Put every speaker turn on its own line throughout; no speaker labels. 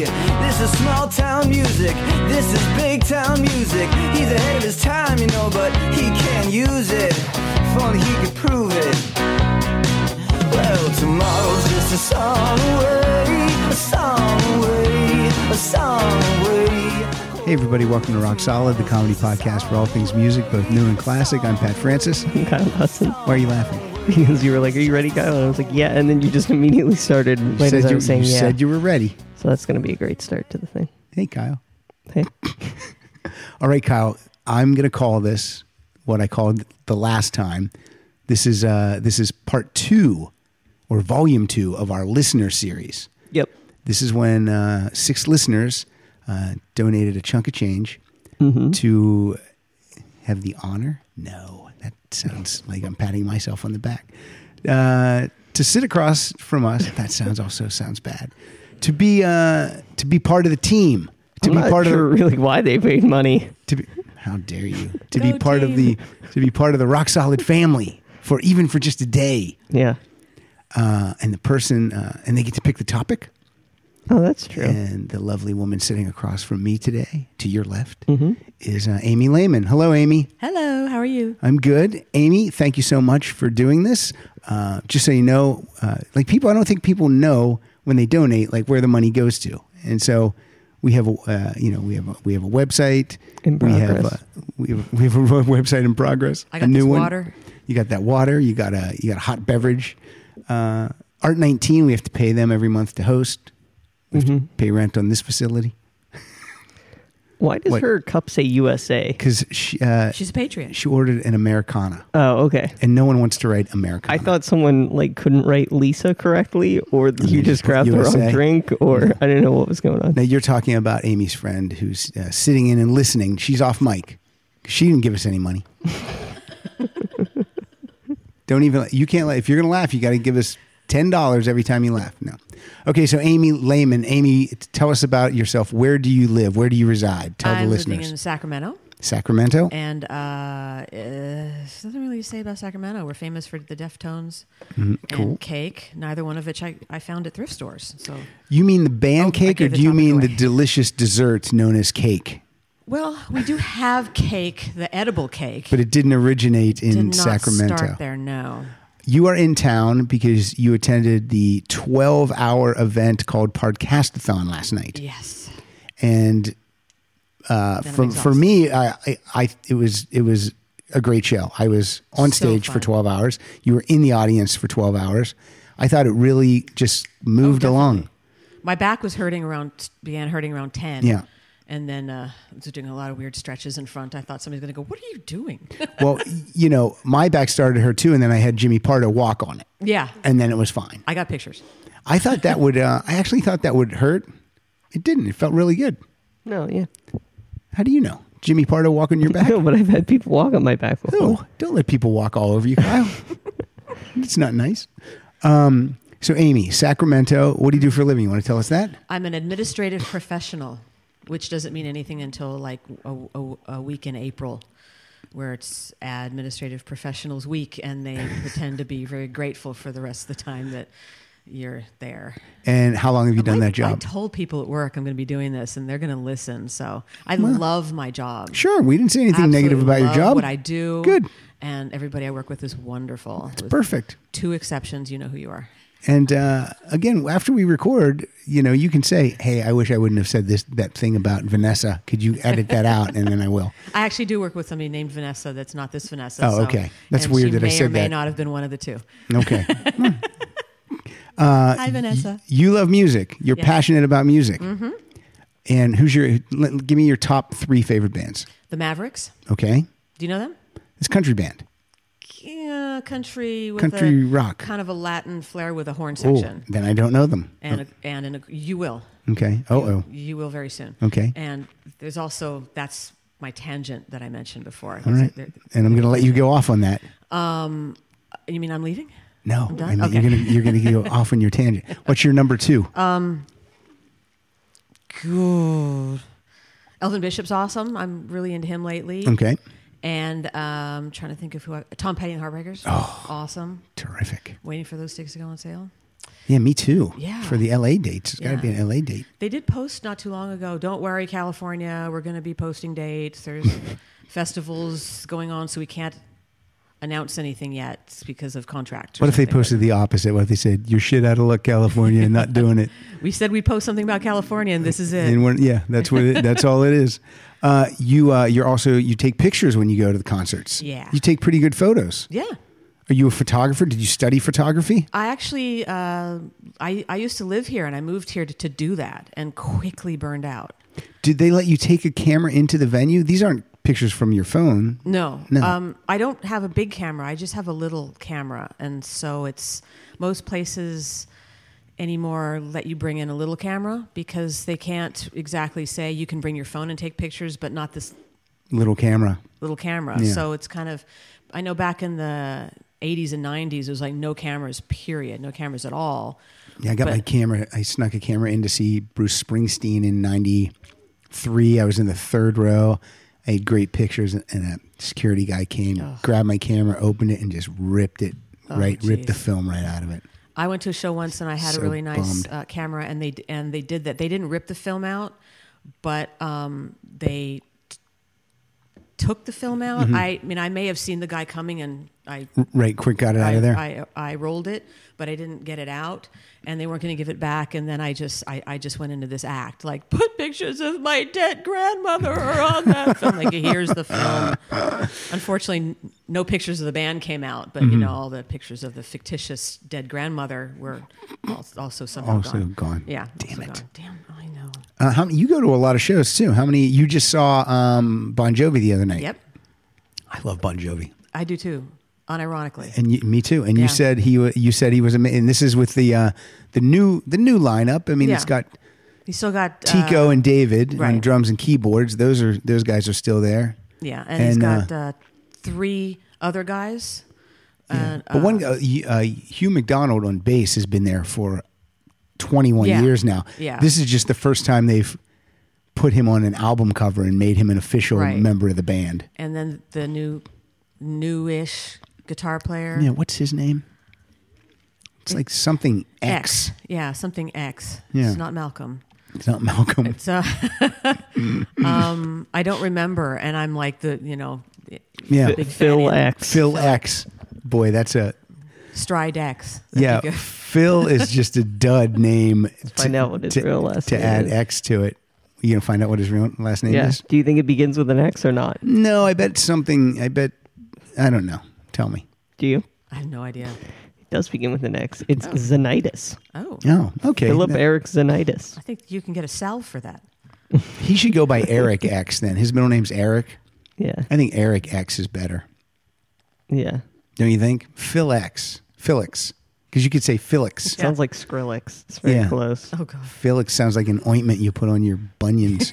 is small town music. This is big town music. He's ahead of his time, you know, but he can't use it. If only he could prove it. Well, tomorrow's just a song away, a song away, a song away.
Hey, everybody, welcome to Rock Solid, the comedy podcast for all things music, both new and classic. I'm Pat Francis. Why
Kyle Hudson.
are you laughing?
Because you were like, Are you ready, Kyle? And I was like, Yeah. And then you just immediately started right as
said
I
you,
was saying,
you
Yeah.
said you were ready.
so that's going to be a great start to the thing.
Hey, Kyle.
Hey.
All right, Kyle, I'm going to call this what I called the last time. This is, uh, this is part two or volume two of our listener series.
yep.
This is when uh, six listeners uh, donated a chunk of change to have the honor. No, that sounds like I'm patting myself on the back. Uh, to sit across from us, that sounds also sounds bad. To be uh, to be part of the team, to
I'm
be
not
part
sure
of the,
really why they paid money.
to be, how dare you to be part of the to be part of the rock solid family for even for just a day,
Yeah.
uh, and the person uh, and they get to pick the topic.
Oh, that's true.
And the lovely woman sitting across from me today, to your left, is uh, Amy Lehman. Hello, Amy.
Hello, how are you?
I'm good. Amy, thank you so much for doing this. Uh, just so you know, uh, like people, I don't think people know when they donate, like where the money goes to. And so we have, a, uh, you know, we have a, we have a website.
In
We have
progress.
a, we have, we have a website in progress.
I got
a new
this
one.
water.
You got that water. You got a you got a hot beverage. Uh, Art 19, we have to pay them every month to host. We have
Mm-hmm.
to pay rent on this facility
Why does
Wait.
her cup say USA?
because she uh,
She's a patriot.
she ordered an Americana,
Oh, okay.
and no one wants to write Americana.
I thought someone like couldn't write Lisa correctly, or you
you just
just
put
grabbed the
USA.
wrong drink, or I didn't know what was going on.
Now you're talking about Amy's friend who's uh, sitting in and listening. She's off mic. She didn't give us any money. Don't even. You can't. laugh. If you're gonna laugh, you got to give us ten dollars every time you laugh. No. Okay, so Amy Lehman. Amy, t- tell us about yourself. Where do you live? Where do you reside? Tell
I'm
the
living
listeners.
in Sacramento,
Sacramento.
and uh, uh, there's nothing really to say about Sacramento. We're famous for the Deftones
Mm,
and cake. Neither one of which I, I found at thrift stores. So,
You mean the band
Oh, I
cake, or
gave the
do you
topic
mean
away.
the delicious dessert known as cake?
well, we do have cake, the edible cake.
But it didn't originate in
did not
Sacramento.
start there. No,
you are in town because you attended the 12 hour event called Podcastathon last night.
yes,
And uh,
Then I'm
for, for me, I, I, I, it was, it was a great show. I was on
So
stage for
fun.
12 hours. You were in the audience for 12 hours. I thought it really just moved along.
my back was hurting around began hurting around ten.
Yeah.
and then uh, I was doing a lot of weird stretches in front. I thought somebody's going to go, "What are you doing?"
well, you know, my back started to hurt too. And then I had Jimmy Pardo walk on it
yeah,
and then it was fine.
I got pictures.
I thought that would, uh, I actually thought that would hurt. It didn't. It felt really good.
No, yeah,
How do you know? Jimmy Pardo walk on your back?
no, but I've had people walk on my back before.
No, don't let people walk all over you, Kyle. it's not nice. Um, so, Amy, Sacramento, what do you do for a living? You want to tell us that?
I'm an administrative professional, which doesn't mean anything until like a, a- a week in April, where it's Administrative Professionals Week, and they pretend to be very grateful for the rest of the time that you're there.
And how long have you done that
I
job?
told people at work I'm going to be doing this, and they're going to listen. So I love my job.
sure, we didn't say anything negative about
Absolutely
your
love
job.
What I do,
Good.
and everybody I work with is wonderful. It's
Perfect.
Two exceptions, you know who you are.
And uh, again, after we record, you know, you can say, "Hey, I wish I wouldn't have said this that thing about Vanessa. Could you edit that out?" And then I will.
I actually do work with somebody named Vanessa. That's not this Vanessa.
Oh,
so-
okay. That's
and
weird
she
that I
may
said
or may
that.
not have been one of the two.
Okay. Hmm. Uh,
Hi, Vanessa.
you love music. You're
Yeah. Mm-hmm.
passionate about music. And who's your? let- Give me your top three favorite bands.
The Mavericks.
Okay,
Do you know them?
it's country band.
Yeah, country with
Country
a,
rock.
kind of a Latin flair with a horn
Oh,
section,
then I don't know them. Oh,
and a, and an, you will,
Okay. Oh, oh.
you will very soon.
Okay.
And there's also that's my tangent that I mentioned before.
All right.
There-
And I'm going to let you go off on that.
you mean I'm leaving?
No,
done?
I mean, you're
Okay. Um,
going to you're going to go off on your tangent. What's your number two?
Good. Elvin Bishop's awesome. I'm really into him lately.
okay.
And um, trying to think of who I, Tom Petty and the Heartbreakers. Oh. Awesome.
Terrific.
Waiting for those tickets to go on sale.
Yeah, me too.
Yeah.
For the LA dates. It's got to be
Yeah.
an LA date.
They did post not too long ago. Don't worry, California. We're going to be posting dates. There's festivals going on, so we can't announce anything yet because of contract. or
What if they
something, but
posted the opposite? What if they said, you're shit out of luck, California, and not doing it?
We said we post something about California, and this is it.
And when, yeah, that's what it, that's all it is. Uh, you uh, you're also you take pictures when you go to the concerts.
Yeah.
you take pretty good photos.
yeah,
Are you a photographer? Did you study photography?
I actually uh, I I used to live here, and I moved here to, to do that, and quickly burned out.
Did they let you take a camera into the venue? These aren't pictures from your phone.
No.
No.
Um, I don't have a big camera. I just have a little camera. And so it's most places anymore let you bring in a little camera because they can't exactly say you can bring your phone and take pictures, but not this
Little camera.
little camera.
Yeah.
So it's kind of, I know back in the 80s and 90s, it was like no cameras, period. No cameras at all.
Yeah, I got
But-
my camera. I snuck a camera in to see Bruce Springsteen in '93. I was in the third row. I had great pictures, and a security guy came, grabbed my camera, opened it, and just ripped it
Oh,
right, ripped the
geez.
film right out of it.
I went to a show once and I had
So
a really nice
bummed.
uh, camera, and they and they did that. They didn't rip the film out, but um, they t- took the film out.
Mm-hmm.
I mean, I may have seen the guy coming, and I
Right, quick, got it out
I,
of there.
I I rolled it, but I didn't get it out, and they weren't going to give it back. And then I just I, I just went into this act like put pictures of my dead grandmother on that film. Like here's the film. Unfortunately, n- no pictures of the band came out, but you
Mm-hmm.
know all the pictures of the fictitious dead grandmother were al- also somehow
Also
gone.
gone.
Yeah,
Damn
also
it.
gone. Damn, I know.
Uh, how many, you go to a lot of shows too? How many? You just saw um, Bon Jovi the other night.
Yep,
I love Bon Jovi,
I do too. Unironically,
and you, me too. And
Yeah.
you said he, wa- you said he was, ama- and this is with the uh, the new the new lineup. I mean, it's
Yeah.
got
you still got uh,
Tico and David on
right.
drums and keyboards. Those are those guys are still there.
Yeah, and, he's
and,
got uh, three other guys. And,
But
uh,
one uh, y- uh, Hugh McDonald on bass has been there for twenty one
Yeah.
years now.
Yeah.
this is just the first time they've put him on an album cover and made him an official
Right.
member of the band.
and then the new newish guitar player
Yeah, what's his name? It's like something X.
yeah something x
Yeah.
it's not malcolm
It's not Malcolm.
so um i don't remember and i'm like the you know
Yeah.
big
Phil
fan
X.
Phil X. Boy, that's a
stride x
yeah.
you go.
Phil is just a dud name.
find
to,
out what his
to-
real last
to
name
add
is.
X to it. You gonna find out what his real last name
Yeah.
is?
Do you think it begins with an X or not?
No, I bet something. I bet. I don't know. Tell me.
Do you?
i have no idea
It does begin with an X. It's Zenitis.
oh
Oh, okay.
Philip Eric Zenitis.
i think you can get a salve for that
He should go by Eric X then. His middle name's Eric.
Yeah.
I think Eric X is better.
Yeah.
Don't you think? Phil X. Philix. Because you could say Philix.
Sounds like Skrillex. It's very
Yeah.
close.
oh god
Philix sounds like an ointment you put on your bunions.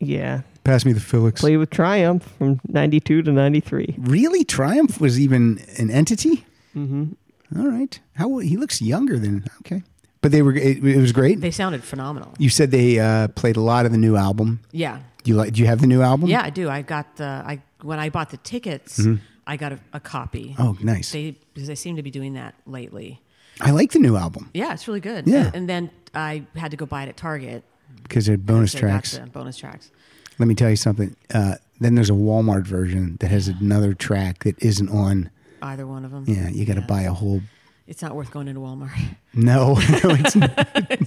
Yeah.
Pass me the Philix.
Play with Triumph from 92 to 93.
Really, Triumph was even an entity. Mm-hmm. right. How he looks younger than okay, but they were. It, it was great.
they sounded phenomenal
you said they uh, played a lot of the new album.
yeah
Do you like? Do you have the new album?
yeah i do i got the i when i bought the tickets i got a, a copy
Mm-hmm. Oh, nice.
they because they seem to be doing that lately
I like the new album
Yeah, it's really good.
Yeah.
And, and then I had to go buy it at Target.
because they're bonus
So I got
tracks.
the bonus tracks.
Let me tell you something. Uh, then there's a Walmart version that has another track that isn't on.
Either one of them.
Yeah, you got to buy a whole.
It's not worth going into Walmart.
No, no, it's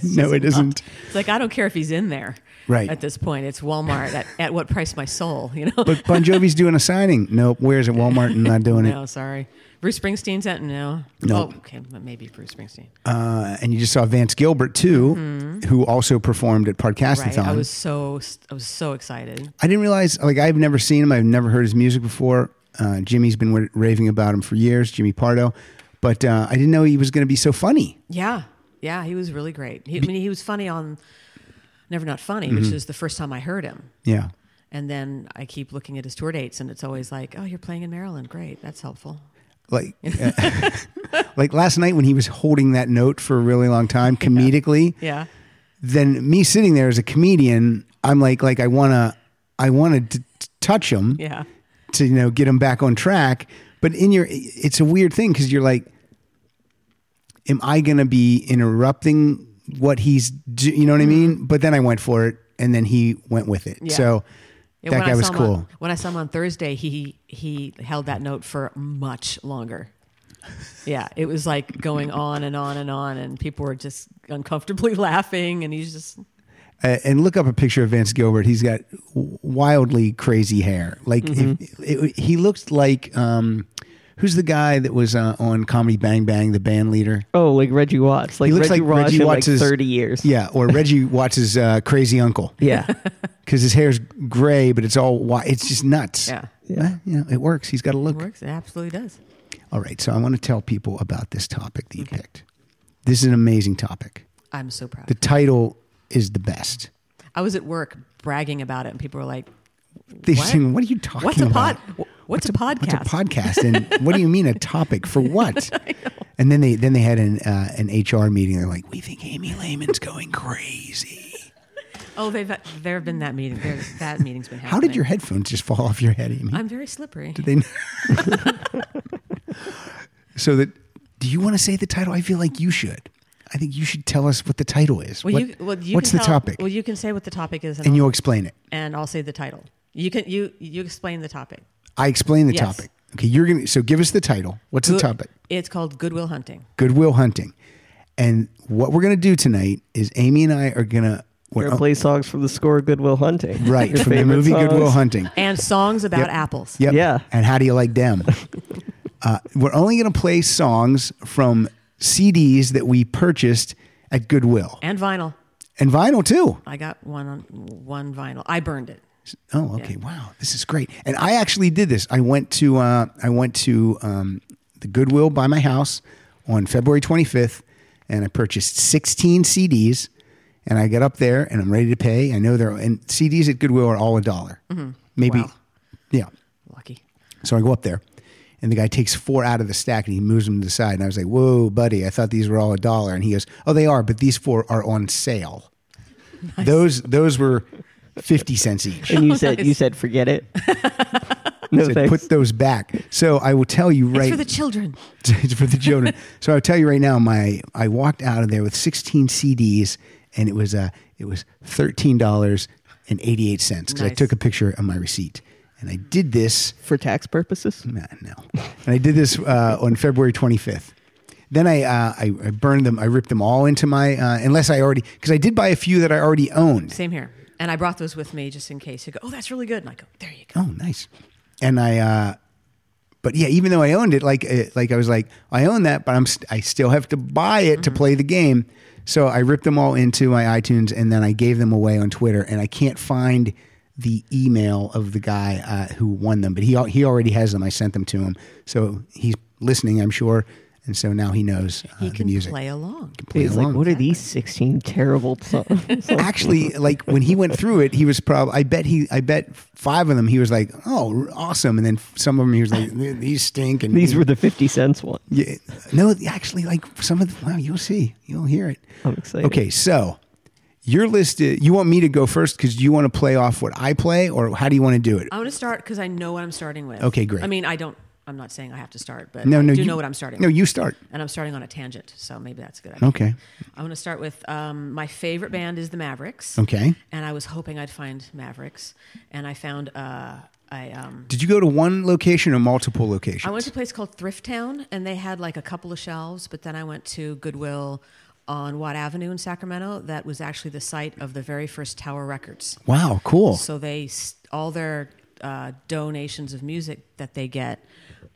no, it isn't.
It's like I don't care if he's in there.
Right.
At this point, it's Walmart. at, at what price, my soul? You know.
But Bon Jovi's doing a signing. Nope. Where's it? Walmart. and not doing it.
no, sorry. Bruce Springsteen's at no.
Nope.
Oh, okay, but maybe Bruce Springsteen.
uh, and you just saw Vance Gilbert too, who also performed at Podcastathon.
Mm-hmm. right. I was so I was so excited.
I didn't realize like I've never seen him. I've never heard his music before. Uh, Jimmy's been wa- raving about him for years, Jimmy Pardo, but uh, I didn't know he was going to be so funny.
Yeah. Yeah. He was really great. He, I mean, he was funny on Never Not Funny,
Mm-hmm.
which is the first time I heard him.
Yeah,
And then I keep looking at his tour dates, and it's always like, oh, you're playing in Maryland. Great. That's helpful.
like uh, like last night when he was holding that note for a really long time comedically.
Yeah.
Then me sitting there as a comedian, I'm like like I wanna I wanna t- t- touch him.
Yeah.
to you know get them back on track. But in your, it's a weird thing because you're like, am I going to be interrupting what he's, do- you know what I mean? But then I went for it, and then he went with it.
Mm-hmm. Yeah.
So
Yeah,
that
when I
guy was
saw him on-
cool.
when I saw him on Thursday, he he held that note for much longer. Yeah, it was like going on and on and on, and people were just uncomfortably laughing, and he's just
Uh, and look up a picture of Vince Gilbert. He's got w- wildly crazy hair. Like
Mm-hmm.
if, it, he looks like um, who's the guy that was uh, on Comedy Bang Bang, the band leader.
Oh, like Reggie Watts. Like
He looks
Reggie
like
Watts
Reggie
in
Watts'
like 30 years.
Yeah, or Reggie Watts' uh, crazy uncle.
Yeah.
because his hair's gray, but it's all white. It's just nuts.
Yeah.
Well, you know, it works. He's got a
it
look.
works. It absolutely does.
All right, so I want to tell people about this topic that you picked. This is an amazing topic.
I'm so proud.
The title is the best.
I was at work bragging about it, and people were like,
They're
What?
saying, "What are you talking
"What's a pod?
about?
wh- What's, a podcast?"
What's a podcast? And what do you mean a topic for what?" And then they then they had an uh, an HR meeting. They're like, "We think Amy Lehman's going crazy."
oh, they've there have been that meeting. There's, that meeting's been. Happening.
How did your headphones just fall off your head, Amy?
I'm very slippery.
Did they? so that do you want to say the title? I feel like you should. I think you should tell us what the title is.
Well,
What-
you, well, you
what's
can
the
tell-
topic?
Well, you can say what the topic is, and,
and
I'll,
you'll explain it.
and I'll say the title. You can you you explain the topic.
I explain the
Yes.
topic. Okay, you're gonna. So give us the title. What's the
Good-
topic?
It's called Goodwill Hunting.
Goodwill hunting. And what we're gonna do tonight is Amy and I are gonna
We're gonna play songs from the score Goodwill Hunting.
um, right
Your
from the
favorite
movie
songs.
Goodwill Hunting.
And songs about
Yep.
apples.
Yep.
Yeah.
And how do you like them? uh, we're only gonna play songs from CDs that we purchased at Goodwill
And vinyl.
and vinyl too.
I got one on one vinyl. I burned it.
Oh, okay. Wow, this is great. And I actually did this. I went to uh, I went to um, the Goodwill by my house on February 25th, and I purchased 16 CDs. And I get up there, and I'm ready to pay. I know they're and CDs at Goodwill are all a dollar, maybe.
Wow.
Yeah.
Lucky.
So I go up there, and the guy takes four out of the stack and he moves them to the side. And I was like, "Whoa, buddy! I thought these were all a dollar." And he goes, "Oh, they are, but these four are on sale. Those those were fifty cents each."
And you
Oh,
said you said forget it. No
said,
thanks.
put those back. So I will tell you right
It's for the children.
It's for the children. so I'll tell you right now, my I walked out of there with 16 CDs, and it was uh it was thirteen dollars and eighty eight cents because I
Nice.
took a picture of my receipt, and I did this.
For tax purposes.
Nah, no, and I did this uh, on February 25th. Then I, uh, I I burned them. I ripped them all into my uh, unless I already because I did buy a few that I already owned.
Same here. And I brought those with me just in case you go, oh, that's really good. And I go, there you go.
Oh, nice. And I, uh, but yeah, even though I owned it, like, uh, like I was like, I own that, but I'm, st- I still have to buy it
Mm-hmm.
to play the game. So I ripped them all into my iTunes and then I gave them away on Twitter. And I can't find the email of the guy uh, who won them, but he al- he already has them. I sent them to him, so he's listening, I'm sure. And so now he knows uh,
He
the
can
music.
play along.
Play
It's like,
along.
what are these 16 terrible songs?
actually like when he went through it he was probably i bet he i bet five of them he was like oh awesome and then some of them he was like these stink and
These were the 50 cents ones.
yeah, no actually like some of the wow you'll see you'll hear it
I'm excited.
okay so your list is, you want me to go first because you want to play off what i play or how do you want to do it
I want to start because I know what I'm starting with.
Okay, great.
I mean, I don't, I'm not saying I have to start, but
no
I
no
do
you
know what I'm starting
no
with.
you start
and I'm starting on a tangent, so maybe that's a good. idea.
okay
I'm going to start with um, my favorite band is the Mavericks.
okay
And I was hoping I'd find Mavericks, and I found uh, I um,
did you go to one location or multiple locations
I went to a place called Thrift Town, and they had like a couple of shelves. But then I went to Goodwill on Watt Avenue in Sacramento. That was actually the site of the very first Tower Records.
wow cool
So they s- all their uh, donations of music that they get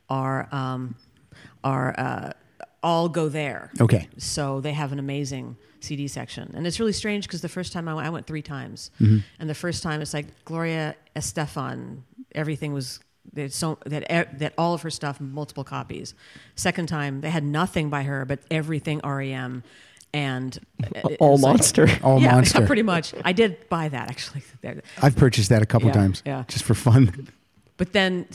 are um, are uh, all go there.
okay
So they have an amazing CD section, and it's really strange because the first time I went, I went three times,
Mm-hmm.
and the first time it's like Gloria Estefan, everything was there's so that e- that all of her stuff, multiple copies. Second time they had nothing by her, but everything REM and it- it
All
was like-
monster.
all
yeah,
monster
pretty much. I did buy that actually.
i've purchased that a couple
Yeah,
times
yeah.
just for fun
But then,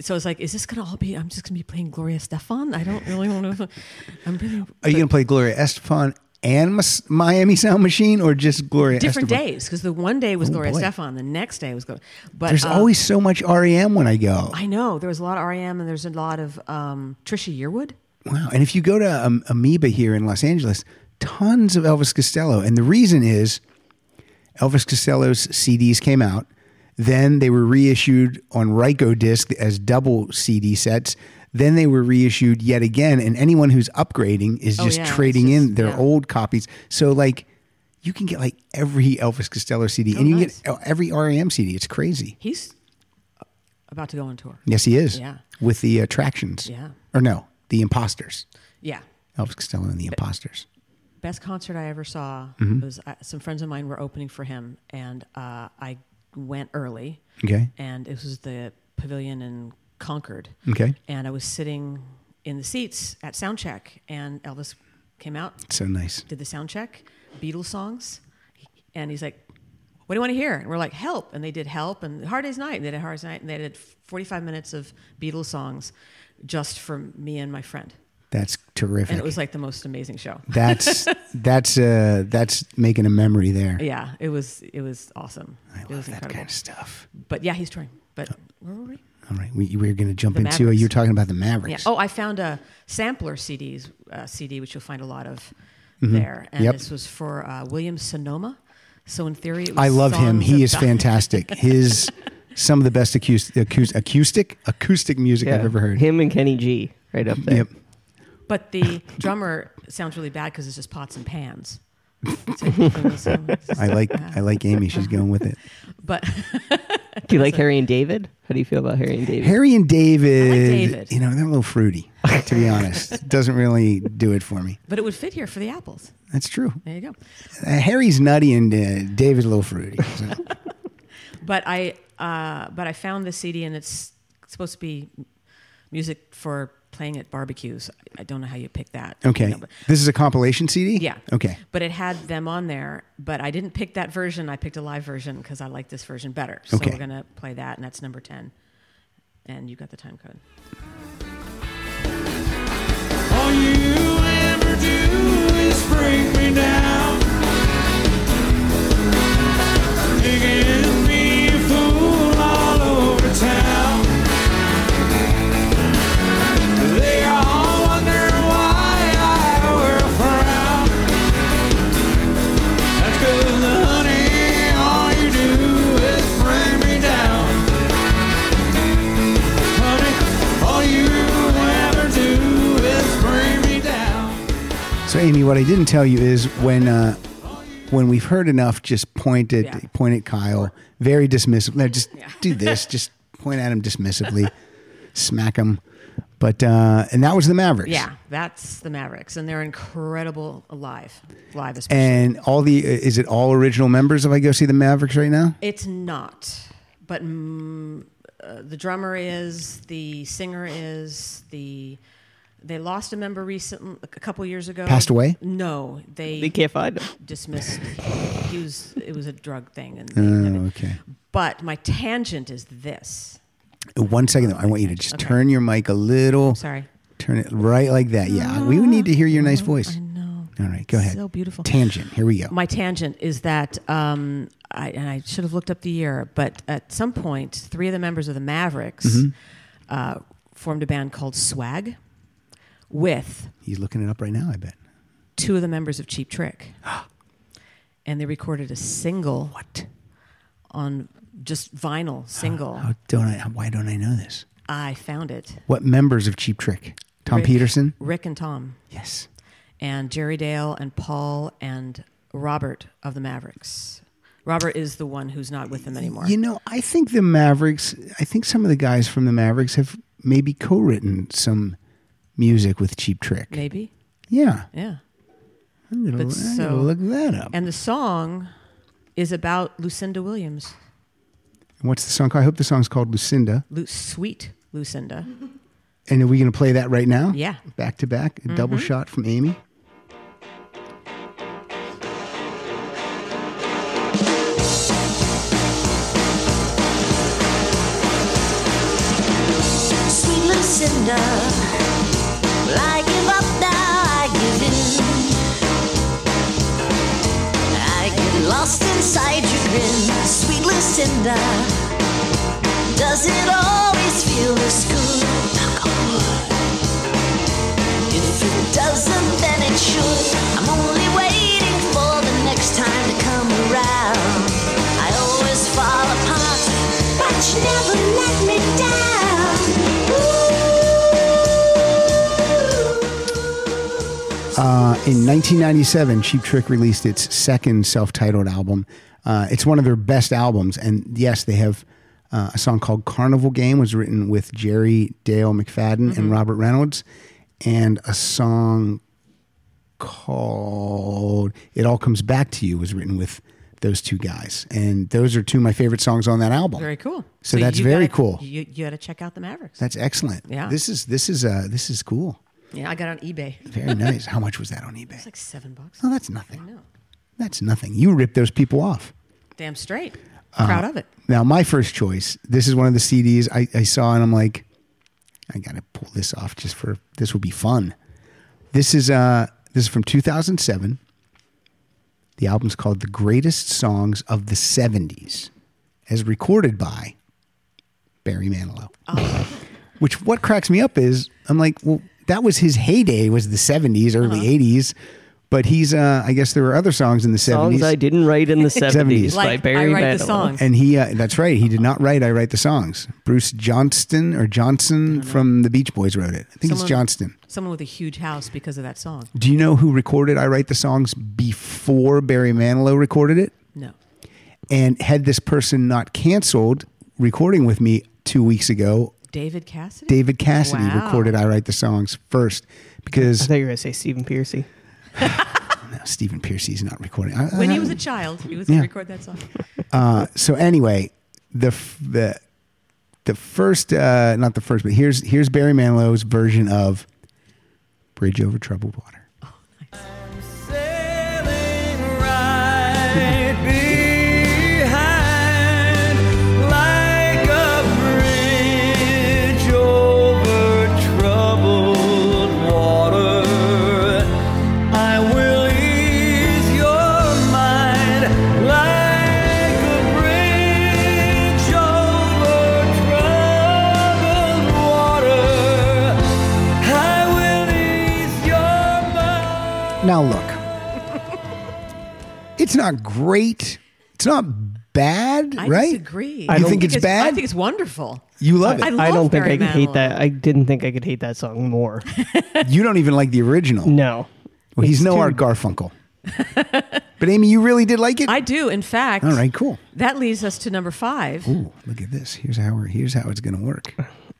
so it's like, is this gonna all be? I'm just gonna be playing Gloria Stefan. I don't really want to. I'm really
Are you going to play Gloria Estefan and Mas- Miami Sound Machine, or just Gloria?
different
Estefan?
days because the one day was Gloria
Oh, boy.
Stefan, the next day was Gloria. But
There's
um,
always so much REM when I go.
E I know there was a lot of REM and there's a lot of um, Trisha Yearwood.
Wow. And if you go to um, Amoeba here in Los Angeles, tons of Elvis Costello. And the reason is Elvis Costello's CDs came out. Then they were reissued on Ryko disc as double CD sets. Then they were reissued yet again. And anyone who's upgrading is
Oh,
just
yeah, it's
trading in
just-
their
yeah.
old copies. So, like, you can get like every Elvis Costello CD
Oh,
and you
nice.
can get uh, every E REM CD. It's crazy.
He's about to go on tour.
Yes, he is.
Yeah.
With the attractions.
Yeah.
Or no, the imposters.
Yeah.
Elvis Costello and the imposters.
Best concert I ever saw
Mm-hmm.
was uh, some friends of mine were opening for him, and uh, I went early,
Okay.
and it was the pavilion in Concord.
Okay.
And I was sitting in the seats at sound check, and Elvis came out,
So nice.
did the sound check, Beatles songs, and he's like, "What do you want to hear?" And we're like, "Help!" And they did "Help" and "Hard Day's Night." And they did "Hard Day's Night," and they did 45 minutes of Beatles songs, just for me and my friend.
That's terrific.
And it was like the most amazing show.
that's that's uh that's making a memory there.
Yeah, it was it was awesome.
I
it
love
was
that
incredible.
kind of Oh. stuff.
But yeah, he's touring. But where were we?
All right, we, we're going to jump
The
into.
Mavericks.
You're talking about the
Yeah.
Mavericks.
Oh, I found a sampler CDs uh, CD which you'll find a lot of there, and
Mm-hmm. Yep.
this was for uh, William Sonoma. So in theory, it was
I love him.
songs
He is
about-
fantastic. His some of the best acoustic acoustic acoustic music I've ever heard.
Him and Kenny G right up there.
Yep.
But the drummer sounds really bad because it's just pots and pans. So he goes, um,
I like I like Amy. She's going with it.
but
Do you like Harry and David? How do you feel about Harry and David?
Harry and David,
David.
You know they're a little fruity. To be honest, doesn't really do it for me.
but it would fit here for the apples.
That's true.
There you go.
Uh, Harry's nutty and uh, David's a little fruity. So.
But I uh, but I found the CD and it's supposed to be music for playing at barbecues. I don't know how you pick that. you
Okay.
know, but-
This is a compilation CD?
Yeah.
Okay.
But it had them on there, but I didn't pick that version. I picked a live version because I like this version better. So
Okay.
we're going to play that, and that's number 10. And you got the time code.
All you ever do is break me down, making me a fool all over town. They all wonder why I wear a frown. That's 'cause, honey, all you do is bring me down. Honey, all you ever do is bring me down.
So Amy, what I didn't tell you is when uh, when we've heard enough, just point at
Yeah.
point at Kyle, very dismissively. No, just do this. Just point at him dismissively, smack him. But uh, and that was the Mavericks.
Yeah, that's the Mavericks, and they're incredible live. Live, especially.
And all the uh, is it all original members? If I go see the Mavericks right now,
it's not, but mm, uh, the drummer is, the singer is, the. They lost a member recently, a couple years ago.
Passed away?
No, they,
They can't find him.
dismissed. he was. It was a drug thing, and
oh, okay.
But my tangent is this.
One second though, I want you to just turn your mic a little.
Sorry.
Turn it right like that. Yeah, we need to hear your nice voice.
No.
All right, go ahead.
So beautiful.
Tangent. Here we go.
My tangent is that, um, I, and I should have looked up the year, but at some point, three of the members of the Mavericks
Mm-hmm.
uh, formed a band called Swag with
He's looking it up right now. I bet.
two of the members of Cheap Trick. and they recorded a single. What? On just vinyl single.
How don't I? how- Why don't I know this?
I found it.
What members of Cheap Trick? Tom
Rick-
Peterson.
Rick and Tom.
Yes.
and Jerry Dale and Paul and Robert of the Mavericks. Robert is the one who's not with them anymore.
You know, I think the Mavericks. I think some of the guys from the Mavericks have maybe co-written some music with Cheap Trick.
Maybe.
Yeah,
Yeah.
I'm gonna,
But
I'm gonna
so-
look that up.
And the song is about Lucinda Williams,
What's the song? called? I hope the song's called Lucinda.
Lu- sweet Lucinda.
And are we gonna play that right now?
Yeah. Mm-hmm.
Back to back, a double shot from Amy.
Sweet Lucinda, well, I give up now, I give in. I get lost inside your grin, sweet Lucinda. Does it always feel this good? It let me down. Ooh.
Uh, In 1997, Cheap Trick released its second self-titled album. Uh, it's one of their best albums, and yes, they have uh, a song called "Carnival Game" was written with Jerry Dale McFadden
Mm-hmm.
and Robert Reynolds, and a song called "It All Comes Back to You" was written with those two guys, and those are two of my favorite songs on that album.
Very cool.
So, that's
you
very
gotta-
cool.
You, you got to check out the Mavericks.
That's excellent.
Yeah.
This is this is uh this is cool.
yeah, I got it on eBay. It's
Very nice. How much was that on eBay?
like seven bucks.
Oh, that's nothing.
No.
That's nothing. You ripped those people off.
Damn straight.
Uh-huh.
Proud of it.
Now, my first choice, this is one of the CDs I, I saw, and I'm like, I gotta pull this off just for this will be fun. This is uh this is from 2007. The album's called The Greatest Songs of the 70s, as recorded by Barry Manilow. Which what cracks me up is I'm like, well, that was his heyday was the 70s, early 80s, but he's uh I guess there were other songs in the 70s.
Songs I didn't write in the 70s, by
Like,
Barry
I write
Manilow.
the songs.
And he, uh, that's right. He did not write I Write the Songs. Bruce Johnston or Johnson from the Beach Boys wrote it. I think
Someone-
it's Johnston.
Someone with a huge house because of that song.
Do you know who recorded I Write the Songs before Barry Manilow recorded it?
No.
And had this person not canceled recording with me two weeks ago,
David Cassidy?
David Cassidy
Wow.
recorded I Write the Songs first
I
because
thought you were going to say Stephen Piercy.
no, Stephen Piercy's not recording. I-
When
I-
he was a child, he was going
Yeah.
to record that song.
so anyway, the f- the the first uh, not the first, but here's here's Barry Manilow's version of "Bridge Over Troubled Water."
Sailing right behind, like a bridge over troubled water. I will ease your mind, like a bridge over troubled water. I will ease your mind.
Now look, it's not great. It's not bad,
I
right?
disagree.
You think it's
I
bad?
think it's wonderful.
you love
I
it.
love
I don't think
Barry
I could hate
Manilow.
that. I didn't think I could hate that song more.
you don't even like the original.
No.
well, he's
It's
no
too-
Art Garfunkel. but Amy, you really did like it.
I do. In fact,
All right, cool.
that leads us to number five.
Ooh, look at this. Here's how we're, here's how it's gonna work.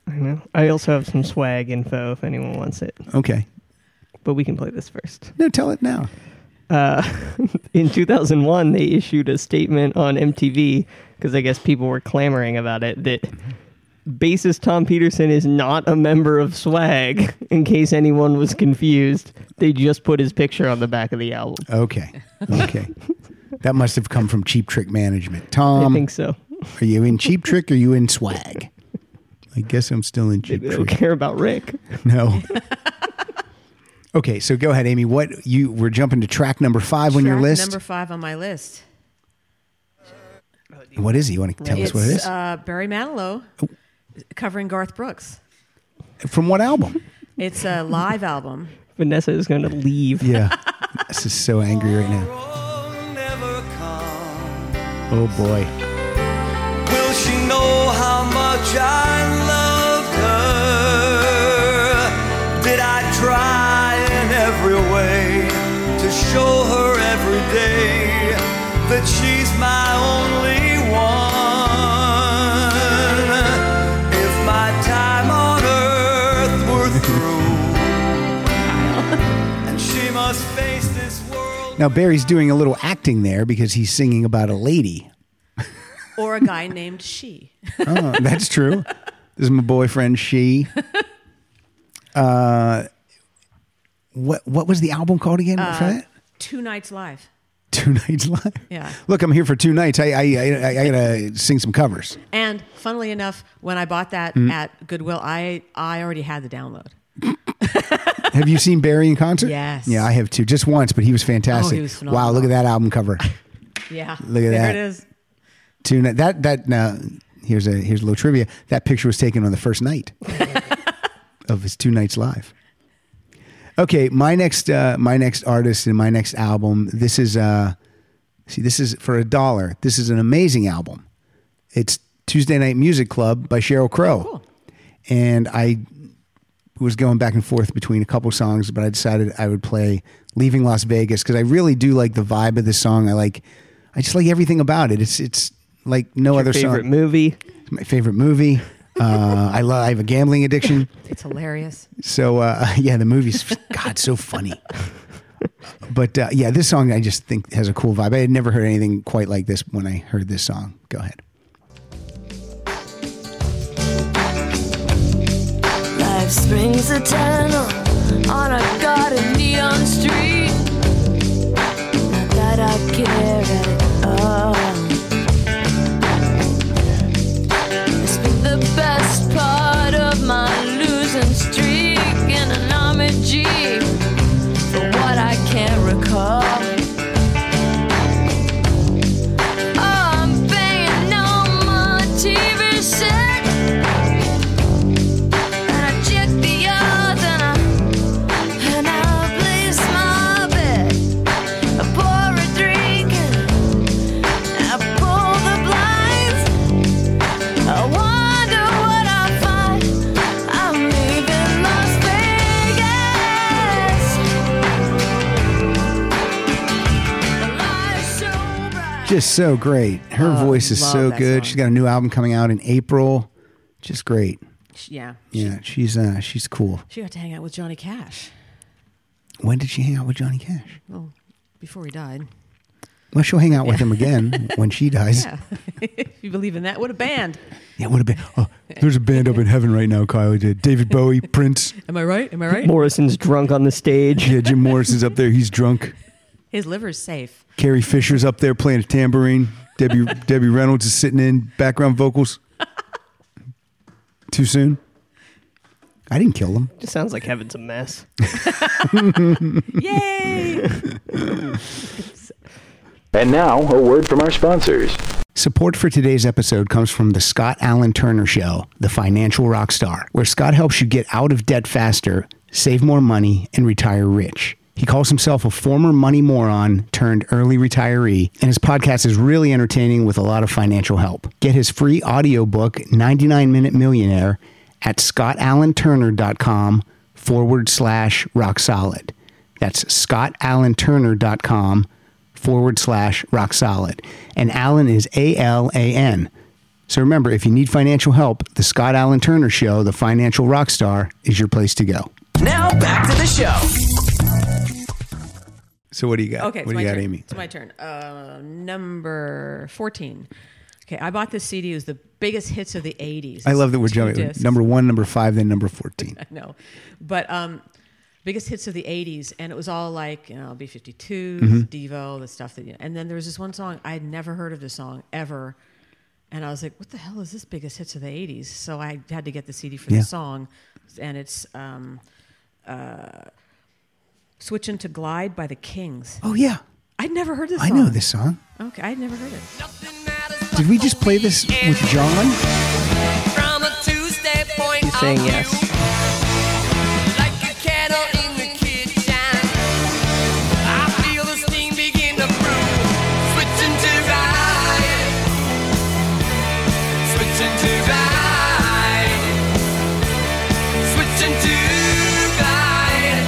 I know. I also have some swag info if anyone wants it,
Okay.
but we can play this first.
No, tell it now.
In 2001, they issued a statement on MTV because I guess people were clamoring about it that bassist Tom Peterson is not a member of Swag. In case anyone was confused, they just put his picture on the back of the album.
Okay. Okay. that must have come from Cheap Trick Management.
I
Tom,
think so.
Are you in Cheap Trick or are you in Swag? I guess I'm still in Cheap
They don't
Trick.
care about Rick.
No. okay, so go ahead, Amy. What you we're jumping to track number five on your
Track
list?
Number five on my list.
what is it? You want to tell
it's
us what it is?
Uh, Barry Manilow covering Garth Brooks.
From what album?
It's a live album.
Vanessa is going to leave.
Yeah. this is so angry right now.
Tomorrow never comes.
Oh boy.
Will she know how much I loved her? Did I try in every way to show her every day that she's my only one? If my time on earth were through, and she must face this world.
Now Barry's doing a little acting there because he's singing about a lady.
Or a guy named She.
Oh, that's true. This is my boyfriend. She. Uh, what what was the album called again? for
Uh,
that?
Two nights live.
Two nights live.
Yeah.
Look, I'm here for two nights. I I I, I gotta sing some covers.
And funnily enough, when I bought that
Mm.
at Goodwill, I, I already had the download.
Have you seen Barry in concert?
Yes. Oh,
Yeah, I have too. Just once, but he was fantastic.
was
wow,
phenomenal.
look at that album cover.
Yeah.
Look at
there
that.
it is.
two night. That that now here's a here's a little trivia. That picture was taken on the first night of his two nights live. Okay, my next uh, my next artist and my next album. This is uh, see, this is for a dollar. This is an amazing album. It's Tuesday Night Music Club by Cheryl Crow.
Cool.
And I was going back and forth between a couple songs, but I decided I would play Leaving Las Vegas because I really do like the vibe of this song. I like, I just like everything about it. It's it's like no
Your
other
favorite
song.
movie.
It's my favorite movie. Uh, I love. I have a gambling addiction.
It's hilarious.
So uh, yeah, the movie's God so funny. But uh, yeah, this song I just think has a cool vibe. I had never heard anything quite like this when I heard this song. Go ahead.
Life springs eternal on a garden neon street. Not that I care at all. It's been the best part of my losing streak in an army jeep. For what I can't recall. Oh, I'm banging on my TV set. And I check the odds and I and I place my bet. I pour a drink and I pull the blinds. I wonder what I find. I'm leaving Las Vegas. The light's so bright.
Just so great. Her
Oh,
voice is
love
so
that
good.
song.
She's got a new album coming out in April. Just great.
Sh- Yeah.
Yeah, she's uh, she's cool.
She got to hang out with Johnny Cash.
When did she hang out with Johnny Cash?
Well, before he died.
Well, she'll hang out with him again when she dies.
Yeah. if you believe in that, what a band.
It would have been. Oh, there's a band up in heaven right now, Kyle. David Bowie, Prince.
Am I right? Am I right?
Morrison's drunk on the stage.
Yeah, Jim Morrison's up there. He's drunk.
His liver's safe.
Carrie Fisher's up there playing a tambourine. Debbie Debbie Reynolds is sitting in background vocals. Too soon. I didn't kill them.
Just sounds like heaven's a mess.
Yay!
And now, a word from our sponsors.
Support for today's episode comes from the Scott Allen Turner Show, the financial rock star, where Scott helps you get out of debt faster, save more money, and retire rich. He calls himself a former money moron turned early retiree, and his podcast is really entertaining with a lot of financial help. Get his free audiobook, 99 Minute Millionaire, at scottallenturner.com forward slash rock solid. That's scottallenturner.com forward slash rock solid. And Allen is A L A N. So remember, if you need financial help, the Scott Allen Turner Show, the financial rock star, is your place to go.
Now back to the show.
So what do you got?
Okay, it's
what do
my
you
turn.
got, Amy?
It's my turn. Uh, number 14. Okay, I bought this CD. It was the biggest hits of the 80s.
I love that we're
Two
jumping
discs.
number one, number five, then number fourteen.
no. But um, biggest hits of the '80s, and it was all like you know B52,
Mm-hmm.
Devo, the stuff that. You and then there was this one song I had never heard of this song ever, and I was like, "What the hell is this biggest hits of the '80s?" So I had to get the CD for
Yeah.
the song, and it's um, uh, "Switching to Glide" by the Kings.
Oh yeah,
I'd never heard this.
I
song.
know this song.
Okay, I'd never heard it.
Did we just play this with John?
From a Tuesday point
He's saying
of view,
yes.
like a kettle in the kitchen, I feel the steam begin to brew. Switching to right, switching to right, switching to right,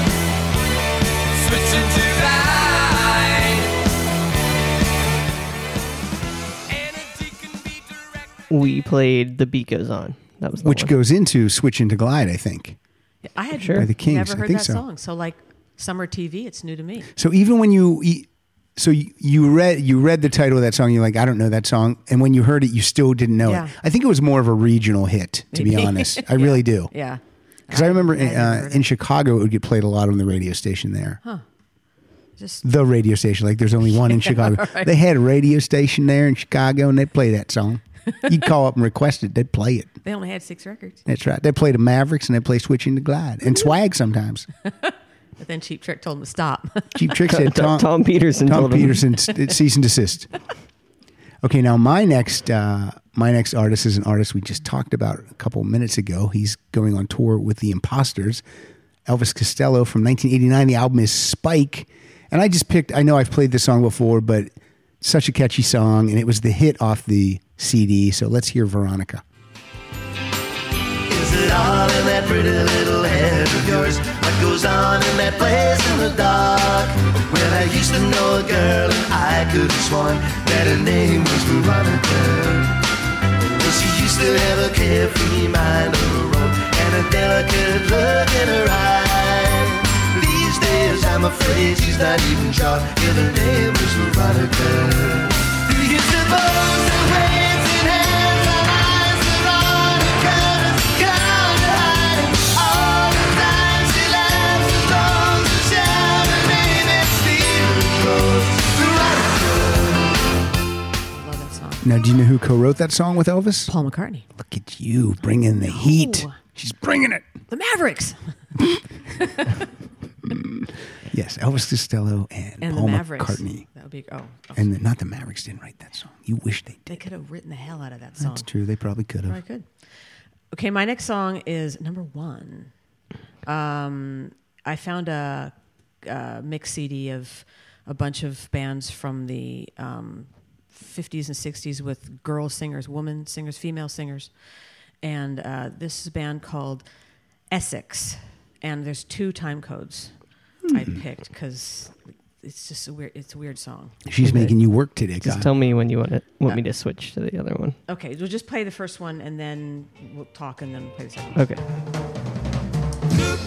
switching to right. Energy can be direct.
We played The Beat Goes On. That was the
Which
one.
goes into switch into glide, I think.
I had
Sure. By
the Kings, I
never heard
think
that
so.
song. So like summer TV, it's new to me.
So even when you, e- so you- you read you read the title of that song, you're like, I don't know that song, and when you heard it, you still didn't know
Yeah.
it. I think it was more of a regional hit, to be
Maybe.
honest. I really do,
Yeah.
because I remember
never
uh,
heard
in
it.
Chicago it would get played a lot on the radio station there.
Just
The radio station, like there's only one in Chicago.
right.
They had a radio station there in Chicago, and they play that song. You'd call up and request it, they'd play it.
they only had six records.
That's right. They play the Mavericks and they play Switching to Glide and Swag sometimes.
But then Cheap Trick told him to stop.
Cheap Trick said
Tom, Tom Peterson
Tom
told him.
Peterson, s- cease and desist. Okay, now my next uh, my next artist is an artist we just talked about a couple minutes ago. He's going on tour with the Imposters, Elvis Costello from 1989. The album is Spike, and I just picked. I know I've played this song before, but such a catchy song, and it was the hit off the CD. So let's hear Veronica.
Is it all in that pretty little head of yours? What goes on in that place in the dark? Well, I used to know a girl, and I could have sworn that her name was Veronica. Well, she used to have a carefree mind of her own and a delicate look in her eye. These days, I'm afraid she's not even sure if her name was Veronica. Do you suppose the waves in hands are eyes of Veronica?
Love that song.
Now, do you know who co wrote that song with Elvis?
Paul McCartney.
Look at you bringing the heat.
No.
She's bringing it.
The Mavericks.
Yes, Elvis Costello and,
And
Paul
the Mavericks.
McCartney.
That would be oh. oh.
And the, not the Mavericks didn't write that song. You wish they did.
they could have written the hell out of that song.
That's true. They probably could
I
have.
could. Okay, my next song is number one. Um, I found a, a mix CD of a bunch of bands from the um, 50s and 60s with girl singers, woman singers, female singers. And uh, this is a band called Essex. And there's two time codes I picked because it's just a weird, it's a weird song.
She's making you work today,
Just
God.
tell me when you want it, want me to switch to the other one.
Okay, we'll just play the first one and then we'll talk and then we'll play the second one.
Okay.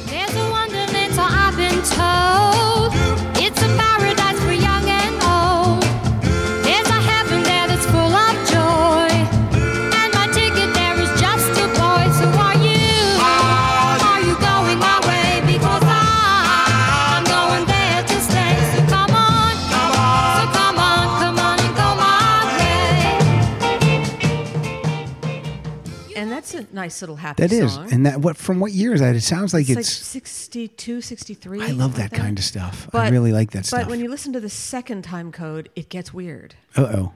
There's a wonderland, so I've been told. It's a paradise for young and old. There's a heaven there that's full of joy. And my ticket there is just a boy. So are you? Are you going my way? Because I, I'm going there to stay. So come on. So come on, come on and go my way.
And that's a nice little happy
That is,
song.
and that what from what year is that? It sounds like
it's,
it's.
like 62, 63.
I love
like
that kind of stuff. I really like that stuff.
But when you listen to the second time code, it gets weird.
uh oh,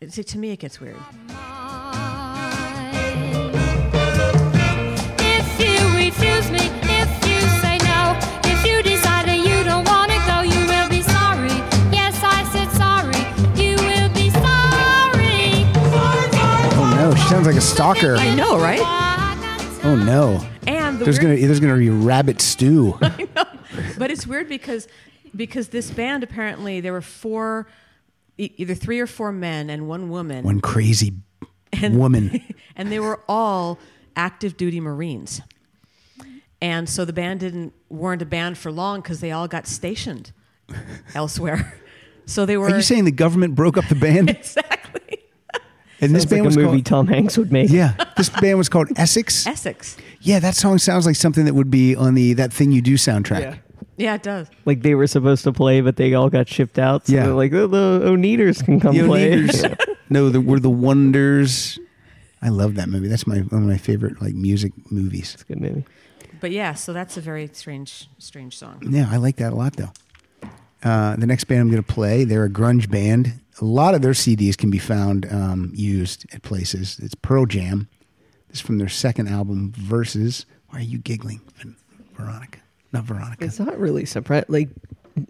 It's, to me, it gets weird.
If you refuse me, if you say no, if you decide that you don't wanna go, you will be sorry. Yes, I said sorry. You will be sorry.
oh no, she sounds like a stalker.
I know, right?
Oh no,
And the
there's
weird,
gonna there's gonna be rabbit stew.
but it's weird because because this band apparently there were four, e- either three or four men and one woman,
One crazy woman.
and they were all active duty Marines. And so the band didn't weren't a band for long because they all got stationed elsewhere. So they were
Are you saying the government broke up the band?
exactly
And this
It's like
band
a
was
movie
called.
Tom Hanks would make.
yeah, this band was called Essex.
Essex.
Yeah, that song sounds like something that would be on the That Thing You Do soundtrack.
Yeah, it does.
Like they were supposed to play, but they all got shipped out. So
Yeah.
they're like, oh, the Oneaters can come
The
play.
Oneaters. no, the, we're the Wonders. I love that movie. That's my one of my favorite like music movies.
Good movie.
But yeah, so that's a very strange, strange song.
Yeah, I like that a lot though. Uh, the next band I'm going to play, they're a grunge band. A lot of their CDs can be found um, used at places. It's Pearl Jam. This is from their second album, Versus. Why are you giggling, Ven- Veronica? Not Veronica.
It's not really surprised. Like,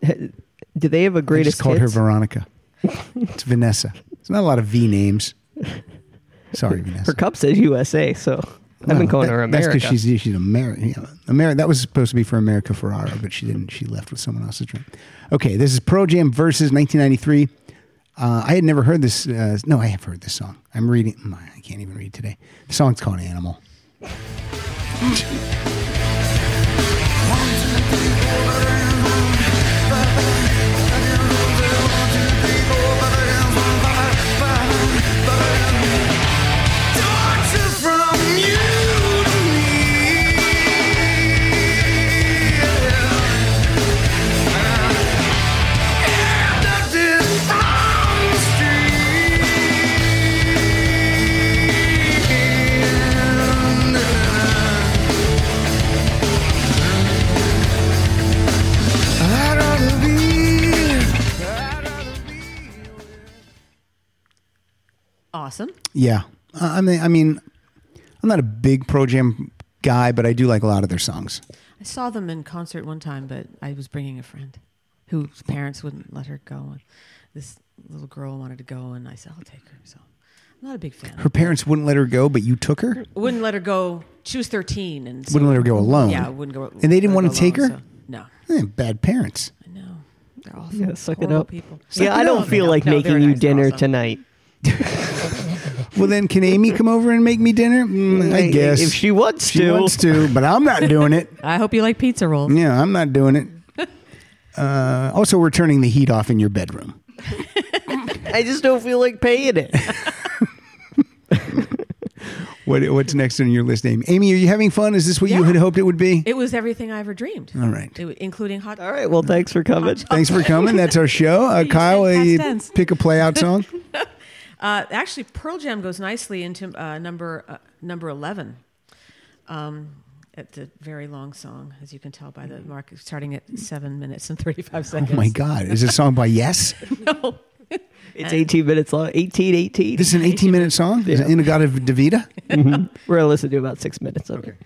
do they have a
I
greatest
just called
hits?
her Veronica. it's Vanessa. It's not a lot of V names. Sorry, Vanessa.
Her cup says USA, so I've been
Well,
calling
that-
her America.
That's because she's she's American. Yeah, Ameri- that was supposed to be for America Ferrara, but she didn't. She left with someone else's drink. Okay, this is Pro Jam versus 1993. Uh, I had never heard this. Uh, no, I have heard this song. I'm reading. My, I can't even read today. The song's called Animal.
Torture from you to me. Abducted on the street. I'd rather be- I'd rather be
Awesome.
Yeah, uh, I mean, I mean, I'm not a big Pro Jam guy, but I do like a lot of their songs.
I saw them in concert one time, but I was bringing a friend whose parents wouldn't let her go. And this little girl wanted to go, and I said, I'll take her. So Not a big fan.
Her parents wouldn't let her go, but you took her.
Wouldn't let her go. She was 13 and so,
Wouldn't let her go alone.
Yeah, wouldn't go.
And they didn't
let
want to take
go
her.
alone, so- No,
Eh, bad parents.
I know. They're awful.
Yeah, suck it
Horrible
up.
People.
yeah, I don't feel like
No, they're
making you
nice, they're
dinner
awesome.
tonight.
Well, then can Amy come over and make me dinner? Mm, I
Like,
guess
if she wants
She
to.
wants to, but I'm not doing it.
I hope you like pizza rolls.
Yeah, I'm not doing it. Uh, also, we're turning the heat off in your bedroom.
I just don't feel like paying it.
What, what's next on your list, Amy? Amy, are you having fun? Is this what you
Yeah.
had hoped it would be?
It was everything I ever dreamed.
All right.
It, including hot.
All right, well, thanks for coming.
Thanks for coming. That's our show. Uh,
said
Kyle,
past
you
tense.
pick a play out song.
Uh, actually, Pearl Jam goes nicely into uh, number uh, number eleven. Um, it's a very long song, as you can tell by the mark, starting at seven minutes and thirty-five seconds.
Mm-hmm. Oh my God. Is it a song by Yes?
No.
It's 18 minutes long. 18, 18.
This is an 18 minute song? Is it Inagata Davida?
We're going to listen to about six minutes of it.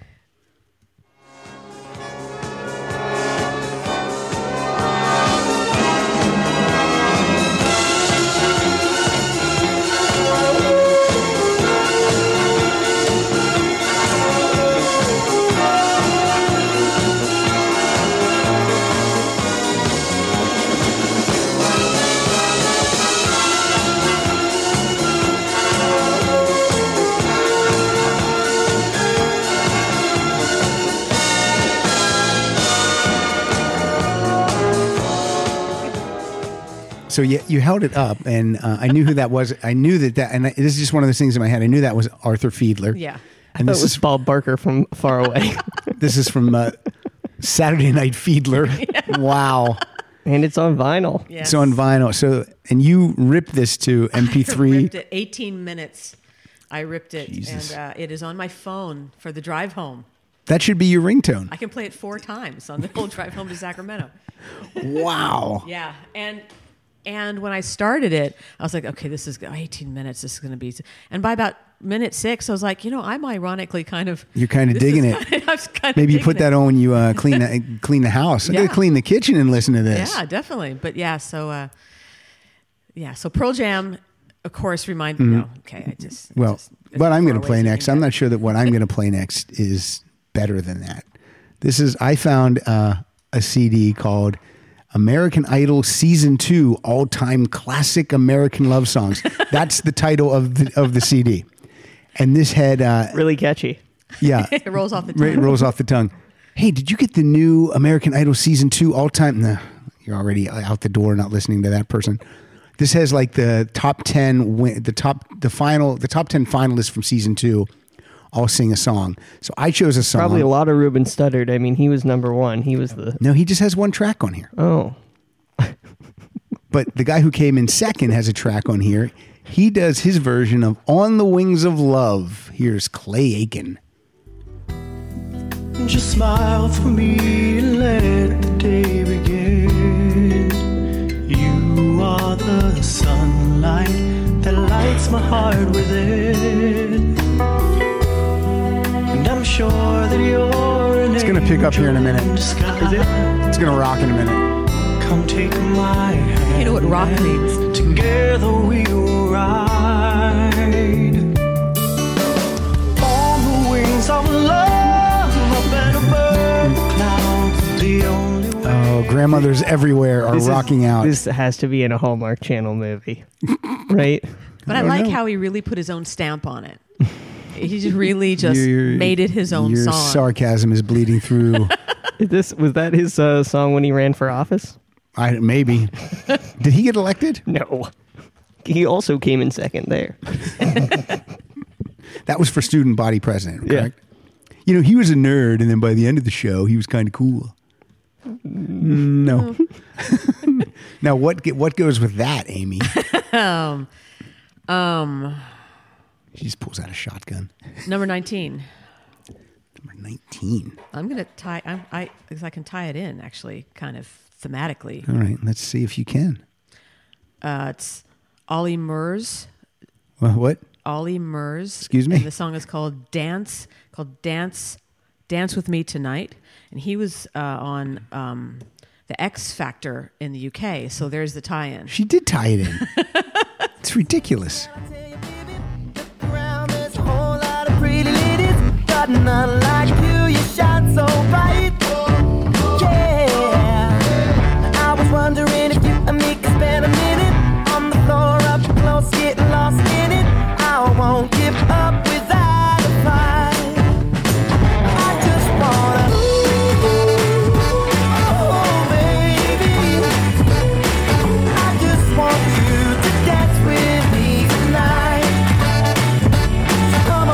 So you, you held it up, and uh, I knew who that was. I knew that that, and I, this is just one of those things in my head. I knew that was Arthur Fiedler.
Yeah.
And
That
this
was
is
Bob Barker from far away.
this is from uh, Saturday Night Fiedler. Wow.
and it's on vinyl.
Yes.
It's on vinyl. So, and you ripped this to
I
MP3.
ripped it. 18 minutes. I ripped it,
Jesus.
and uh, it is on my phone for the drive home.
That should be your ringtone.
I can play it four times on the whole drive home to Sacramento.
Wow.
Yeah, and and when I started it, I was like, okay, this is 18 minutes. This is going to be. And by about minute six, I was like, you know, I'm ironically kind of
You're kinda
this
digging
is
it.
kinda- I was kinda
Maybe you
digging
put
it.
that on when you uh, clean the, clean the house. I
Yeah.
gotta clean the kitchen and listen to this.
Yeah, definitely. But yeah, so uh, yeah, so Pearl Jam, of course, remind No, okay, I just I
Mm-hmm. Well,
just-
but I'm going
far
to
away
play
from
next.
you
I'm
guys.
not sure that what I'm going to play next is better than that. This is I found uh, a CD called American Idol Season Two: All Time Classic American Love Songs. That's the title of the of the CD, and this had uh,
Really catchy.
yeah,
It rolls off the
Ra-
tongue.
rolls off the tongue. Hey, did you get the new American Idol season two all time? Nah, you're already out the door, not listening to that person. This has like the top ten, win- the top, the final, the top ten finalists from season two. All sing a song. So I chose a song.
Probably a lot of Ruben Studdard. I mean, he was number one. He was the.
No, he just has one track on here.
Oh.
But the guy who came in second has a track on here. He does his version of "On the Wings of Love." Here's Clay Aiken.
Just smile for me and let the day begin. You are the sunlight that lights my heart within. And I'm sure that you're an
It's gonna pick up here in a minute.
angel sky.
It's gonna rock in a minute.
Come take my hand.
You know what rock means?
Together we will ride on the wings of love. A better bird the clouds. The only way.
Oh, grandmothers everywhere are
This is-
rocking out.
This has to be in a Hallmark Channel movie, right?
But I,
don't
like
know.
how he really put his own stamp on it. he just really just
Your-
made it his own
your
song.
sarcasm is bleeding through.
Is This was that his uh, song when he ran for office.
I maybe. Did he get elected?
No, he also came in second there.
That was for student body president,
Yeah.
correct? You know, he was a nerd, and then by the end of the show, he was kind of cool. No. now what ge- what goes with that, Amy?
Um,
She just pulls out a shotgun.
number nineteen.
Number nineteen.
I'm gonna tie. I'm, I because I can tie it in actually, kind of thematically.
All right, let's see if you can.
Uh, it's Ollie Murs.
Well, what?
Ollie Murs.
Excuse me?
And the song is called "Dance." Called "Dance," "Dance with Me Tonight," and he was uh, on um, the X Factor in the UK. So there's the tie-in.
She did tie it in. it's ridiculous.
got none like you. You shine so bright. Yeah. I was wondering if you and me could spend a minute on the floor up close, getting lost in it. I won't give up without a fight. I just wanna. Oh, baby. I just want you to dance with me tonight. So come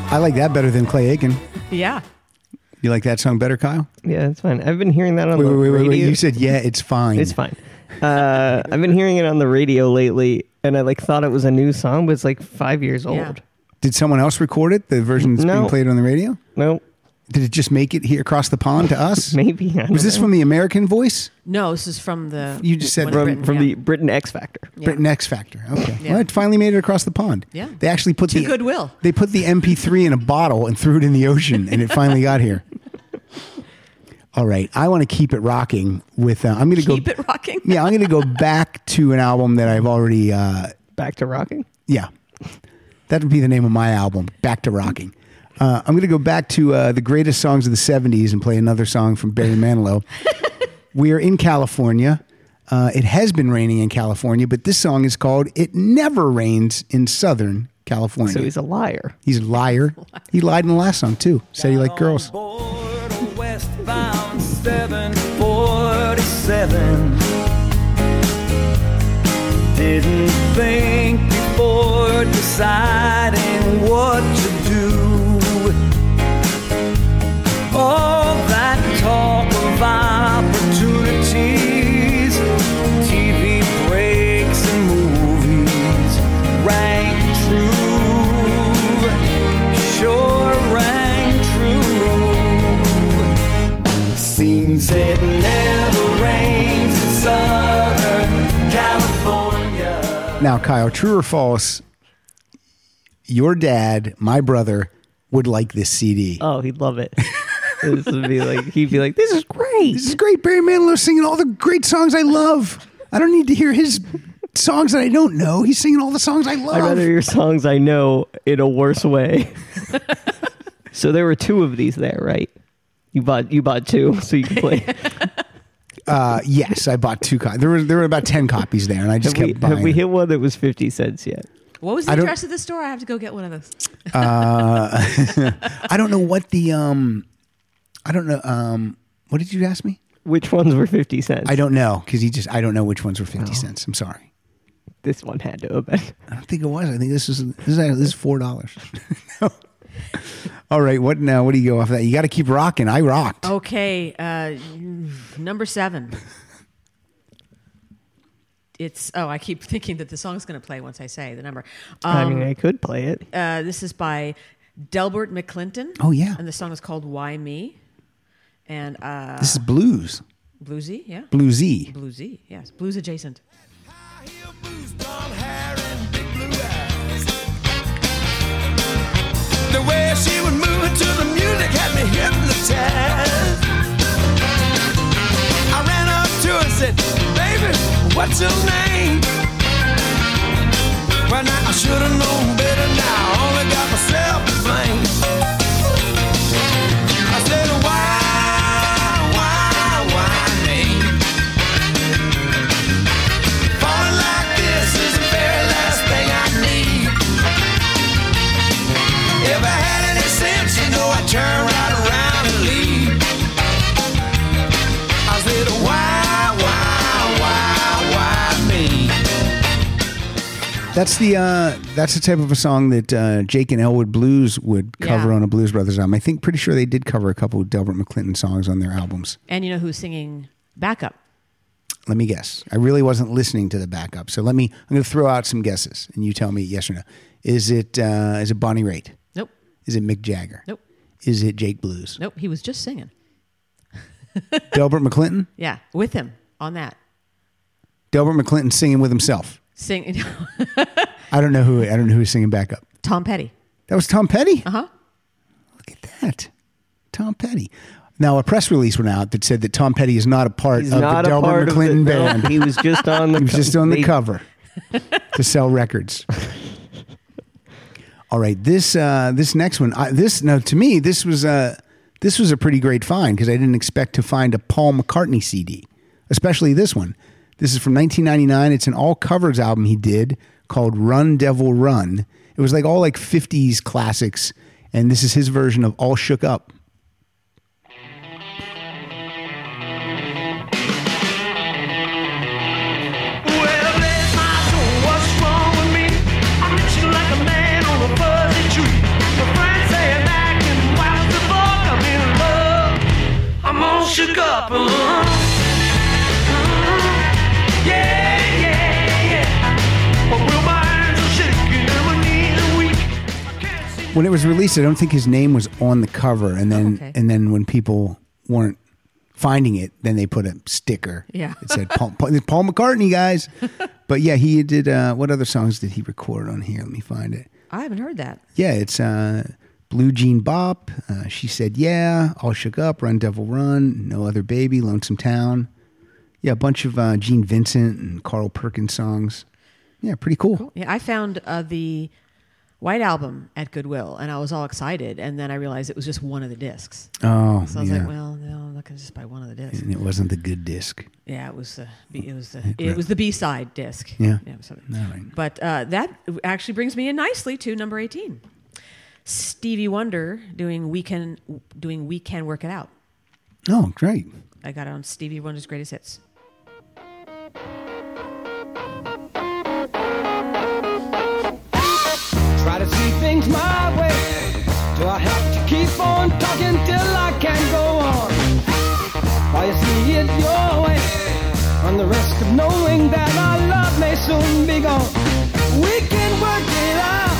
on,
I like that better than Clay Aiken.
Yeah.
You like that song better, Kyle?
Yeah, that's fine. I've been hearing that on
Wait,
the
wait, wait,
radio.
wait, wait. You said yeah, it's fine.
It's fine. Uh, I've been hearing it on the radio lately, and I like thought it was a new song, but it's like five years old.
Yeah.
Did someone else record it? The version that's being
No.
played on the radio?
No,
Did it just make it here across the pond to us?
maybe I don't
Was this
know.
from the American Voice?
No, this is from the.
You just said
one in
from-
Britain,
from
yeah.
the Britain X Factor?
Yeah.
Britain X Factor. Okay.
Yeah.
Well, it finally made it across the pond.
Yeah.
They actually put
To
the
Goodwill.
They put the MP3 in a bottle and threw it in the ocean, and it finally got here. All right, I want to keep it rocking with. Uh, I'm going to go.
Keep it rocking.
Yeah, I'm going to go back to an album that I've already. Uh,
Back to rocking.
yeah, that would be the name of my album, Back to Rocking. Uh, I'm going to go back to uh, the greatest songs of the '70s and play another song from Barry Manilow. we are in California. Uh, it has been raining in California, but this song is called "It Never Rains in Southern California."
So he's a liar.
He's a liar. He lied in the last song too. Said he liked girls.
Board of westbound 747. Didn't think before deciding what to do. All that talk of opportunities, TV breaks and movies rang true. Sure rang true. Seems it never rains in Southern California.
Now, Kyle, true or false? Your dad, my brother, would like this CD.
Oh, he'd love it. this would be like he'd be like, "This is great."
this is great. Barry Manilow singing all the great songs I love. I don't need to hear his songs that I don't know. He's singing all the songs I love.
I'd rather hear songs I know in a worse way. so there were two of these there, right? You bought you bought two, so you can play.
uh, yes, I bought two copies. There were there were about ten copies there, and I just
have, we,
kept buying.
have we
them.
hit one that was fifty cents yet?
What was the
I don't-
address of the store? I have to go get one of those.
I don't know what the um, I don't know um, what did you ask me?
Which ones were fifty cents?
I don't know because he just I don't know which ones were fifty cents. I'm sorry.
this one had to have been.
I don't think it was. I think this is this is this is four dollars. All right, what now? What do you go off that? You got to keep rocking. I rocked.
Okay, uh, number seven. It's oh, I keep thinking that the song's going to play once I say the number.
I
Um,
mean, I could play it.
uh, this is by Delbert McClinton.
Oh, yeah.
and the song is called "Why Me," and uh,
This is blues,
bluesy, yeah,
bluesy.
bluesy, yes, blues adjacent.
The way she would move it to the music had me hypnotized. I ran up to her and said, Baby, what's your name? Well, now I should have known better now. I only got myself to blame. I said, Why, why, why me? Falling like this is the very last thing I need. If I had any sense, you know I'd turn right around and leave. I said, why, why, why, why me?
That's the uh, that's the type of a song that uh, Jake and Elwood Blues would cover
Yeah.
on a Blues Brothers album. I think pretty sure they did cover a couple of Delbert McClinton songs on their albums.
And you know who's singing backup?
Let me guess. I really wasn't listening to the backup, so let me. I'm going to throw out some guesses, and you tell me yes or no. Is it uh, is it Bonnie Raitt?
Nope,
Is it Mick Jagger?
nope,
Is it Jake Blues?
nope. He was just singing.
Delbert McClinton?
Yeah, with him on that
Delbert McClinton singing with himself.
sing.
I don't know who I don't know who's singing backup.
Tom Petty.
That was Tom Petty.
Uh huh.
Look at that, Tom Petty. Now a press release went out that said that Tom Petty is not a part
He's
of
not
the
a
Delbert
part
McClinton
of the,
band.
No, he was just on the.
He was just on the
they-
cover to sell records. All right, this uh, this next one, I, this no, to me, this was a this was a pretty great find because I didn't expect to find a Paul McCartney CD, especially this one. This is from 1999. It's an all covers album he did called Run Devil Run. It was like all like 50s classics, and this is his version of All Shook Up.
Well, bless my soul, what's wrong with me? I'm itching like a man on a fuzzy tree. My friends saying I can wipe the fuck. I'm in love. I'm all shook up. uh-huh. Uh-huh. Yeah, yeah, yeah. But will my hands are shaking and my knees are weak.
When it was released, I don't think his name was on the cover, and then
Oh, Okay.
and then when people weren't finding it, then they put a sticker.
Yeah.
it said Paul, Paul, it's Paul McCartney, guys. but yeah, he did. Uh, what other songs did he record on here? Let me find it.
I haven't heard that.
Yeah, it's uh, Blue Jean Bop. Uh, she said, "Yeah, all shook up, Run Devil Run, No Other Baby, Lonesome Town." Yeah, a bunch of uh, Gene Vincent and Carl Perkins songs. Yeah, pretty cool.
Yeah, I found uh, the White Album at Goodwill, and I was all excited, and then I realized it was just one of the discs.
Oh,
so I was
yeah. Mm.
like, well, no, I'm not gonna just buy one of the discs.
And it wasn't the good disc.
Yeah, it was the B- it was the it was the B side disc.
Yeah.
it was something.
All right.
But uh, that actually brings me in nicely to number eighteen, Stevie Wonder doing we can doing we can work it out.
Oh, great.
I got it on Stevie Wonder's greatest hits.
Try to see things my way. Do I have to keep on talking till I can go on? While you see it your way, on the risk of knowing that our love may soon be gone. We can work it out.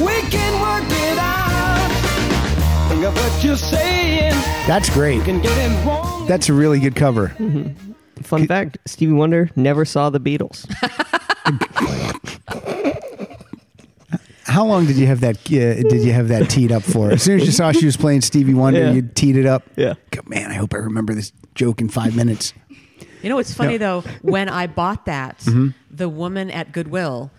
We can work it out. Think of what you're saying.
That's great.
Can get it wrong.
That's a really good cover.
Fun fact Stevie Wonder never saw the Beatles.
How long did you have that? Uh, did you have that teed up for? As soon as you saw she was playing Stevie Wonder,
Yeah.
you teed it up.
Yeah.
Go, Man, I hope I remember this joke in five minutes.
You know, it's funny though. When I bought that,
Mm-hmm.
the woman at Goodwill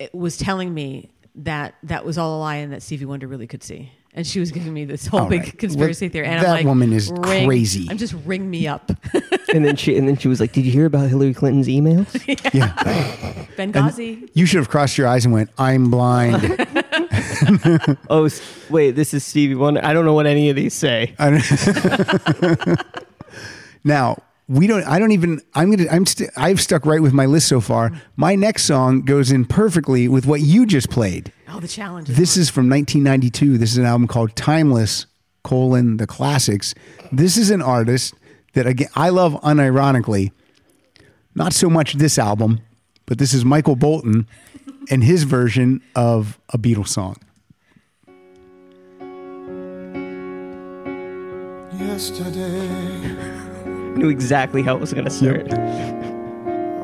it was telling me that that was all a lie and that Stevie Wonder really could see, and she was giving me this whole
All
big
right.
conspiracy
Well,
theory. And I'm
that
like,
woman is
ring-
crazy.
I'm just ring me up,
and then she and then she was like, "Did you hear about Hillary Clinton's emails?"
Yeah.
Benghazi.
You should have crossed your eyes and went, "I'm blind."
oh, s- wait, this is Stevie Wonder. I don't know what any of these say.
I don't- now we don't. I don't even. I'm gonna. I'm. St- I've stuck right with my list so far. My next song goes in perfectly with what you just played.
oh, the challenge.
This is from 1992. This is an album called Timeless: colon the Classics. This is an artist that again I love unironically. Not so much this album, but this is Michael Bolton and his version of a Beatles song.
Yesterday,
I knew exactly how it was gonna start.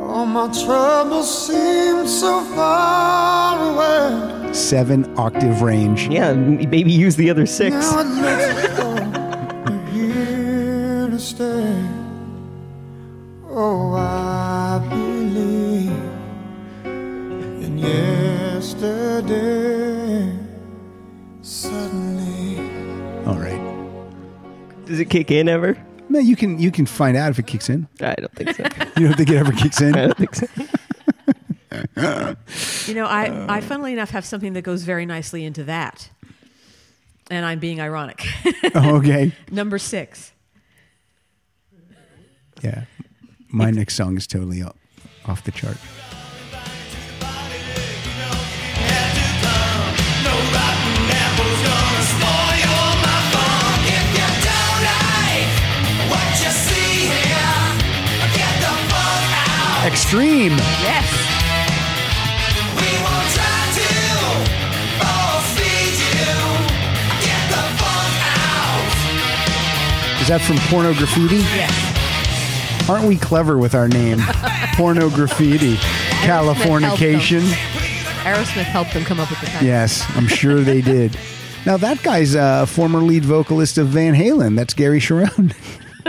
all my troubles seem so far away.
Seven octave range.
Yeah, m- maybe use the other six.
Now it looks as though you're here to stay. Oh, I believe in yesterday. Suddenly,
All right.
Does it kick in ever?
No, you can you can find out if it kicks in.
I don't think so. I
You don't think it ever kicks in?
don't think so.
You know, I,
Um,
I funnily enough have something that goes very nicely into that, and I'm being ironic.
Oh, okay.
Number six.
Yeah. My next song is totally o- off the chart. Extreme.
Yes.
Is that from Porno Graffiti?
Yes.
Aren't we clever with our name? Porno Graffiti. Californication.
Aerosmith helped them come up with the title.
Yes, I'm sure they did. Now that guy's a former lead vocalist of Van Halen. That's Gary Sharon.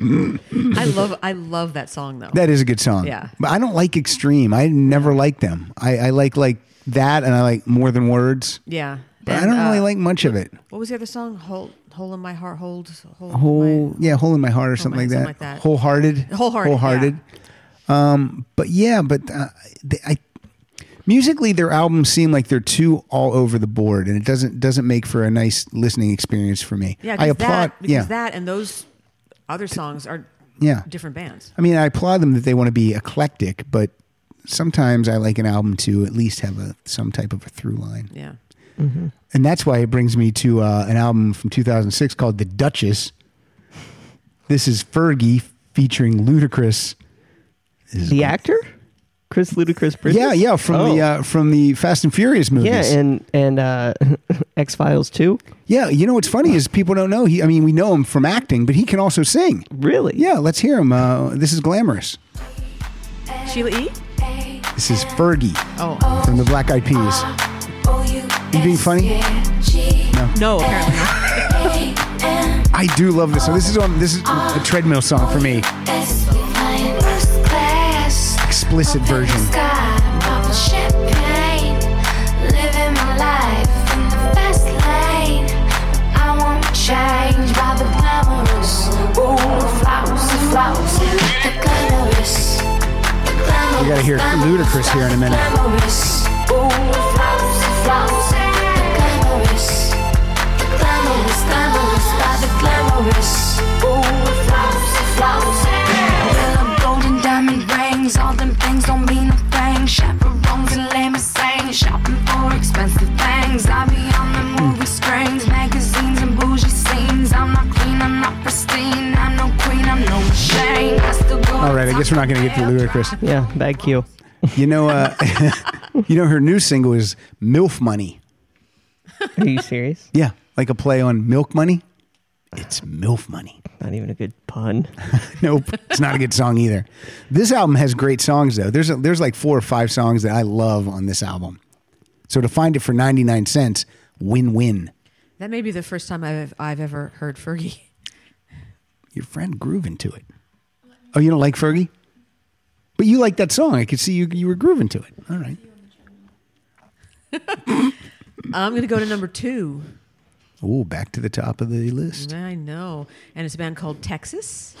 I love I love that song though.
That is a good song.
Yeah.
But I don't like extreme. I never like them. I, I like like that, and I like more than words.
Yeah.
but I
And,
don't really
uh,
like much of it.
What was the other song? Hold, hole in my heart. Hold, hold.
Whole, yeah, hole in my heart or something,
my-
like, that.
something like that.
Wholehearted,
Wholehearted,
wholehearted. Um, but yeah, but uh, they, I musically their albums seem like they're too all over the board, and it doesn't doesn't make for a nice listening experience for me.
Yeah,
I
'cause
applaud.
That, because
yeah,
that and those other songs are
Yeah.
different bands.
I mean, I applaud them that they want to be eclectic, but sometimes I like an album to at least have a some type of a through line.
Yeah.
And that's why it brings me to uh, an album from 2006 called The Duchess. This is Fergie featuring Ludacris.
The actor, Chris Ludacris Bridges. Oh.
Yeah, yeah, from the uh, from the Fast and Furious movies.
yeah, and and uh, X Files too.
Yeah, you know what's funny is people don't know he. I mean, we know him from acting, but he can also sing.
Really?
Yeah, let's hear him. Uh, this is glamorous.
Sheila E.
This is Fergie
Oh.
from the Black Eyed Peas. You being funny? No.
No, apparently not.
I do love this. So this is on this is a treadmill song for me. Explicit version.
Change by the glamorous, ooh, the flowers, the flowers, the glamorous.
We gotta hear Ludacris here in a minute.
Glamorous, ooh, flowers, flowers, the glamorous, the glamorous, glamorous, by the glamorous, ooh, flowers, flowers. Well, I'm golden diamond rings, all them things don't mean a thing. Chaperones and limousines, shopping for expensive things. I be on the movie screens, magazines and bougie scenes. I'm not clean, I'm not pristine, I'm no queen, I'm no shame. I still go
All right, I guess we're not gonna get to Ludacris.
Yeah, bad cue.
You know, uh, you know, her new single is "Milf Money."
Are you serious?
Yeah, like a play on "Milk Money." It's "Milf Money."
Not even a good pun.
Nope, it's not a good song either. This album has great songs though. There's a, there's like four or five songs that I love on this album. So to find it for ninety nine cents, win win.
That may be the first time I've, I've ever heard Fergie.
your friend grooving to it. Oh, you don't like Fergie? But you like that song. I could see you you were grooving to it. All right.
I'm going to go to number two.
Oh, back to the top of the list.
I know. And it's a band called Texas,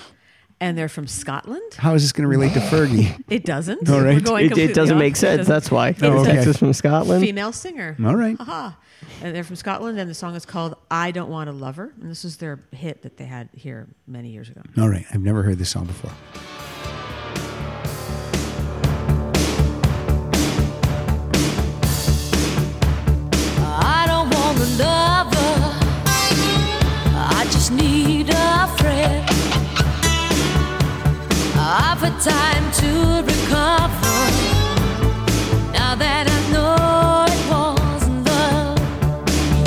and they're from Scotland.
How is this going to relate to Fergie?
It doesn't.
All right.
We're going
It, it
completely
doesn't
off.
make
It
sense.
doesn't-
That's why.
Oh, okay.
Texas from Scotland.
Female singer.
All right.
Aha. And they're from Scotland, and the song is called I Don't Want a Lover. And this is their hit that they had here many years ago.
All right. I've never heard this song before.
I don't want a lover. I just need a friend. I've had time to recover. Now that I know it wasn't love.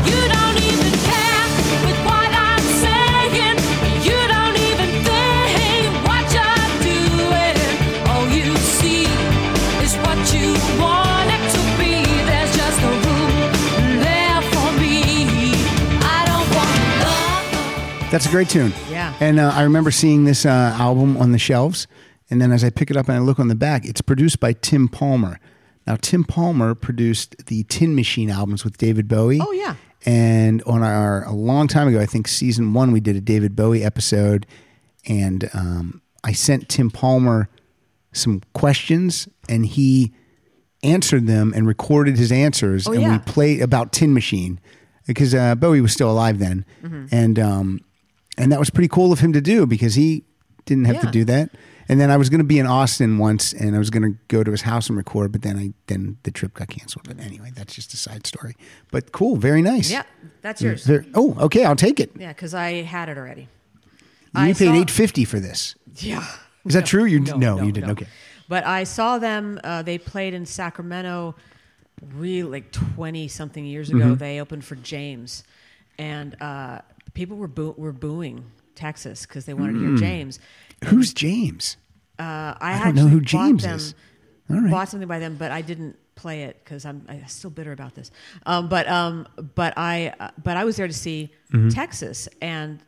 You don't even care with what I'm saying. You don't even think what you're doing. All you see is what you want it to be. There's just no room there for me. I don't want love.
That's a great tune.
Yeah.
And uh, I remember seeing this uh, album on the shelves. And then as I pick it up and I look on the back, it's produced by Tim Palmer. Now, Tim Palmer produced the Tin Machine albums with David Bowie.
Oh, yeah.
And on our, a long time ago, I think season one, we did a David Bowie episode. And um, I sent Tim Palmer some questions and he answered them and recorded his answers.
Oh,
and
yeah.
we played about Tin Machine because uh, Bowie was still alive then,
Mm-hmm.
and um, and that was pretty cool of him to do because he didn't have to
Yeah.
do that. And then I was going to be in Austin once, and I was going to go to his house and record, but then I then the trip got canceled. But anyway, that's just a side story. But cool, very nice.
Yeah, that's yours.
Ver- oh, okay, I'll take it.
Yeah, because I had it already.
You
I
paid
saw-
eight fifty for this.
Yeah.
Is that true? You no, no, you didn't. Okay.
But I saw them. Uh, they played in Sacramento, really like twenty something years ago. They opened for James, and uh, people were boo- were booing Texas because they wanted to hear James.
Who's James?
Uh, I,
don't know
actually
who
bought
James
them-
is. All right.
Bought something by them, but I didn't play it because I'm, I'm still bitter about this. Um, but
Mm-hmm.
um, but I uh, but I was there to see Texas, and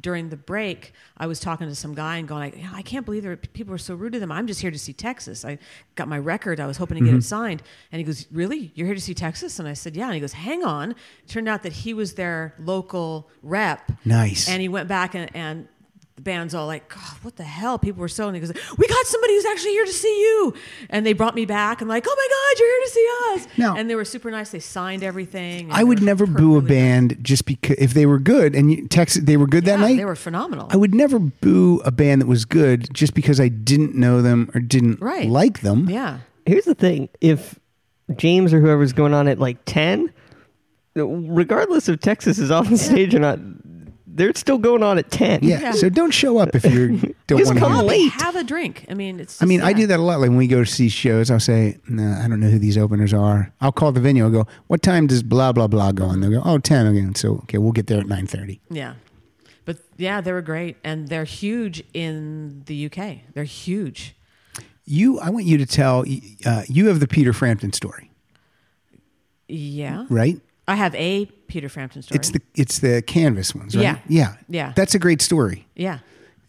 during the break, I was talking to some guy and going, like, "Yeah, I can't believe there people are so rude to them. I'm just here to see Texas. I got my record. I was hoping to get
Mm-hmm.
Mhm.
it signed. And he goes, Really? You're here to see Texas? And I said, Yeah. And he goes, Hang on. turned out that he was their local rep.
Nice.
And he went back and, and the band's all like, God, what the hell? People were so, and he goes, We got somebody who's actually here to see you. And they brought me back and like, Oh my God, you're here to see us.
No.
And they were super nice. They signed everything. and
I would
they were
never boo a band just because if they were good and you, Texas they were good that
Yeah,
night.
they were phenomenal.
I would never boo a band that was good just because I didn't know them or didn't
Right.
like them.
Yeah.
Here's the thing: if James or whoever's going on at like ten, regardless if Texas is off the stage or not, they're still going on at ten.
Yeah, Yeah. so don't show up if you don't
Just
wanna
come
hear it.
late.
Have a drink. I mean, it's.
I mean, I
yeah.
do that a lot. Like when we go to see shows, I'll say, nah, I don't know who these openers are. I'll call the venue. I'll go, what time does blah, blah, blah go on? They'll go, oh, 10 again. So, okay, we'll get there at 9.30.
Yeah. But yeah, they were great. And they're huge in the UK. They're huge.
You, I want you to tell, uh, you have the Peter Frampton story,
Yeah.
right?
I have a Peter Frampton story.
It's the, it's the canvas ones, right?
Yeah.
Yeah.
Yeah.
That's a great story.
yeah.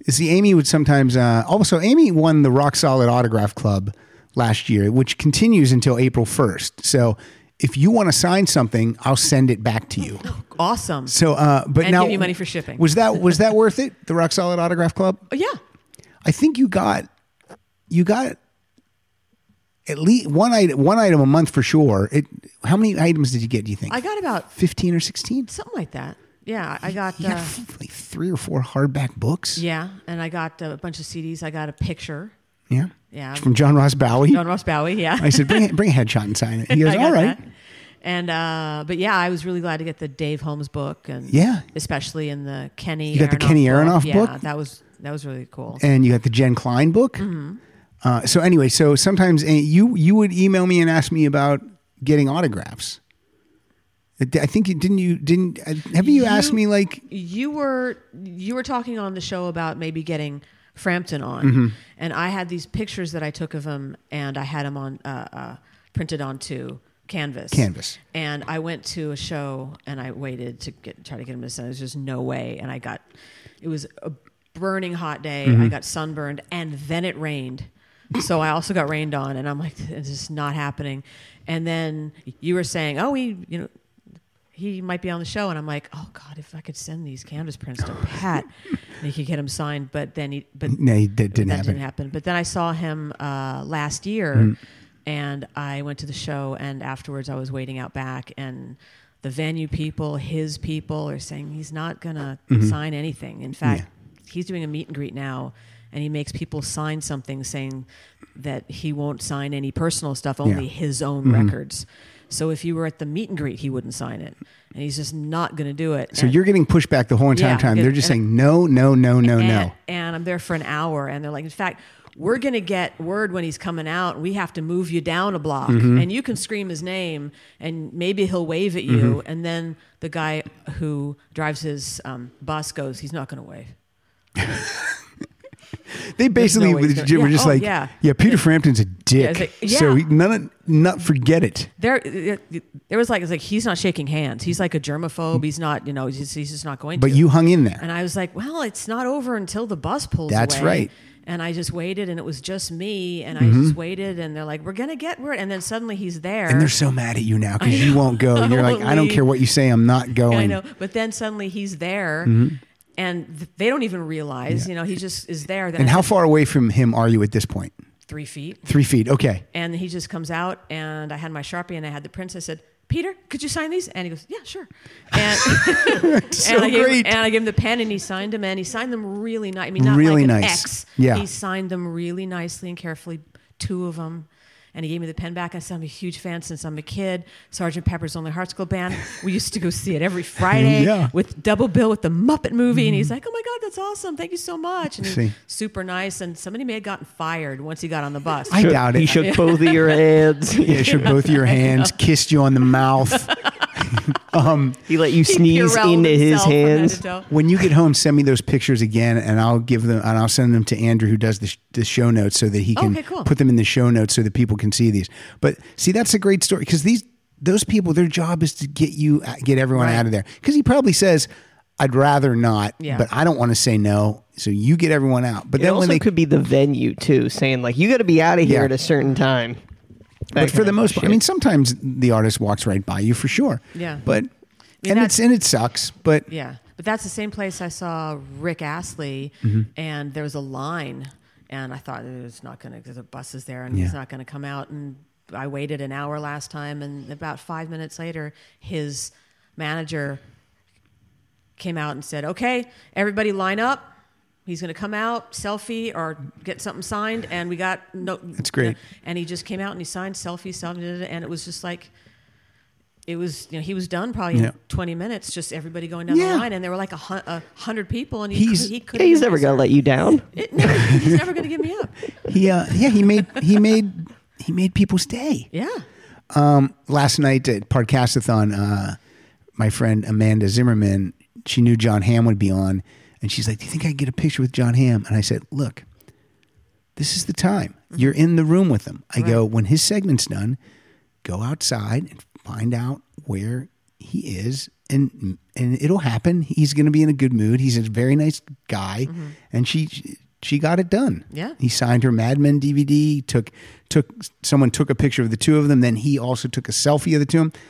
See, Amy would sometimes. Uh, also, Amy won the Rock Solid Autograph Club last year, which continues until April first. So, if you want to sign something, I'll send it back to you.
Awesome.
So, uh, but
And
now
give you money for shipping.
Was that was that worth it? The Rock Solid Autograph Club.
Oh, yeah.
I think you got you got at least one item one item a month for sure. It how many items did you get? Do you think
I got about
fifteen or sixteen?
something like that. Yeah. I got.
You got
Uh,
f- like three or four hardback books.
yeah. And I got a bunch of CDs. I got a picture.
Yeah.
Yeah.
From John Ross Bowie.
John Ross Bowie. Yeah.
I said, bring, bring a headshot and sign it. He goes,
I got
all right.
that. And uh, but yeah, I was really glad to get the Dave Holmes book and
Yeah.
especially in the Kenny.
You got the Kenny Aronoff
Yeah,
book?
that was that was really cool.
And you got the Jen Klein book.
Mm-hmm.
Uh, so anyway, so sometimes uh, you you would email me and ask me about getting autographs. I d- I think you didn't you didn't uh, haven't you, asked me like
you were you were talking on the show about maybe getting Frampton on,
Mhm.
and I had these pictures that I took of him, and I had him on uh, uh, printed onto canvas.
Canvas.
And I went to a show, and I waited to get try to get him to sign. There's just no way, and I got it was a burning hot day. I
Mhm.
got sunburned, and then it rained. So I also got rained on, and I'm like, this is not happening. And then you were saying, oh, we, you know, he might be on the show, and I'm like, oh God, if I could send these canvas prints to Pat, and he could get him signed. But then he, but
No, he- that didn't
that
happen.
didn't happen. But then I saw him uh, last year,
Mm.
and I went to the show, and afterwards I was waiting out back, and the venue people, his people, are saying he's not gonna
Mhm.
Mm-hmm.
sign anything. In fact, he's doing a meet and greet now. And he makes people sign something saying that he won't sign any personal stuff, only
Yeah.
his own
Mhm.
records. So if you were at the meet and greet, he wouldn't sign it, and he's just not going to do it.
so
and,
you're getting pushed back the whole entire
Yeah,
time.
good.
They're just
And-
saying no, no, no, no,
and,
Oh, no.
and I'm there for an hour, and they're like, in fact, we're going to get word when he's coming out, and we have to move you down a block,
Mm-hmm.
Mhm.
and you can scream his name, and maybe he'll wave at you,
Mm-hmm.
Mhm.
and then the guy who drives his um, bus goes, he's not going to wave.
They basically
no way he's
were
gonna- yeah,
just
oh,
like
yeah.
yeah. Peter Frampton's a dick.
it's like,
So he,
yeah.
none of, not forget it.
There, uh, there was like, it's like he's not shaking hands. He's like a germaphobe. He's not, you know, he's, he's just not going.
But
to.
you hung in there.
And I was like, well, it's not over until the bus pulls
That's
away.
right.
And I just waited, and it was just me, and I
Mhm.
just waited, and they're like, "We're gonna get word," and then suddenly he's there,
And they're so mad at you now
I
because you
know.
won't go. And you're like,
won't
I don't
leave."
care what you say, I'm not going.
I know, but then suddenly he's there,
Mhm.
and th- they don't even realize,
Yeah.
you know, he just is there. Then
And
I
how
said,
far away from him are you at this point?
Three feet.
Three feet. Okay.
And he just comes out, and I had my sharpie, and I had the prints. I said, "Peter, could you sign these?" And he goes, "Yeah, sure." And,
So
and I gave,
great.
And I gave him the pen, and he signed them, and he signed them really nice. I mean, not
Really
like an
nice.
X.
Yeah.
He signed them really nicely and carefully, two of them. And he gave me the pen back. I said, I'm a huge fan since I'm a kid. Sergeant Pepper's Lonely Hearts Club Band. We used to go see it every Friday
Yeah.
with Double Bill with the Muppet movie. And he's like, oh my God, that's awesome. Thank you so much. And
Mm-hmm. See.
he's super nice. And somebody may have gotten fired once he got on the bus.
I doubt it.
He shook both of your hands.
Yeah, shook both of your hands, kissed you on the mouth. um,
he let you He sneeze Purelled into his himself from head hands. to toe.
When you get home, send me those pictures again, and I'll give them and I'll send them to Andrew, who does the, sh- the show notes, so that he can
Okay, cool.
put them in the show notes so that people can see these. But see, that's a great story because these those people, their job is to get you get everyone
Right.
out of there because he probably says. I'd rather not,
Yeah.
but I don't want to say no. So you get everyone out. But
it
then
also
when they
could be the venue too, saying like you got to be out of here
Yeah.
at a certain time.
but for the most part, I mean, sometimes the artist walks right by you for sure.
Yeah.
But and
that-
it's and it sucks. But
Yeah, but that's the same place I saw Rick Astley,
Mhm.
and there was a line, and I thought it's not going to. The bus is there, and
Yeah.
he's not going to come out. And I waited an hour last time, and about five minutes later, his manager came out and said, "Okay, everybody line up. He's going to come out, selfie or get something signed." And we got no.
That's great.
And he just came out and he signed selfie, selfie, and it was just like. It was, you know, he was done probably
Yeah.
in 20 minutes, just everybody going down
Yeah.
the line. And there were like a, hun- a hundred people, and he,
he's
could, he
yeah,
couldn't.
he's never gonna let you down.
he's never going to give me up.
he uh, yeah he made he made he made people's day.
Yeah.
Um, last night at Podcastathon, uh, my friend Amanda Zimmerman, she knew John Hamm would be on, and she's like, "Do you think I can get a picture with John Hamm?" And I said, "Look, this is the time. You're in the room with him." I go, "When his segment's done, go outside and find out where he is." And, and it'll happen. He's going to be in a good mood. He's a very nice guy, and she she got it done.
Yeah.
He signed her Mad Men DVD. Took took someone took a picture of the two of them. Then he also took a selfie of the two of them.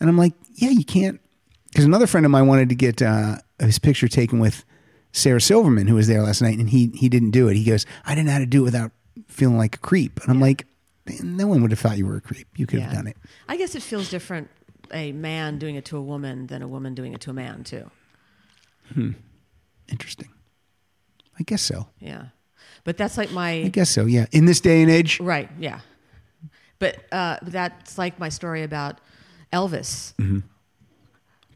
And I'm like, yeah, you can't. Because another friend of mine wanted to get uh, his picture taken with Sarah Silverman, who was there last night, and he he didn't do it. He goes, I didn't know how to do it without feeling like a creep. And I'm like, "Man, no one would have thought you were a creep. You could have
Yeah.
done it.
I guess it feels different a man doing it to a woman than a woman doing it to a man, too.
Hmm. Interesting. I guess so.
Yeah. But that's like my.
I guess so. Yeah. In this day and age,
Right. Yeah. But uh, that's like my story about Elvis
Mm-hmm.
Mhm.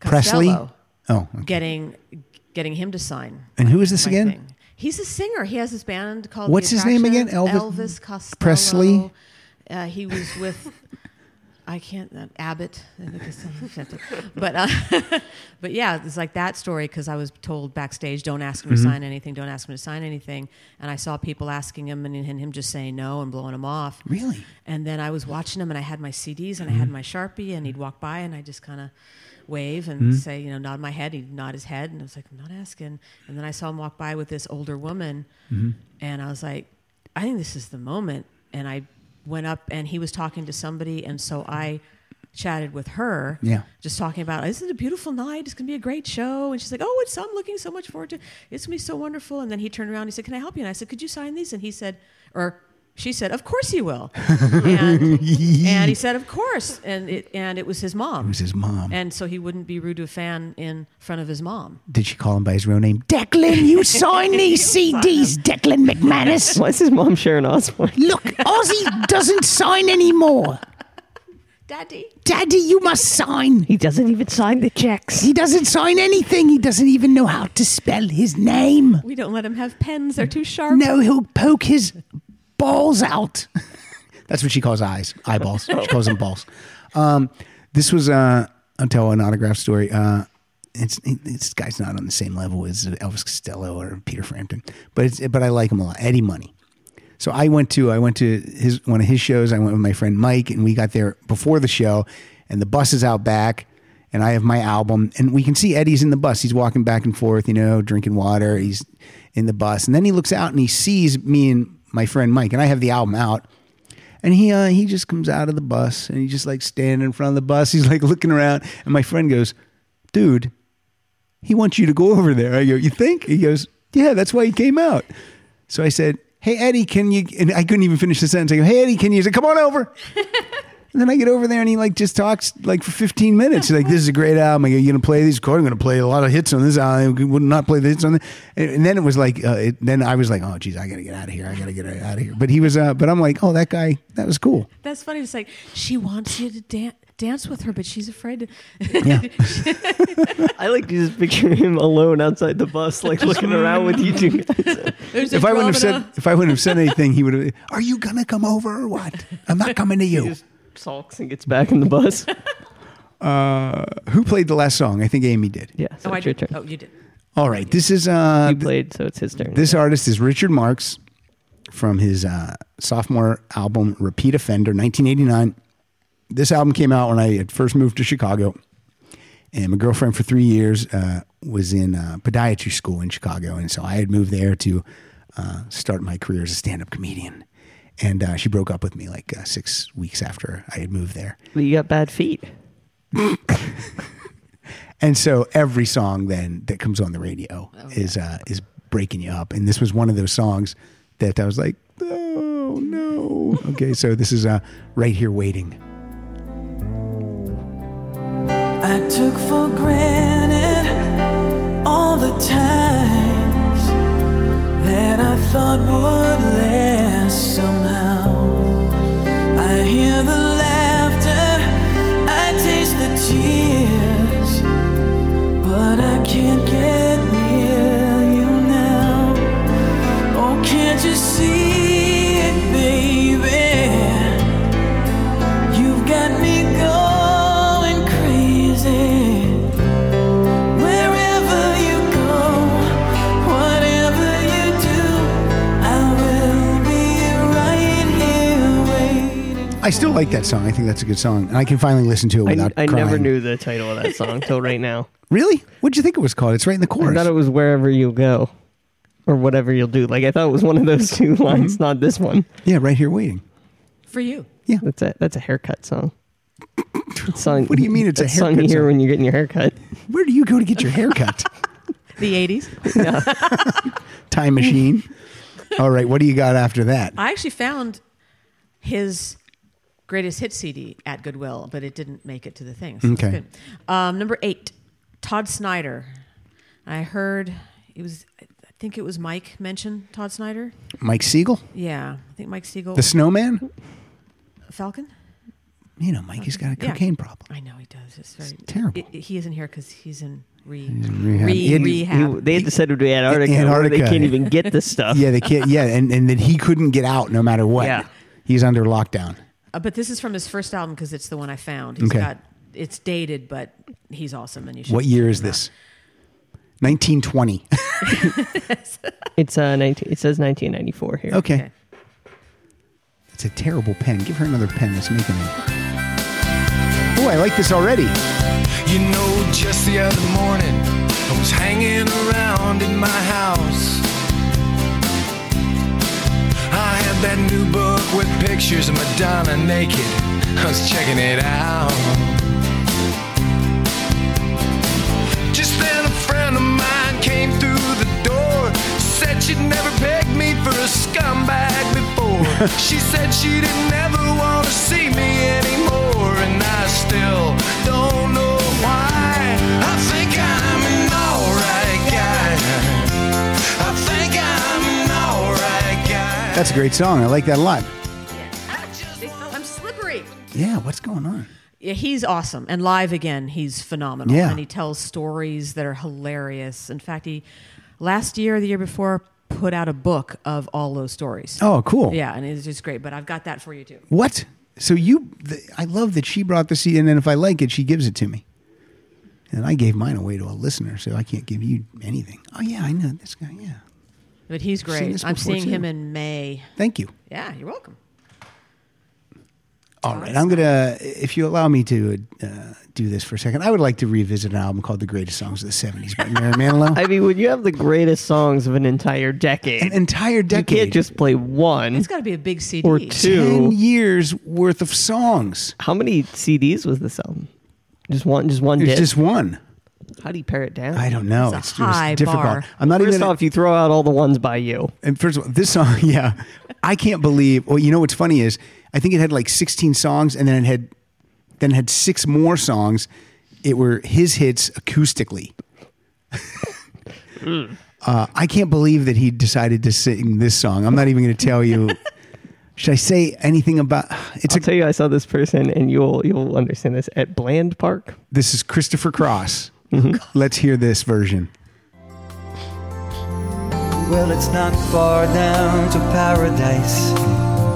Presley.
Costello
Oh,
getting getting him to sign.
and who is this
my
again?
thing. He's a singer. He has this band called. The
What's his name
Attraction.
again? Elvis-
Elvis Costello.
Presley?
Uh, he was with. I can't uh, Abbott, I think it's something. but uh, but yeah, it's like that story because I was told backstage, don't ask him
Mhm.
to sign anything, don't ask him to sign anything, and I saw people asking him and, and him just saying no and blowing him off.
Really?
And then I was watching him, and I had my CDs and I had my Sharpie, and he'd walk by, and I just kind of wave and
Mhm.
say, you know, nod my head. He'd nod his head, and I was like, I'm not asking. And then I saw him walk by with this older woman,
Mhm.
and I was like, I think this is the moment. And I went up, and he was talking to somebody, and so I chatted with her.
Yeah.
Just talking about, isn't it a beautiful night? It's gonna be a great show. And she's like, oh, it's I'm looking so much forward to. It's gonna be so wonderful. And then he turned around. and He said, can I help you? And I said, could you sign these? And he said, or she said, of course he will. and, and he said, of course. And it and it was his mom.
It was his mom.
And so he wouldn't be rude to a fan in front of his mom.
Did she call him by his real name? Deck.
Declan, you
sign these CDs, Declan McManus.
Why is his mom Sharon Osbourne?
Look, Ozzy doesn't sign anymore.
Daddy.
Daddy, you must sign.
He doesn't even sign the checks.
He doesn't sign anything. He doesn't even know how to spell his name.
We don't let him have pens; they're too sharp.
No, he'll poke his balls out. That's what she calls eyes, eyeballs. She calls them balls. Um, this was uh, I'll tell an autograph story. Uh, it's, it- this guy's not on the same level as Elvis Costello or Peter Frampton, but it's, but I like him a lot. Eddie Money. So I went to I went to his one of his shows. I went with my friend Mike, and we got there before the show, and the bus is out back, and I have my album, and we can see Eddie's in the bus. He's walking back and forth, you know, drinking water. He's in the bus, and then he looks out and he sees me and my friend Mike, and I have the album out. And he uh, he just comes out of the bus and he just like standing in front of the bus. He's like looking around, and my friend goes, "Dude, he wants you to go over there." I go, "You think?" He goes, "Yeah, that's why he came out." So I said, "Hey Eddie, can you?" And I couldn't even finish the sentence. I go, "Hey Eddie, can you?" He's like, "Come on over." and then I get over there and he like just talks like for 15 minutes. He's like, "This is a great album. I go, you gonna play these? Of course, I'm gonna play a lot of hits on this album. I would not play the hits on this." And, and then it was like, uh, it, then I was like, "Oh geez, I gotta get out of here. I gotta get out of here." But he was, uh, but I'm like, "Oh, that guy, that was cool."
That's funny. It's like she wants you to dance dance with her, but she's afraid to.
I like to just picture him alone outside the bus, like looking around with you two guys.
There's
if I wouldn't have said if I wouldn't have said anything, he would have. Are you gonna come over or what? I'm not coming to you.
sulks and gets back in the bus.
Uh, who played the last song? I think Amy did.
Yeah,
oh, I did. Oh, you did.
All right. This is uh
You played, so it's his turn.
This artist is Richard Marks from his uh, sophomore album Repeat Offender 1989. This album came out when I had first moved to Chicago. And my girlfriend for three years uh, was in uh, podiatry school in Chicago, and so I had moved there to uh, start my career as a stand-up comedian. And uh, she broke up with me like uh, six weeks after I had moved there.
But you got bad feet.
And so every song then that comes on the radio
Oh,
is uh, is breaking you up. And this was one of those songs that I was like, oh no. okay, so this is uh, right here waiting.
I took for granted all the times that I thought would last somehow. I hear the laughter, I taste the tears, but I can't get near you now. Oh, can't you see it, baby? You've got me going crazy. Wherever you go, whatever you do, I will be right here waiting.
I still like that song. I think that's a good song, and I can finally listen to it
I,
without
I
crying.
never knew the title of that song till right now.
Really? What'd you think it was called? It's right in the
I
chorus.
thought it was wherever you go, or whatever you'll do. Like I thought it was one of those
Mm-hmm.
two lines, not this one.
Yeah, right here waiting.
For you.
Yeah,
that's a that's a haircut song. song
What do you mean it's a
that's song you
haircut
hear
song?
when you're getting your haircut?
Where do you go to get your haircut?
The 80s.
Time machine. All right, what do you got after that?
I actually found his greatest hit CD at Goodwill, but it didn't make it to the thing. so it's
Okay.
good. Um, number eight, Todd Snyder. I heard it was, I think it was Mike mentioned Todd Snyder.
Mike Siegel,
Yeah, I think Mike Siegel.
the Snowman.
Falcon.
You know, Mikey's got a
Yeah.
cocaine problem.
I know he does. It's very
terrible.
I- I- he isn't here because he's in re,
rehab.
re-
He had-
rehab.
You- they had to send him to Antarctica, where they
Antarctica.
can't even get this stuff.
Yeah, they can't. Yeah, and and that he couldn't get out no matter what.
Yeah.
he's under lockdown.
Uh, but this is from his first album because it's the one I found. He's
Okay.
got it's dated, but he's awesome, and you should.
What year is this? 1920.
It's uh 19, It says 1994 here.
Okay. That's a terrible pen. Give her another pen. It's making me. Oh, I like this already.
You know, just the other morning, I was hanging around in my house. I had that new book with pictures of Madonna naked. I was checking it out. Just then, a friend of mine came through the door. Said she'd never pegged me for a scumbag before. she said she didn't ever want to see me anymore, and I still don't know why. I think I'm an alright guy. I think I'm an alright guy.
That's a great song. I like that a lot.
I'm slippery.
Yeah, what's going on?
Yeah, he's awesome. And live again, he's phenomenal.
Yeah.
And he tells stories that are hilarious. In fact, he last year, or the year before, put out a book of all those stories.
Oh, cool.
Yeah, and it's just great. But I've got that for you too.
What? So you, th I love that she brought the CD, and then if I like it, she gives it to me. And I gave mine away to a listener, so I can't give you anything. Oh yeah, I know this guy. Yeah,
But he's
I've seen
great.
this
I'm
before,
seeing
too.
him in May.
thank you.
Yeah, you're welcome.
All right, I'm gonna, uh, if you allow me to uh, do this for a second, I would like to revisit an album called "The Greatest Songs of the '70s" by Mary Manilow.
I mean, when you have the greatest songs of an entire decade,
An entire
you
decade.
can't just play one
It's got to be a big CD.
or
ten
two.
years worth of songs.
How many CDs was this album? Just one. Just one.
It's
disc?
just one.
How do you pare it down?
I don't know.
a
It's,
high
it's difficult.
bar.
I'm not
First
even.
off, you throw out all the ones by you.
and first of all, this song, yeah, I can't believe. Well, you know what's funny is I think it had like 16 songs, and then it had then it had six more songs. It were his hits acoustically. uh, I can't believe that he decided to sing this song. I'm not even going to tell you. Should I say anything about? It's
I'll
a,
tell you, I saw this person, and you'll you'll understand this at Bland Park.
this is Christopher Cross. Let's hear this version.
Well, it's not far down to paradise.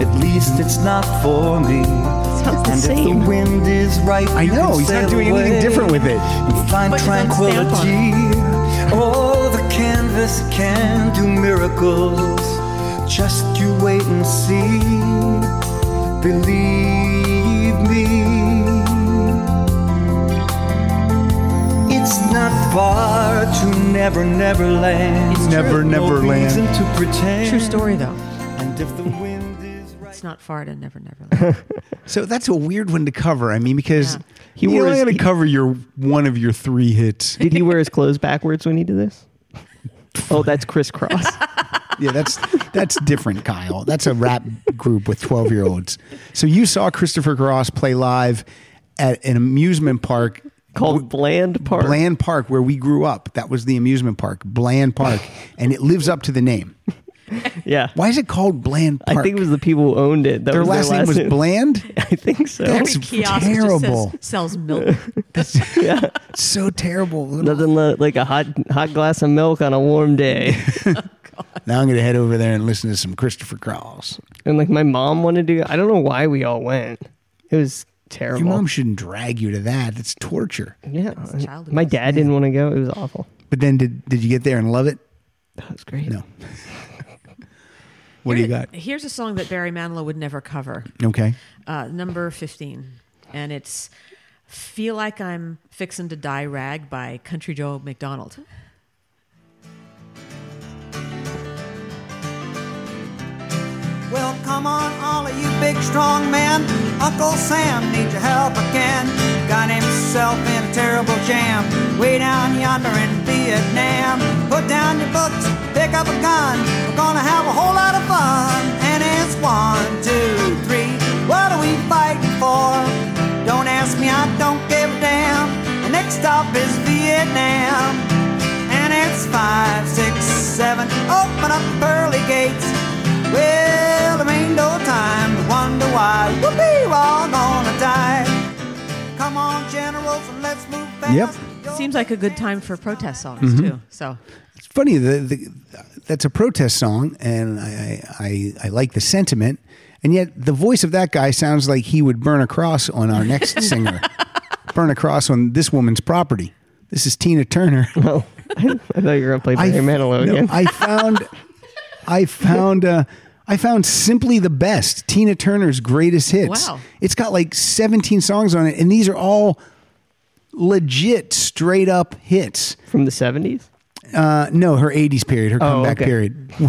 At least it's not for me.
Sounds the
and if
same.
the wind is right,
I
you
know
can
he's not
sail
doing anything
away
different with it.
and Find
But you don't stamp on
tranquility. Oh, the canvas can do miracles. Just you wait and see. Believe me. It's not far
to never, never land.
It's Never, true. never
no
land.
Reason to pretend.
True story, though.
And if the wind is
It's not far to Never Never Land.
So that's a weird one to cover. I mean, because
He
you
wore
only
his-
got to cover your one of your three hits.
Did he wear his clothes backwards when he did this? Oh, that's crisscross.
yeah, that's that's different, Kyle. That's a rap group with twelve year olds. So you saw Christopher Cross play live at an amusement park
called Bland Park.
Bland Park, where we grew up. That was the amusement park, Bland Park, and it lives up to the name.
Yeah.
Why is it called Bland Park?
I think it was the people who owned it. That
their
was
last
their
name was Bland.
I think so.
That's
Every kiosk
terrible.
just says, sells milk.
yeah.
so terrible.
Nothing li- like a hot hot glass of milk on a warm day.
Now I'm going to head over there and listen to some Christopher Cross.
and like my mom wanted to. I don't know why we all went. It was terrible.
Your mom shouldn't drag you to that. It's torture.
yeah.
child
My dad didn't want to go. It was awful.
But then, did did you get there and love it?
That was great.
No. what do you got?
Here's a song that Barry Manilow would never cover.
Okay.
uh, number 15 and it's feel like i'm fixin' to die rag by country joe mcdonald
Well, come on, all of you big strong men. Uncle Sam needs your help again. Got himself in a terrible jam. Way down yonder in Vietnam. Put down your books, pick up a gun. We're gonna have a whole lot of fun. And it's one, two, three. What are we fighting for? Don't ask me, I don't give a damn. The next stop is Vietnam. And it's five, six, seven. Open up the pearly gates. Well, there ain't no time to wonder why. Whoopee, we're all gonna die. Come on, generals, and let's move fast.
Yep.
seems like a good time for protest songs
Mhm.
too so
It's funny. The, the that's a protest song, and I, I I like the sentiment, and yet the voice of that guy sounds like he would burn a cross on our next singer, burn a cross on this woman's property. This is Tina Turner.
Oh, I thought you were gonna play
I-
Barry Manilow
no,
again.
I found, I found, uh, I found simply the best Tina Turner's greatest hits.
Wow.
It's got like 17 songs on it, and these are all legit, straight up hits.
From the 70s?
Uh, no, her 80s period, her
Oh,
comeback
okay.
period.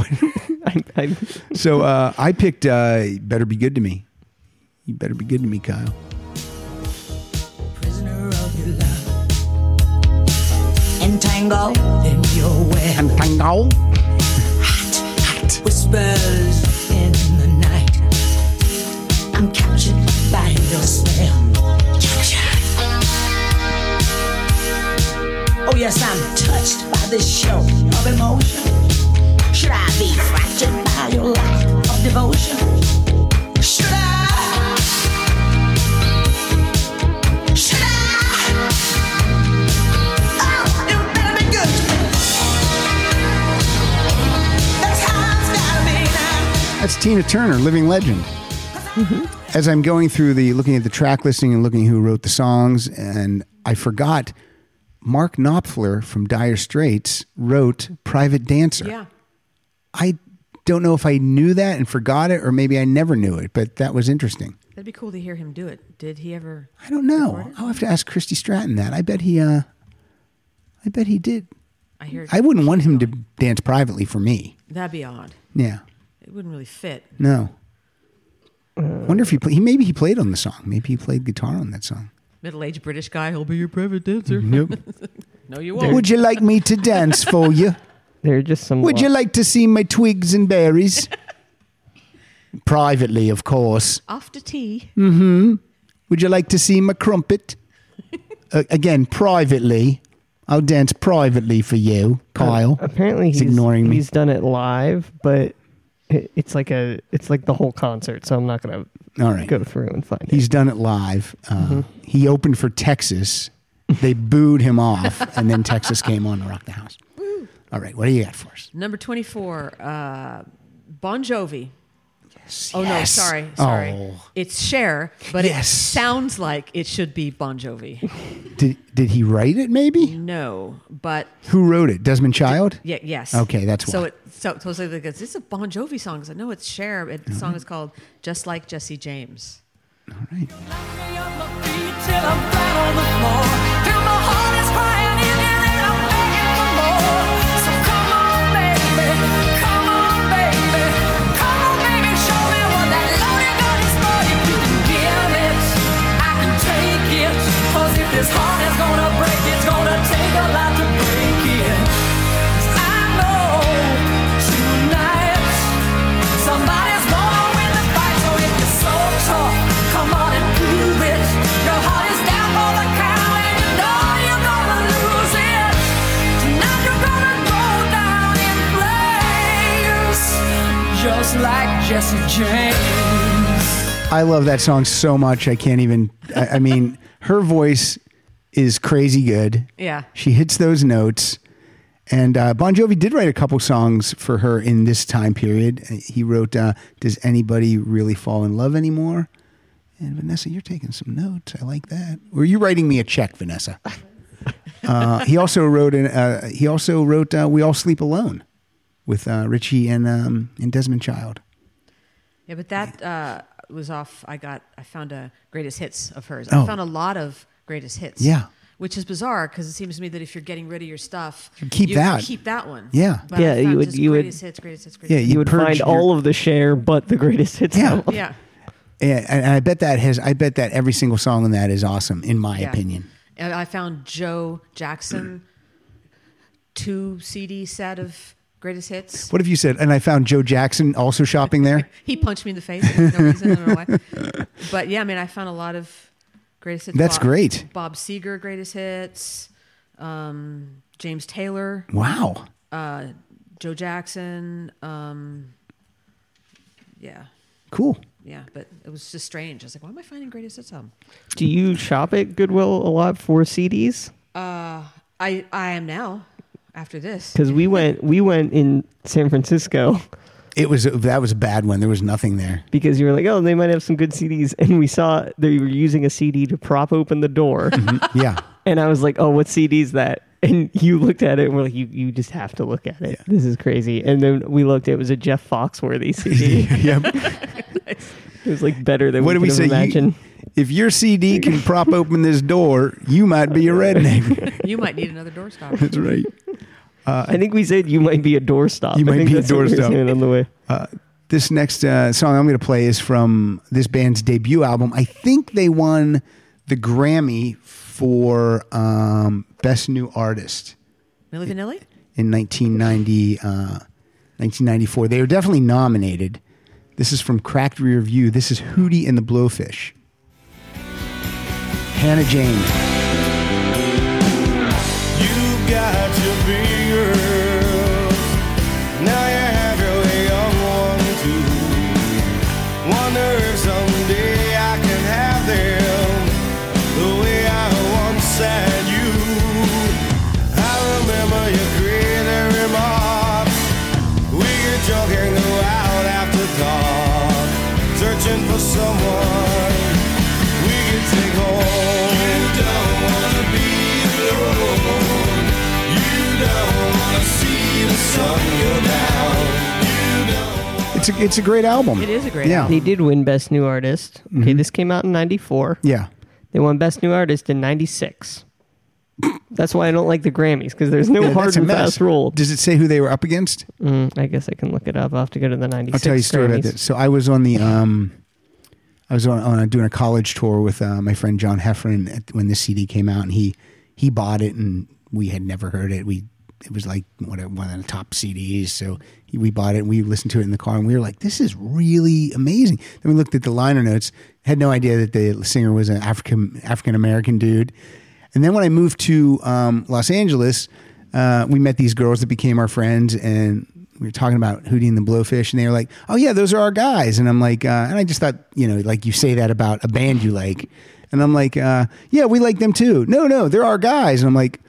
I, I,
So uh, I picked uh, "Better Be Good to Me." You better be good to me, Kyle.
prisoner of your love. Entangled in your web.
Entangled.
Hot, hot whispers in the night. I'm captured by your spell. Captured. Oh yes, I'm touched by this show of emotion. Should I be fractured by your lack of devotion? Should I? Should I? Oh, you better be good to me. That's how it's gotta be now.
That's Tina Turner, living legend.
Mm-hmm.
As I'm going through the looking at the track listing and looking who wrote the songs, and I forgot Mark Knopfler from Dire Straits wrote "Private Dancer."
yeah
I don't know if I knew that and forgot it, or maybe I never knew it, but that was interesting.
that'd be cool to hear him do it did he ever
I don't know. I'll have to ask Christy Stratton that. I bet he. Uh, I bet he did.
i hear
I wouldn't want him to dance privately for me.
that'd be odd
Yeah.
it wouldn't really fit
No. Wonder if he play, he maybe he played on the song. Maybe he played guitar on that song.
middle-aged british guy he'll be your private dancer
Nope.
no you won't
Would you like me to dance for you?
there are just some.
Would you
lo-
like to see my twigs and berries? Privately, of course.
after tea
Mm-hmm. Would you like to see my crumpet? Uh, again, privately. I'll dance privately for you, Kyle.
Apparently
He's
he's,
ignoring me.
He's done it live, but it, it's like a it's like the whole concert. So I'm not gonna
All right.
go through and find
He's done it live. Uh, He opened for Texas. They booed him off, and then Texas came on to rock the house. All right, what do you got for us?
number 24 uh, bon jovi yes, oh
yes.
no sorry sorry
Oh.
it's Cher, but
Yes.
it sounds like it should be bon jovi
Did did he write it? Maybe
no but
who wrote it? Desmond Child.
Yeah. Yes.
Okay, that's
so.
why.
It, so so it's like this is a Bon Jovi song. I said, no, it's Cher. It,
Mm-hmm.
The song is called "Just Like Jesse James."
Till I'm flat on the floor. Till my heart is crying in here and I'm begging for Jesse James.
I love that song so much. I can't even. I, I mean, her voice is crazy good.
Yeah.
She hits those notes. And uh, Bon Jovi did write a couple songs for her in this time period. He wrote uh, Does Anybody Really Fall in Love Anymore? And Vanessa, you're taking some notes. I like that. Were you writing me a check, Vanessa? uh, he also wrote. An, uh, he also wrote uh, "We All Sleep Alone" with uh, Richie and um, and Desmond Child.
Yeah, but that uh, was off. I got, I found a greatest hits of hers.
Oh.
I found a lot of greatest hits.
Yeah.
Which is bizarre because it seems to me that if you're getting rid of your stuff,
You keep
you
that.
Keep that one.
Yeah.
But I
yeah, you
found
would
just
you would
greatest hits, greatest hits, greatest
yeah
hits.
you would
purge
find
your-
all of the share but the greatest hits.
Yeah.
album.
hits. Yeah.
And, and I bet that has. I bet that every single song in that is awesome, in my
Yeah.
opinion.
And I found Joe Jackson two CD set of greatest hits.
What have you said? And I found Joe Jackson also shopping there.
He punched me in the face. for No reason. I don't know why. But yeah, I mean, I found a lot of greatest hits.
That's
Bob-
great.
Bob Seger greatest hits. Um, James Taylor.
Wow.
Uh, Joe Jackson. Um, yeah,
Cool.
yeah. But it was just strange. I was like, why am I finding greatest hits Um, album?
Do you shop at Goodwill a lot for CDs?
Uh, I I am now after this.
Because we went we went in San Francisco
It was that was a bad one. There was nothing there.
because you were like, oh, they might have some good CDs, and we saw they were using a CD to prop open the door.
Yeah.
And I was like, oh, what CD is that? And you looked at it and we're like, you, you just have to look at it. This is crazy. And then we looked, it was a Jeff Foxworthy CD.
yep.
It was like better than
what
we
do we
could
say?
have
You-
imagined.
if your CD can prop open this door, you might be a redneck.
You might need another doorstop.
That's right. Uh,
I think we said you might be a doorstop.
You
I
might
think
be a
that's what we were
doorstop.
saying on the way.
Uh, this next uh, song I'm going to play is from this band's debut album. I think they won the Grammy for um, Best New Artist
Millie Vanilli.
in 1990, uh, 1994. They were definitely nominated. This is from Cracked Rear View. This is Hootie and the Blowfish. Hannah Jane.
You got your beers. Now you have your young one too. Wonder if someday I can have them the way I once had you. I remember your greeting remarks. We were joking go out after dark, searching for someone we could take home. You don't wanna be alone. You don't wanna see the sun go down.
It's a, it's a great album. yeah.
They did win Best New Artist. Okay,
Mm-hmm.
this came out in 94.
Yeah.
They won Best New Artist in 96. that's why I don't like the Grammys because there's no
Yeah,
hard
that's a
and
mess.
fast rule.
Does it say who they were up against?
Mm, I guess I can look it up. I'll have to go to the 96.
I'll tell you a story about
Grammys.
this. So I was on the um, I was on, on doing a college tour with uh, my friend John Heffron at, when this CD came out, and he he bought it, and we had never heard it. We it was like what, one of the top CDs, so he, we bought it and we listened to it in the car, and we were like, "This is really amazing." Then we looked at the liner notes, had no idea that the singer was an African African American dude. And then when I moved to um, Los Angeles, uh, we met these girls that became our friends, and we were talking about Hootie and the Blowfish, and they were like, "Oh yeah, those are our guys." And I'm like, uh, and I just thought, you know, like you say that about a band you like, and I'm like, uh, yeah, we like them too. No, no, they're our guys, and I'm like,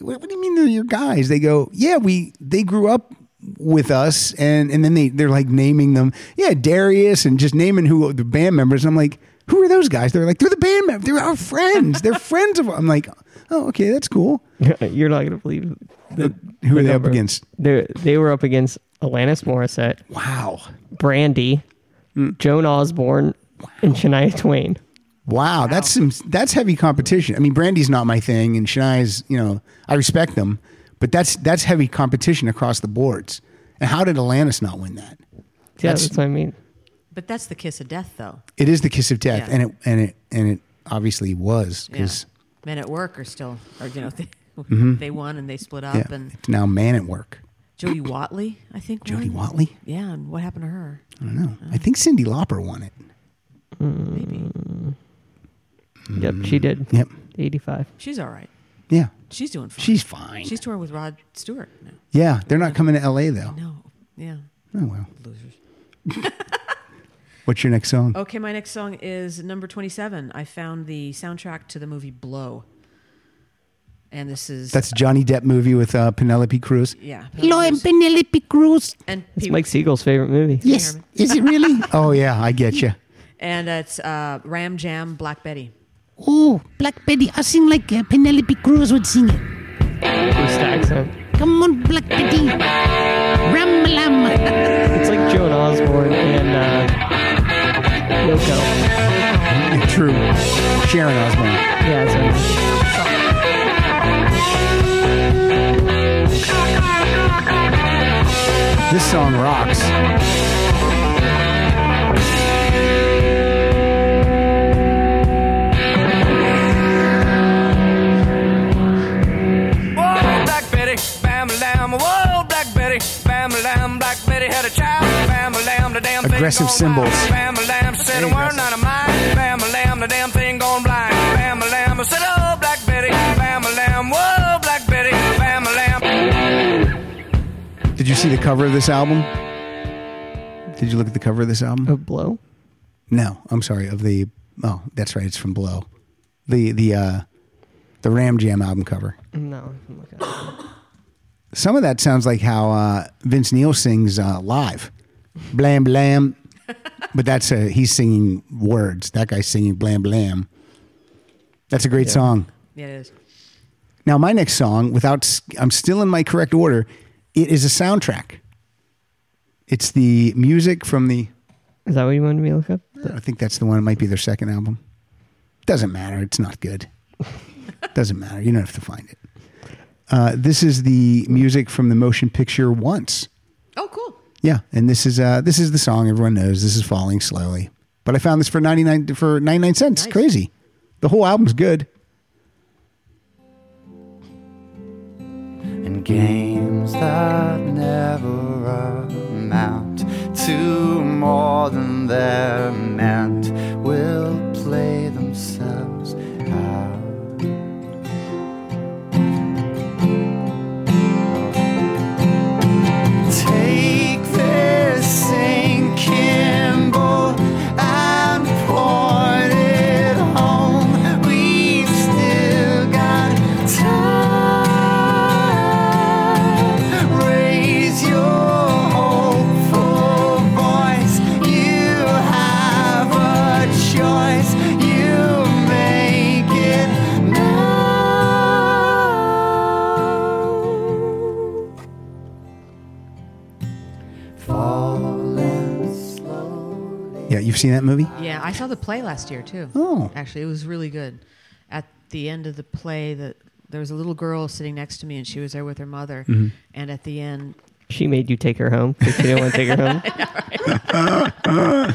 what, what do you mean they're your guys? They go, yeah, we they grew up with us, and and then they they're like naming them, yeah, Darius, and just naming who the band members. And I'm like, who are those guys? They're like, they're the band members. They're our friends. they're friends of. I'm like, oh, okay, that's cool.
You're not gonna believe the,
who are they up
number.
against?
They they were up against Alanis Morissette.
Wow.
Brandy,
Hmm.
Joan Osborne, and Shania Twain.
Wow, that's some that's heavy competition. I mean, Brandy's not my thing, and Shania's. You know, I respect them, but that's that's heavy competition across the boards. And how did Alanis not win that?
Yeah, that's, what I mean.
But that's the kiss of death, though.
It is the kiss of death,
Yeah.
and it and it and it obviously was
Yeah.
because
Men at work are still, or you know, they,
Mhm.
they won and they split up.
yeah,
And
it's now man at work.
Jody Watley, I think.
Jody
won.
Watley?
Yeah, and what happened to her?
I don't know. I think Cindy Lauper won it.
Maybe
Yep, she did.
Yep,
eighty-five.
she's all right.
Yeah,
She's doing fine.
She's fine.
She's touring with Rod Stewart now.
yeah. They're not coming to L.A. though.
No, yeah.
Oh well.
Losers.
What's your next song?
Okay, my next song is number 27. I found the soundtrack to the movie Blow. And this is.
That's a Johnny Depp movie with uh, Penelope Cruz.
Yeah.
Hello, I'm Penelope Cruz.
And
It's
Pee-
Mike Siegel's favorite movie.
Yes. Is it really? oh yeah, I get you.
And it's uh, Ram Jam Black Betty.
Oh, Black Betty, I sing like uh, Penelope Cruz would sing it. Come on, Black Betty. Ram-a-lam.
It's like Joan Osborne and uh, Yoko.
True. Sharon Osborne.
Yeah, that's right.
This song rocks.
Whoa, Black Betty, bam a lamb. Whoa, Black Betty, bam a lamb. Black Betty had a child, bam a lamb. The damn thing
Aggressive cymbals.
Bam a lamb, she said a word not of mine. Bam a lamb, the damn thing gone blind. Bam a lamb, I said, oh Black Betty, bam a lamb. Whoa, Black Betty, bam a lamb.
Did you see the cover of this album? Did you look at the cover of this album? Of
Blow?
No, I'm sorry. Of the oh, that's right. It's from Blow. The the uh, the Ram Jam album cover.
No, I'm looking at it.
Some of that sounds like how uh, Vince Neil sings uh, live, blam blam. but that's a he's singing words. That guy's singing blam blam. That's a great
Yeah.
song.
Yeah, it is.
Now, my next song, without s- I'm still in my correct order, it is a soundtrack. It's the music from the.
Is that what you wanted me to look up?
I think that's the one. It might be their second album. Doesn't matter. It's not good. Doesn't matter. You don't have to find it. Uh, this is the music from the motion picture Once.
Oh, cool.
Yeah, and this is uh, this is the song everyone knows. This is falling slowly, but I found this for ninety nine for ninety nine cents. Crazy. The whole album's good.
and games that never amount to more than they're meant will play themselves out. Take this sinking bowl and point it home. We've still got time. Raise your hopeful voice. You have a choice. You make it now. Falling
Yeah, you've seen that movie?
Yeah, I saw the play last year too.
Oh.
Actually, it was really good. At the end of the play, that there was a little girl sitting next to me, and she was there with her mother.
Mm-hmm.
Mhm.
And at the end,
She made you take her home because she didn't want to take her home.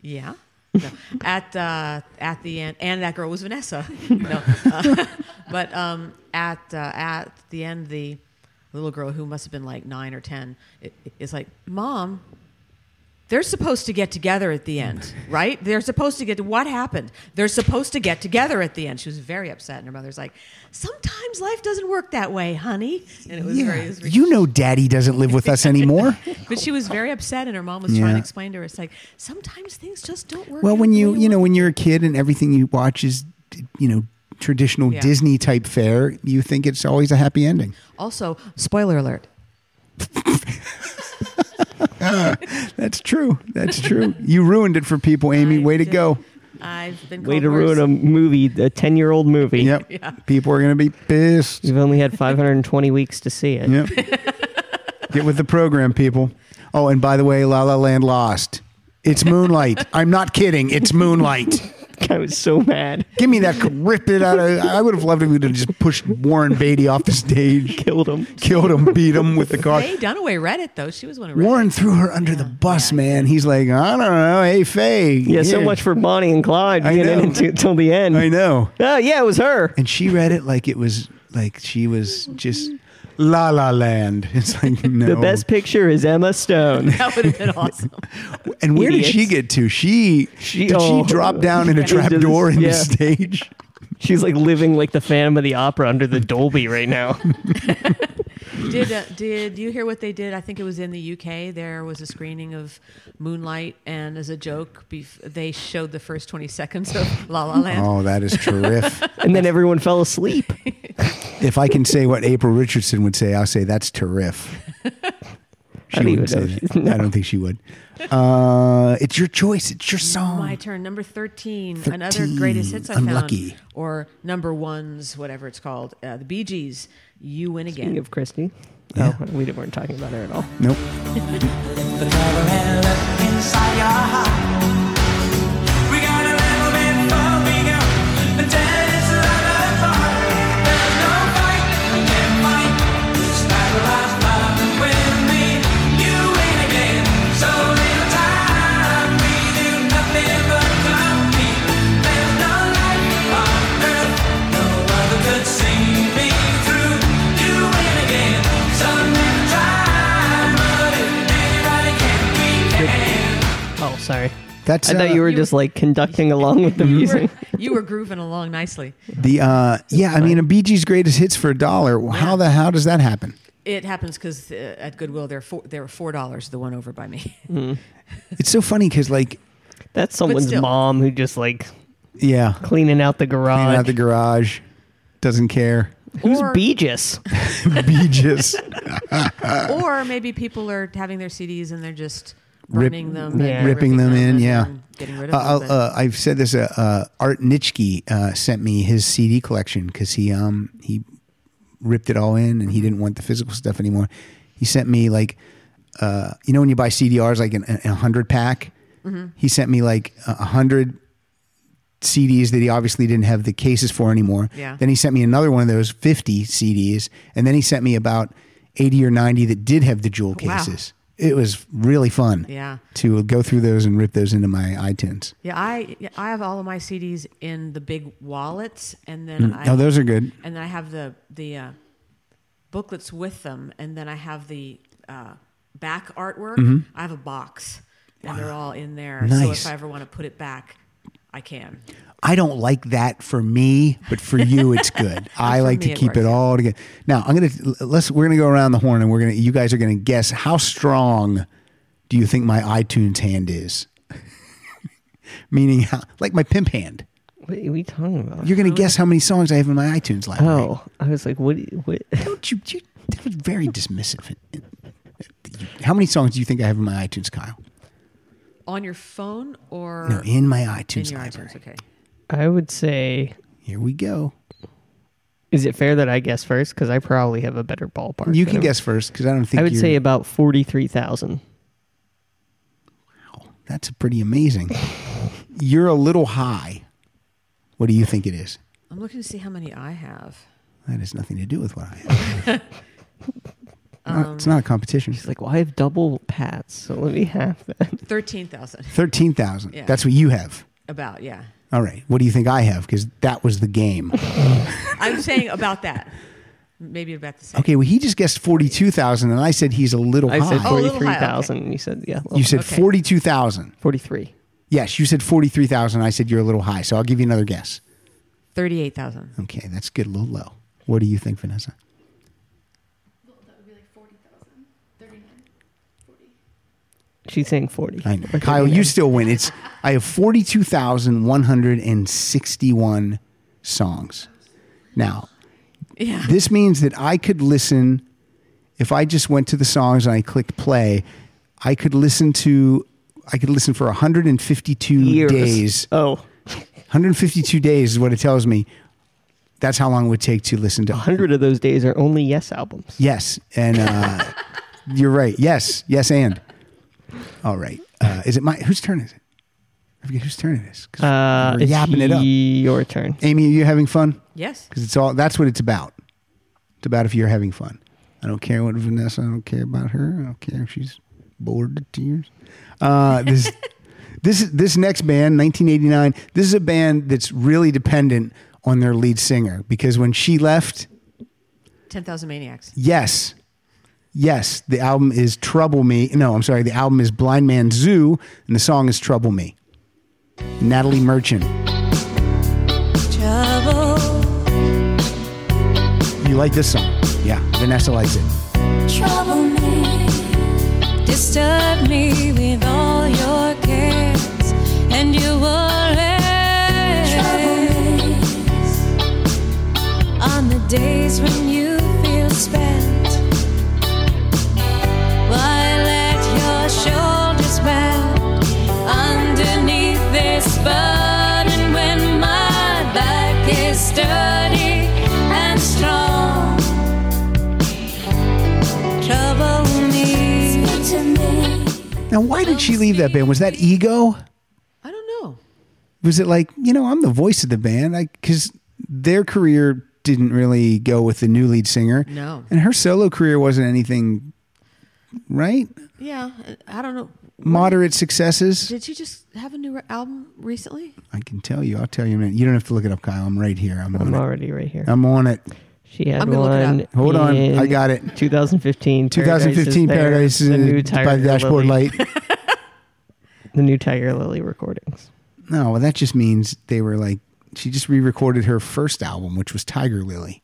yeah. No. At uh, at the end, and that girl was Vanessa. no, Uh, but um, at uh, at the end, the little girl who must have been like nine or ten i- is like, "Mom, they're supposed to get together at the end, right? They're supposed to get to what happened. They're supposed to get together at the end." She was very upset, and her mother's like, "Sometimes life doesn't work that way, honey." And it was very, it was
You know, Daddy doesn't live with us anymore.
but she was very upset, and her mom was trying
Yeah.
to explain to her, "It's like sometimes things just don't work."
Well,
out
when
the
you
way
you know when you're a kid and everything you watch is you know traditional
Yeah.
Disney type fare, you think it's always a happy ending.
Also, spoiler alert.
That's true. That's true. you ruined it for people, Amy. Way to go.
I've been
Way
called
to ruin
worse.
a movie, a 10 year old movie.
Yep.
Yeah.
People are going to be pissed.
You've only had 520 weeks to see it.
Yep. Get with the program, people. Oh, and by the way, La La Land lost. It's Moonlight. I'm not kidding. It's Moonlight.
I was so mad.
Give me that. Ripped it out of. I would have loved if we'd have just pushed Warren Beatty off the stage.
Killed him.
Killed him. Beat him with the car.
Faye Dunaway read it though. She was one of
Warren threw her under the bus, man. He's like, I don't know. Hey, Faye.
Yeah, so much for Bonnie and Clyde being in it until the end.
I know.
Oh, yeah, it was her.
And she read it like it was like she was just La La Land. It's like no.
The best picture is Emma Stone.
that would have been awesome.
And where did she
Idiots.
get to? She, did
oh.
she drop down in a
Into
trap
this-
door in
yeah.
the stage?
She's like living like the Phantom of the Opera under the Dolby right now.
Did uh, did you hear what they did? I think it was in the UK. There was a screening of Moonlight, and as a joke, bef- they showed the first twenty seconds of La La Land.
Oh, that is terrific.
and then everyone fell asleep.
If I can say what April Richardson would say, I'll say that's terrific. She
don't even
wouldn't say
know
that.
if she's- no.
I don't think she would. Uh, it's your choice. It's your song.
My turn, number 13, Another greatest hits I
13,
found,
unlucky.
or number ones, whatever it's called. Uh, the Bee Gees, "You Win Again."
Speaking of Christy, oh, we didn't- weren't talking about her at all.
Nope.
The devil had a look inside your heart. We got a little bit before we go. The dead is a lover part. There's no fight, we can't fight. Stabilize love with me. You win again. So little time. We do nothing but compete. There's no life on earth. No other could see me through. You win again. So little time. But if anybody can, we can.
Oh, sorry.
That's,
I thought
uh,
you were just like conducting along with the
you, were,
music.
you were grooving along nicely.
The uh, yeah, I mean, a Bee Gees greatest hits for a dollar. How the how does that happen?
It happens because uh, at Goodwill they're four, they were four dollars the one over by me.
It's so funny because like
That's someone's
still.
mom who just like
yeah,
cleaning out the garage.
cleaning out the garage, doesn't care.
Who's
Or-
Beegis?
Bee Gees.
or maybe people are having their CDs and they're just burning them, and
ripping them in.
and
yeah,
then getting rid of
Uh,
them.
I'll- uh, I've said this. Uh, uh, Art Nitschke uh, sent me his CD collection because he um he ripped it all in
Mm-hmm.
and he didn't want the physical stuff anymore. He sent me like uh you know when you buy CDRs like an, a hundred pack.
Mm-hmm.
Mhm.
He sent me like a a hundred CDs that he obviously didn't have the cases for anymore.
Yeah.
Then he sent me another one of those fifty CDs, and then he sent me about eighty or ninety that did have the jewel
Oh, Wow.
cases. It was really fun
Yeah.
to go through those and rip those into my iTunes.
Yeah, I yeah, I have all of my CDs in the big wallets, and then
Mm.
I,
Oh, those are good.
And then I have the the uh, booklets with them, and then I have the uh, back artwork.
Mhm.
I have a box, and they're all in there. So
Nice.
if I ever want to put it back, I can.
I don't like that for me, but for you, it's good. I
For
like
me,
to
it
keep it
works, yeah.
all together. Now I'm gonna let's we're gonna go around the horn and we're gonna you guys are gonna guess how strong do you think my iTunes hand is? Meaning, how, like my pimp hand.
What are we talking about?
You're
Oh.
gonna guess how many songs I have in my iTunes library.
Oh, I was like, what? do you- What?
Don't you? you that was very dismissive. How many songs do you think I have in my iTunes, Kyle?
On your phone or
No, in my iTunes
In your
library.
iTunes, okay.
I would say.
Here we go.
Is it fair that I guess first? Because I probably have a better ballpark.
You
than
can
him.
guess first because I don't think
I would
you're-
say about forty-three thousand.
That's pretty amazing. You're a little high. What do you think it is?
I'm looking to see how many I have.
That has nothing to do with what I have. Not- it's not a competition. She's
like, well, I have double Pats, so let me have that.
Thirteen thousand.
13,000.
Yeah.
That's what you have.
About yeah.
All right. What do you think I have? Because that was the game.
I'm saying about that. Maybe about the same.
okay. Well, he just guessed 42,000, and I said he's a little
I
high.
said
Oh, a little high,
forty-three thousand. and You said yeah.
You said 42,000.
forty-three.
Yes, you said 43,000. I said you're a little high. So I'll give you another guess.
Thirty-eight thousand.
Okay. That's good. A little low. What do you think, Vanessa?
She's saying forty.
I know. Kyle, you still win. It's I have forty two thousand one hundred and sixty one songs. Now,
Yeah.
this means that I could listen if I just went to the songs and I clicked play. I could listen to I could listen for one hundred and fifty two
Years.
days.
Oh.
152 days is what it tells me. That's how long it would take to listen to
hundred of those days are only Yes albums.
Yes, and uh, you're right. Yes, yes, and all right. Uh, is it my whose turn is it? I forget whose turn it is. 'cause
Uh,
we're
it's
yapping it up.
Your turn.
Amy, are you having fun?
Yes.
Because it's all that's what it's about. It's about if you're having fun. I don't care what Vanessa. I don't care about her. I don't care if she's bored to tears. Uh, this this is this next band, 1989. This is a band that's really dependent on their lead singer because when she left.
Ten thousand maniacs.
Yes. Yes. The album is Trouble Me. No, I'm sorry. The album is Blind Man Zoo, and the song is Trouble Me. Natalie Merchant.
Trouble
you like this song. Yeah, Vanessa likes it.
Trouble me, disturb me with all your cares, and you will rest on the days when you feel spent. Why let your shoulders bend underneath this burden when my back is sturdy and strong? trouble me.
Now, why did she leave that band? Was that ego?
I don't know.
Was it like you know I'm the voice of the band? Because their career didn't really go with the new lead singer.
No.
and her solo career wasn't anything, right?
Yeah, I I don't know.
Moderate successes.
Did she just have a new re- album recently?
I can tell you. I'll tell you in a minute. You don't have to look it up, Kyle. I'm right here. I'm, on
already right here.
It. I'm on it.
She had
I'm gonna look it
one.
up. Hold on,
in
I got it.
2015.
2015
Paradise
Paradise
is there,
uh,
the new Tiger
by Dashboard
Lily,
Light.
The new Tiger Lily recordings.
No, well, that just means they were like she just re-recorded her first album, which was Tiger Lily.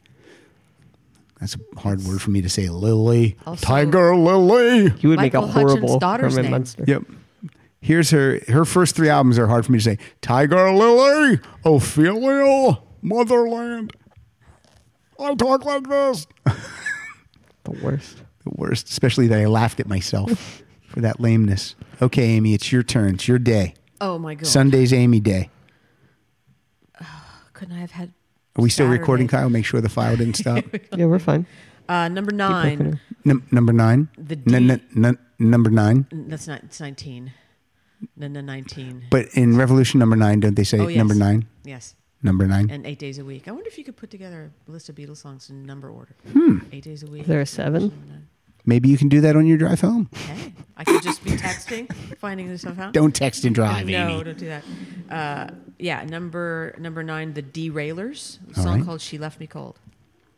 That's a hard word for me to say, Lily.
Also-
Tiger Lily.
You
would make a Michael Hutchins' horrible daughter's Herman name. Munster.
Yep. Here's her. Her first three albums are hard for me to say. Tiger Lily, Ophelia, Motherland. I talk like this.
The worst.
The worst, especially that I laughed at myself for that lameness. Okay, Amy, it's your turn. It's your day.
Oh my god!
Sunday's Amy Day.
Couldn't I have had?
Are we still recording,
Saturday?
Kyle? Make sure the file didn't stop.
yeah, we're fine.
Uh, number nine.
Num- number nine.
The
N- n- n- number nine.
N- That's not. It's nineteen. No, no, nineteen.
But in Revolution number nine, don't they say
Oh, yes.
number nine?
Yes.
Number nine.
And eight days a week. I wonder if you could put together a list of Beatles songs in number order.
Hmm.
Eight days a week.
Is there a seven?
Maybe you can do that on your drive home.
Hey, I could just be texting, finding this stuff out.
Don't text and drive,
No,
Amy.
don't do that. Uh, yeah, number number nine, the Derailers, a
All
song
right.
called "She Left Me Cold."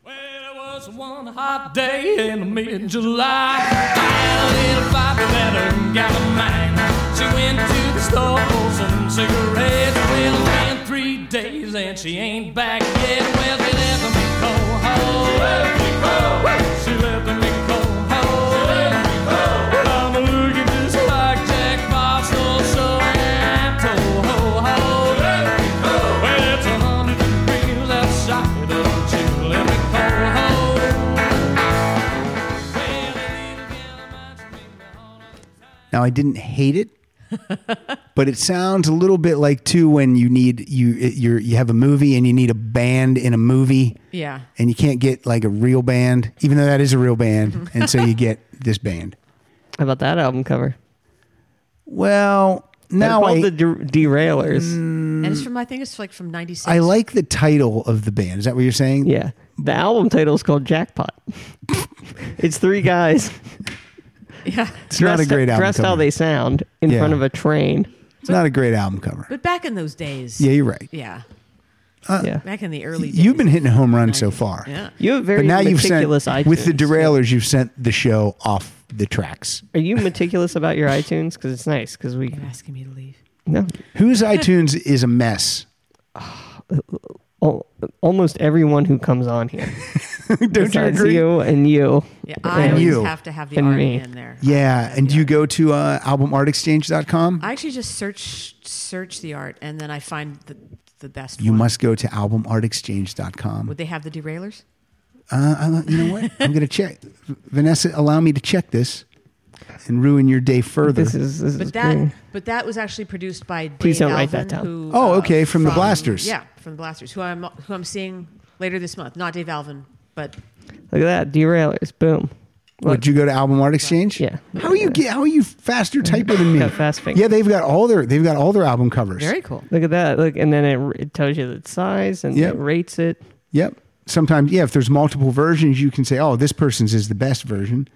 was one hot day in mid-July. I had a little five better got a mine. She went to the store for some cigarettes. Well, it's been three days and she ain't back yet. Well, she left me cold. She left me cold. I'm looking just like Jack Russell, so I'm told. Well, it's a hundred degrees outside, and she left me cold.
Now I didn't hate it, but it sounds a little bit like too when you need you you you have a movie and you need a band in a movie.
Yeah.
And you can't get like a real band, even though that is a real band, and so you get this band.
How about that album cover?
Well, now
called
I- Mm.
the Der- Derailers.
And it's from I think it's like from '96.
I like the title of the band. Is that what you're saying?
Yeah. The album title is called Jackpot. it's three guys.
Yeah.
It's not a great album
Dressed how
cover.
they sound in
Yeah.
front of a train.
It's not a great album cover.
But back in those days.
Yeah, you're right.
Yeah.
Uh,
Yeah.
Back in the early days.
You've been hitting a home run so far.
Yeah.
You have very
but now you've sent
meticulous iTunes.
with the derailers. You've sent the show off the tracks.
Are you meticulous about your iTunes? Because it's nice. Because we
asking me to leave.
No.
Whose iTunes is a mess?
Al- almost everyone who comes on here.
Don't you
Besides
agree?
you and you.
Yeah, I
and
always
you.
have to have the
And
art
me.
in there.
Yeah, and do you go to uh, albumartexchange.com.
I actually just search search the art, and then I find the the best.
You
one.
must go to albumartexchange.com.
Would they have the Derailers?
Uh, I, you know what? I'm going to check. Vanessa, allow me to check this and ruin your day further.
This is- this
But that, but that was actually produced by Dave
Please don't write
Alvin,
that down.
Who, uh,
Oh, okay, from the Blasters.
Yeah, from the Blasters, who I'm who I'm seeing later this month. Not Dave Alvin, but
Look at that. Derailers. Boom.
Would you go to Album Art Exchange? Yeah. How are you? ge- How are you faster typer than me?
Mm-hmm. Got fast fingers.
Yeah, they've got all their they've got all their album covers.
cool.
Look at that. Look, and then it, it tells you the size and
Yep.
it rates it.
Yep. Sometimes, yeah, if there's multiple versions, you can say, "Oh, this person's is the best version."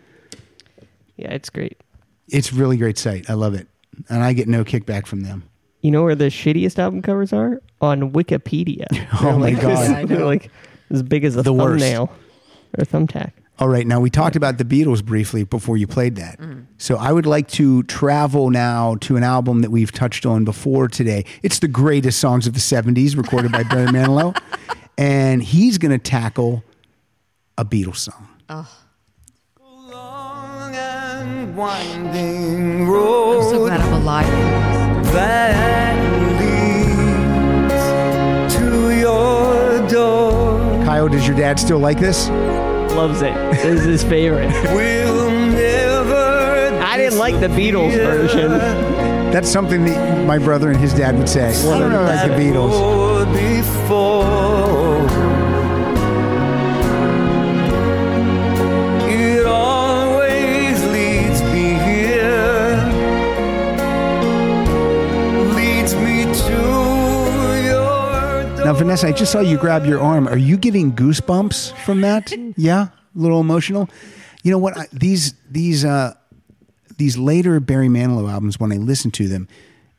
Yeah, it's great.
It's really great site. I love it, and I get no kickback from them.
You know where the shittiest album covers are? On Wikipedia.
Oh,
They're
my
like
God.
this-
Yeah, I know.
they're like as big as a
The worst.
thumbnail or thumbtack.
All right, now we talked about the Beatles briefly before you played that.
Mm.
So I would like to travel now to an album that we've touched on before today. It's the greatest songs of the 70s recorded by Barry Manilow. And he's going to tackle a Beatles song.
winding road.
Oh,
I'm so glad I'm alive.
That leads to your door.
Kyle, does your dad still like this?
Loves it. This is his favorite.
We'll never.
I didn't like the Beatles version.
That's something that my brother and his dad would say. I don't know like the Beatles.
Road before. It always leads me here. Leads me to your
Now, Vanessa, I just saw you grab your arm. Are you getting goosebumps from that? yeah, a little emotional. You know what? I, these these uh, these later Barry Manilow albums, when I listen to them,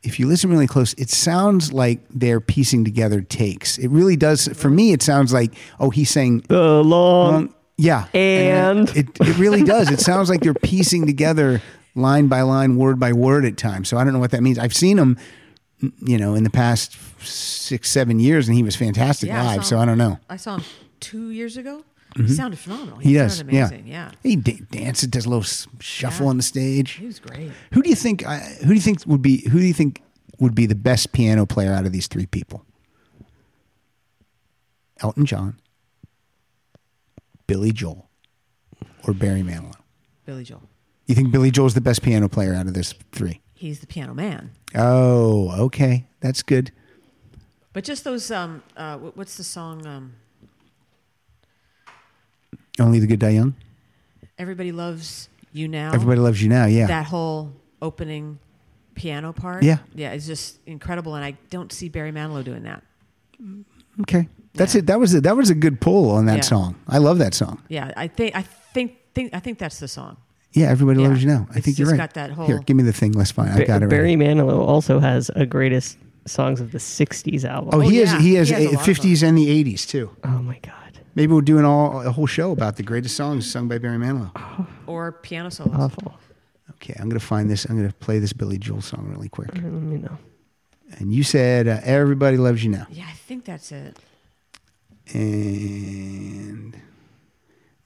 if you listen really close, it sounds like they're piecing together takes. It really does. For me, it sounds like oh, he's saying
the long,
Um,
yeah,
and-
it it really does. It sounds like they're piecing together line by line, word by word at times. So I don't know what that means. I've seen him, you know, in the past six seven years, and he was fantastic
Yeah,
live.
saw
So I
him-
don't know.
I saw him two years ago.
Mhm.
He sounded phenomenal.
He, does.
sounded amazing.
Yeah.
Yeah.
He da- dances, does a little s- shuffle
Yeah.
on the stage.
He was great.
Who do you think? Uh, who do you think would be? Who do you think would be the best piano player out of these three people? Elton John, Billy Joel, or Barry Manilow?
Billy Joel.
You think Billy Joel's the best piano player out of this three?
He's the piano man.
Oh, okay, that's good.
But just those um uh wh- what's the song um
Only the good die young.
Everybody loves you now.
Everybody Loves You Now, yeah.
That whole opening piano part.
Yeah.
Yeah, it's just incredible and I don't see Barry Manilow doing that.
Okay, that's it. That was a, that was a good pull on that
Yeah.
song. I love that song.
Yeah, I think I think think I think that's the song.
Yeah, everybody loves you now. I
It's
think you're
just
right.
got that whole-
Here, give me the thing. Let's find. I
Ba-
got it. Right.
Barry Manilow also has a greatest songs of the '60s album.
Oh, he has he has,
a
a, 50s and the 80s too. Oh my god. Maybe we'll do an all a whole show about the greatest songs sung by Barry Manilow.
Or piano solos.
Uh-huh. Okay, I'm gonna find this. I'm gonna play this Billy Joel song really quick.
Let me know.
And you said uh, everybody loves you now.
Yeah, I think that's it.
And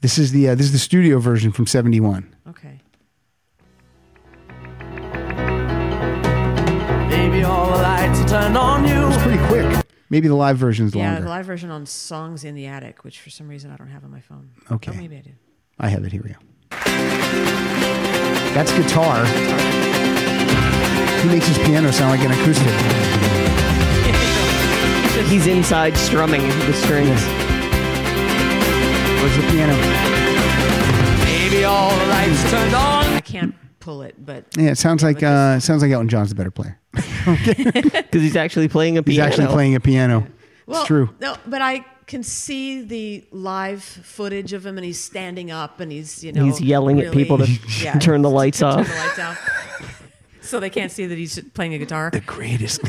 this is the uh, this is the studio version from '71.
Okay.
Baby, all the lights are turned on you.
It's pretty quick. Maybe the live version's
yeah,
longer.
the live version on Songs in the Attic, which for some reason I don't have on my phone.
Okay.
Oh, maybe I do.
I have it. Here we go. That's guitar. He makes his piano sound like an acoustic.
He's inside strumming the strings.
Where's the piano?
Baby, all the lights are turned on.
I can't pull it, but
Yeah, it sounds like uh, it sounds like Elton John's the better player.
Because he's actually playing a piano.
He's actually playing a piano.
well,
it's true.
No, but I can see the live footage of him, and he's standing up, and he's you know
He's yelling at
really-
people to
yeah,
turn the lights
turn
off.
the lights off. so they can't see that he's playing a guitar. The
greatest.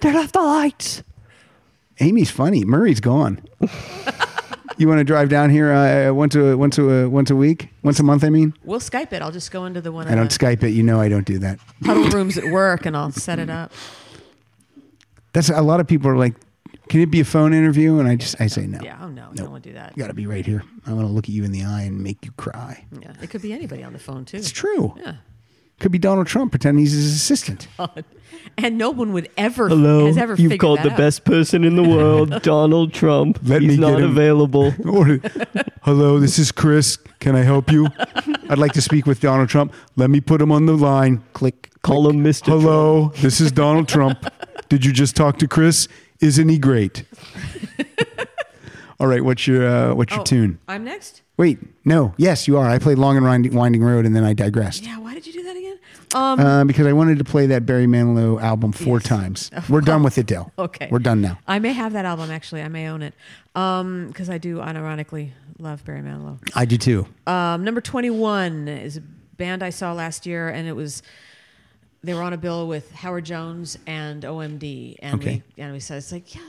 Turn off the lights.
Amy's funny. Murray's gone. you want to drive down here uh, once a once a once a week, once a month? I mean,
we'll Skype it. I'll just go into the one
I
of
don't
the
Skype it. You know, I don't do that.
huddle rooms at work, and I'll set it up.
That's a lot of people are like, can it be a phone interview? And I just I say no.
Yeah, oh no,
Nope.
don't want to do that.
You got to be right here. I want to look at you in the eye and make you cry.
Yeah, it could be anybody on the phone too. It's
true.
Mm. Yeah,
Could be Donald Trump pretending he's his assistant.
and no one would ever
Hello,
has ever
you've
figured
called
that
the
out.
best person in the world, Donald Trump.
Let
he's
me get
not
him.
available.
Or, hello, this is Chris. Can I help you? I'd like to speak with Donald Trump. Let me put him on the line. Click. Call him Mr. Hello, this is Donald Trump. Did you just talk to Chris? Isn't he great? All right, what's your uh, what's your
Oh,
tune?
I'm next.
Wait, no, yes, you are. I played Long and Winding, Winding Road, and then I digressed
Yeah, why did you do that again? Um,
uh, because I wanted to play that Barry Manilow album four times. We're done with it, Dell.
Okay.
we're done now.
I may have that album actually. I may own it because I do unironically love Barry Manilow.
I do too.
Um, number twenty one is a band I saw last year, and it was they were on a bill with Howard Jones and OMD, and
Okay.
we and we said it's like yeah,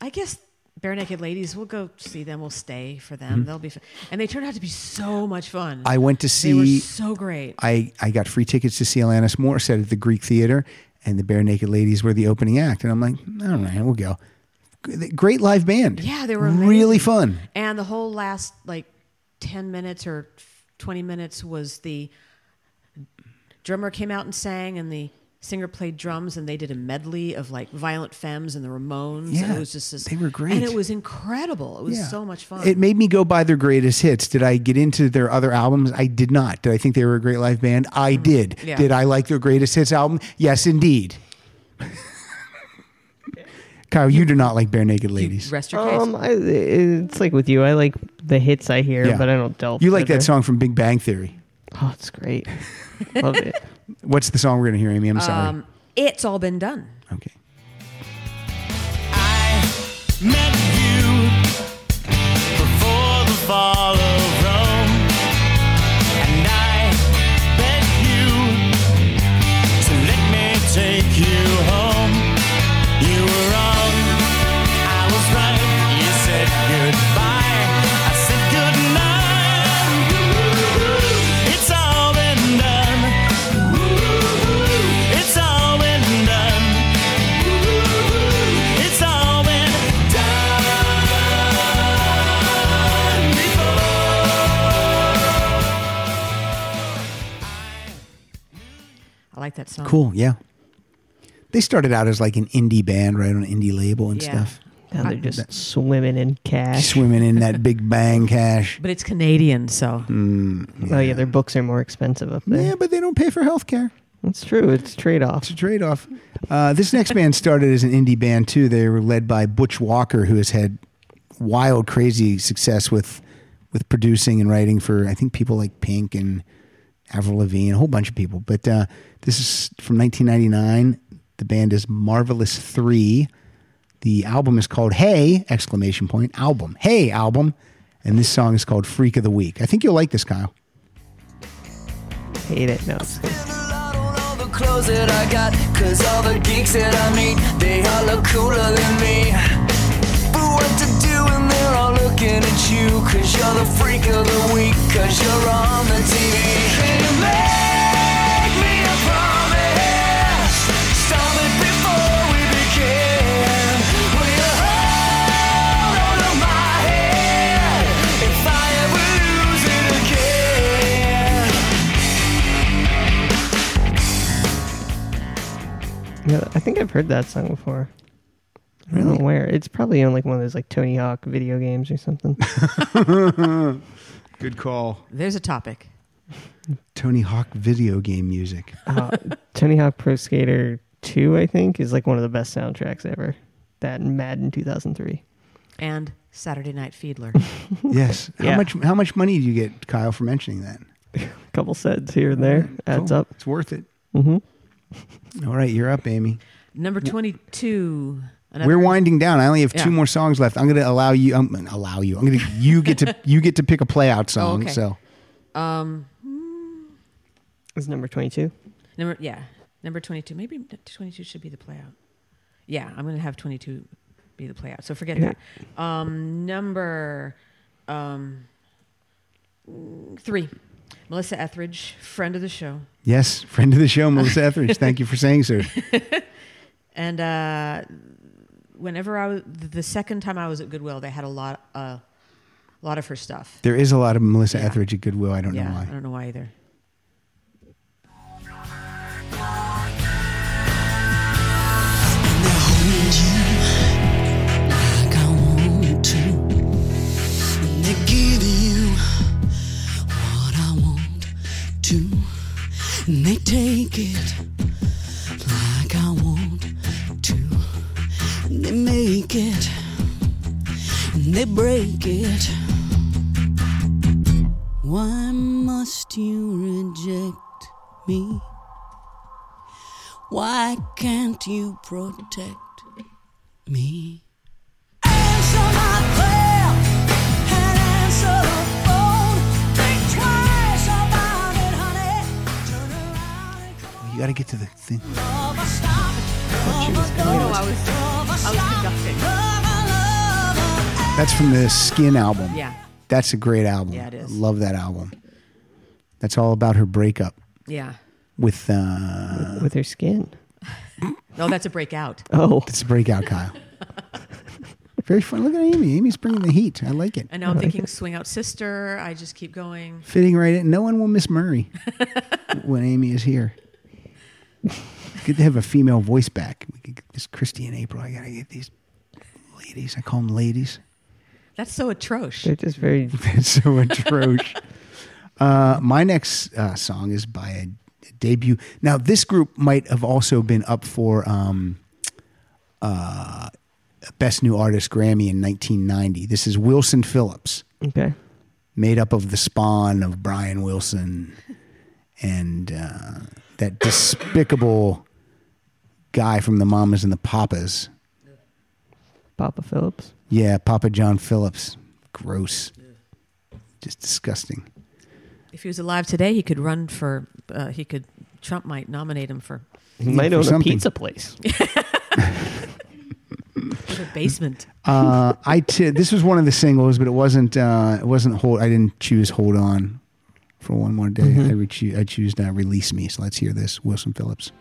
I guess Bare Naked Ladies. We'll go see them. We'll stay for them.
Mhm.
They'll be fun. and they turned out to be so much fun.
I went to see.
They were so great.
I, I got free tickets to see Alanis Morissette at the Greek Theater, and the Bare Naked Ladies were the opening act. And I'm like, all right, we'll go. g- great live band.
Yeah, they were
really
amazing.
fun.
And the whole last like 10 minutes or 20 minutes was the drummer came out and sang and the singer played drums and they did a medley of like Violent Femmes and the Ramones and
Yeah,
it was just this,
they were great.
And it was incredible. It was
Yeah.
so much fun.
It made me go buy their greatest hits. Did I get into their other albums? I did not. Did I think they were a great live band? I did.
Mm, Yeah.
Did I like their greatest hits album? Yes, indeed. Kyle, you do not like bare naked ladies.
Rest
your case. Um, I, it's like with you. I like the hits I hear,
Yeah.
but I don't delve.
You like
further.
that song from Big Bang Theory?
Oh, it's great. Love it.
What's the song we're gonna hear, Amy? I'm sorry.
Um, it's all been done.
Okay.
met you before the fall of Rome, and I beg you to let me take you home. You were wrong, I was right. You said goodbye, I said goodnight. It's all been done. It's all been done. It's all been done before.
I like that song.
Cool. Yeah. They started out as like an indie band, right, on an indie label and
Yeah.
stuff.
Now they're
just
swimming in cash. Swimming in that Big Bang cash.
But it's Canadian, so.
Mm.
Oh yeah, their books are more expensive up there.
Yeah, but they don't pay for health care.
That's true. It's trade off.
It's a trade off. Uh, this next band started as an indie band too. They were led by Butch Walker, who has had wild, crazy success with with producing and writing for I think people like Pink and Avril Lavigne, a whole bunch of people. But uh, this is from 1999. The band is Marvelous Three. The album is called Hey! Exclamation point album. Hey album, and this song is called Freak of the Week. I think you'll like this, Kyle.
Hate it. No. it's good.
all the clothes that I got, cause all the geeks that I meet, they all look cooler than me. But what to do when they're all looking at you, cause you're the freak of the week, cause you're on the TV. Can you make me a promise? Stop it before we begin. Will you hold on to my hand if I ever lose it again?
Yeah, I think I've heard that song before. I don't know where. It's probably on like one of those like Tony Hawk video games or something.
Good call.
There's a topic.
Tony Hawk video game music.
uh, Tony Hawk Pro Skater 2, I think, is like one of the best soundtracks ever. That and Madden 2003.
And Saturday Night Fiedler.
Yes.
Yeah.
How much how much money do you get, Kyle, for mentioning that?
A couple sets here and there adds
Cool.
up. Mm-hmm.
It's worth it.
hmm
All right, you're up, Amy.
Number 22. another-
We're winding down. I only have
Yeah.
two more songs left. I'm going to allow you. I'm going to allow you. I'm going to you get to you get to pick a play out
Oh,
song.
okay.
So
Um,
Is number 22?
Number yeah, number twenty-two. Maybe twenty-two should be the playout. Yeah, I'm gonna have twenty-two be the playout. So forget
Yeah.
that. Um, number um, three, Melissa Etheridge, friend of the show,
yes, friend of the show, Melissa Etheridge. Thank you for saying so.
and uh, whenever I was the second time I was at Goodwill, they had a lot, uh, a lot of her stuff.
There is a lot of Melissa
Yeah.
Etheridge at Goodwill. I don't
yeah,
know why.
I don't know why either.
like I want to. And they give you what I want to. And they take it like I want to. And they make it. And they break it. Why must you reject me? Why can't you protect me? Answer my prayer and answer the phone. Think twice about it, honey.
You got to get to the thing.
Love or stop. Love or go.
No, I was- I was conducting.
That's from the Skin album.
Yeah.
That's a great album.
Yeah, it is.
I love that album. That's all about her breakup
Yeah.
with uh,
with her skin.
No, that's a breakout.
Oh,
it's a breakout, Kyle. Very fun. Look at Amy. Amy's bringing the heat. I like it.
And now I'm thinking swing out sister. I just keep going.
Fitting right in. No one will miss Murray when Amy is here. Good to have a female voice back. We could get this Christy and April. I gotta get these ladies. I call them ladies.
That's so atrocious.
They're just very.
That's so atrocious. uh, my next uh, song is by a debut. Now, this group might have also been up for um, uh, Best New Artist Grammy in 1990. This is Wilson Phillips.
Okay.
Made up of the spawn of Brian Wilson and uh, that despicable guy from the Mamas and the Papas.
Papa Phillips.
Yeah, Papa John Phillips. Gross. Just disgusting.
If he was alive today, he could run for. Uh, he could. Trump might nominate him for.
He might
for
own a
something.
pizza place.
With a basement.
uh, I t- this was one of the singles, but it wasn't. Uh, it wasn't hold. I didn't choose hold on for one more day.
Mhm.
I re- choo- I choose uh, release me. So let's hear this, Wilson Phillips.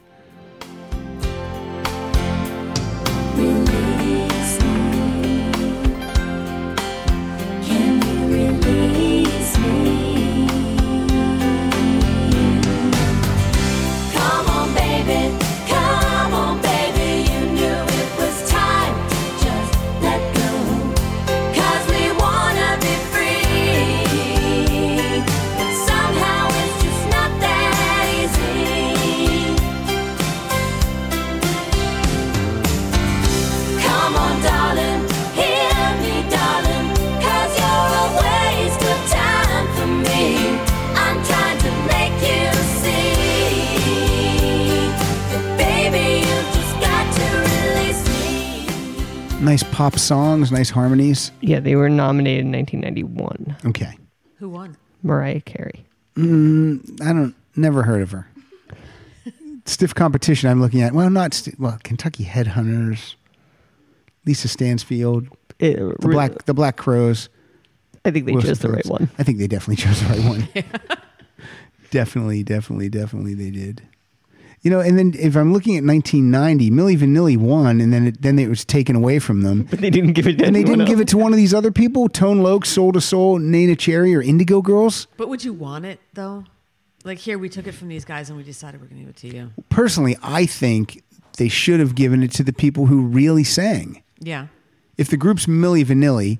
Come on, baby. Come on, baby. You knew it was time. Just let go. 'Cause we wanna be free. But somehow it's just not that easy. Come on, darling, hear me, darling, 'cause you're a waste of time for me. I'm trying to make you see, baby, you just got to release me.
Nice pop songs, nice harmonies.
Yeah, they were nominated in 1991.
Okay.
Who won?
Mariah Carey.
Mm, I don't. Never heard of her. Stiff competition. I'm looking at. Well, not sti- well. Kentucky Headhunters. Lisa Stansfield.
the re-
black. The Black Crows.
I think they
Eh, Wilson
chose the right
Phillips.
one.
I think they definitely chose the right one. definitely, definitely, definitely, they did. You know, and then if I'm looking at 1990, Millie Vanilli won, and then it, then it was taken away from them. But
they didn't give it. To
and they
anyone
didn't give
else.
it to one of these other people: Tone Loc, Soul to Soul, Nana Cherry, or Indigo Girls.
But would you want it though? Like here, we took it from these guys and we decided we're going to give it to you.
Personally, I think they should have given it to the people who really sang.
Yeah.
If the group's Millie Vanilli,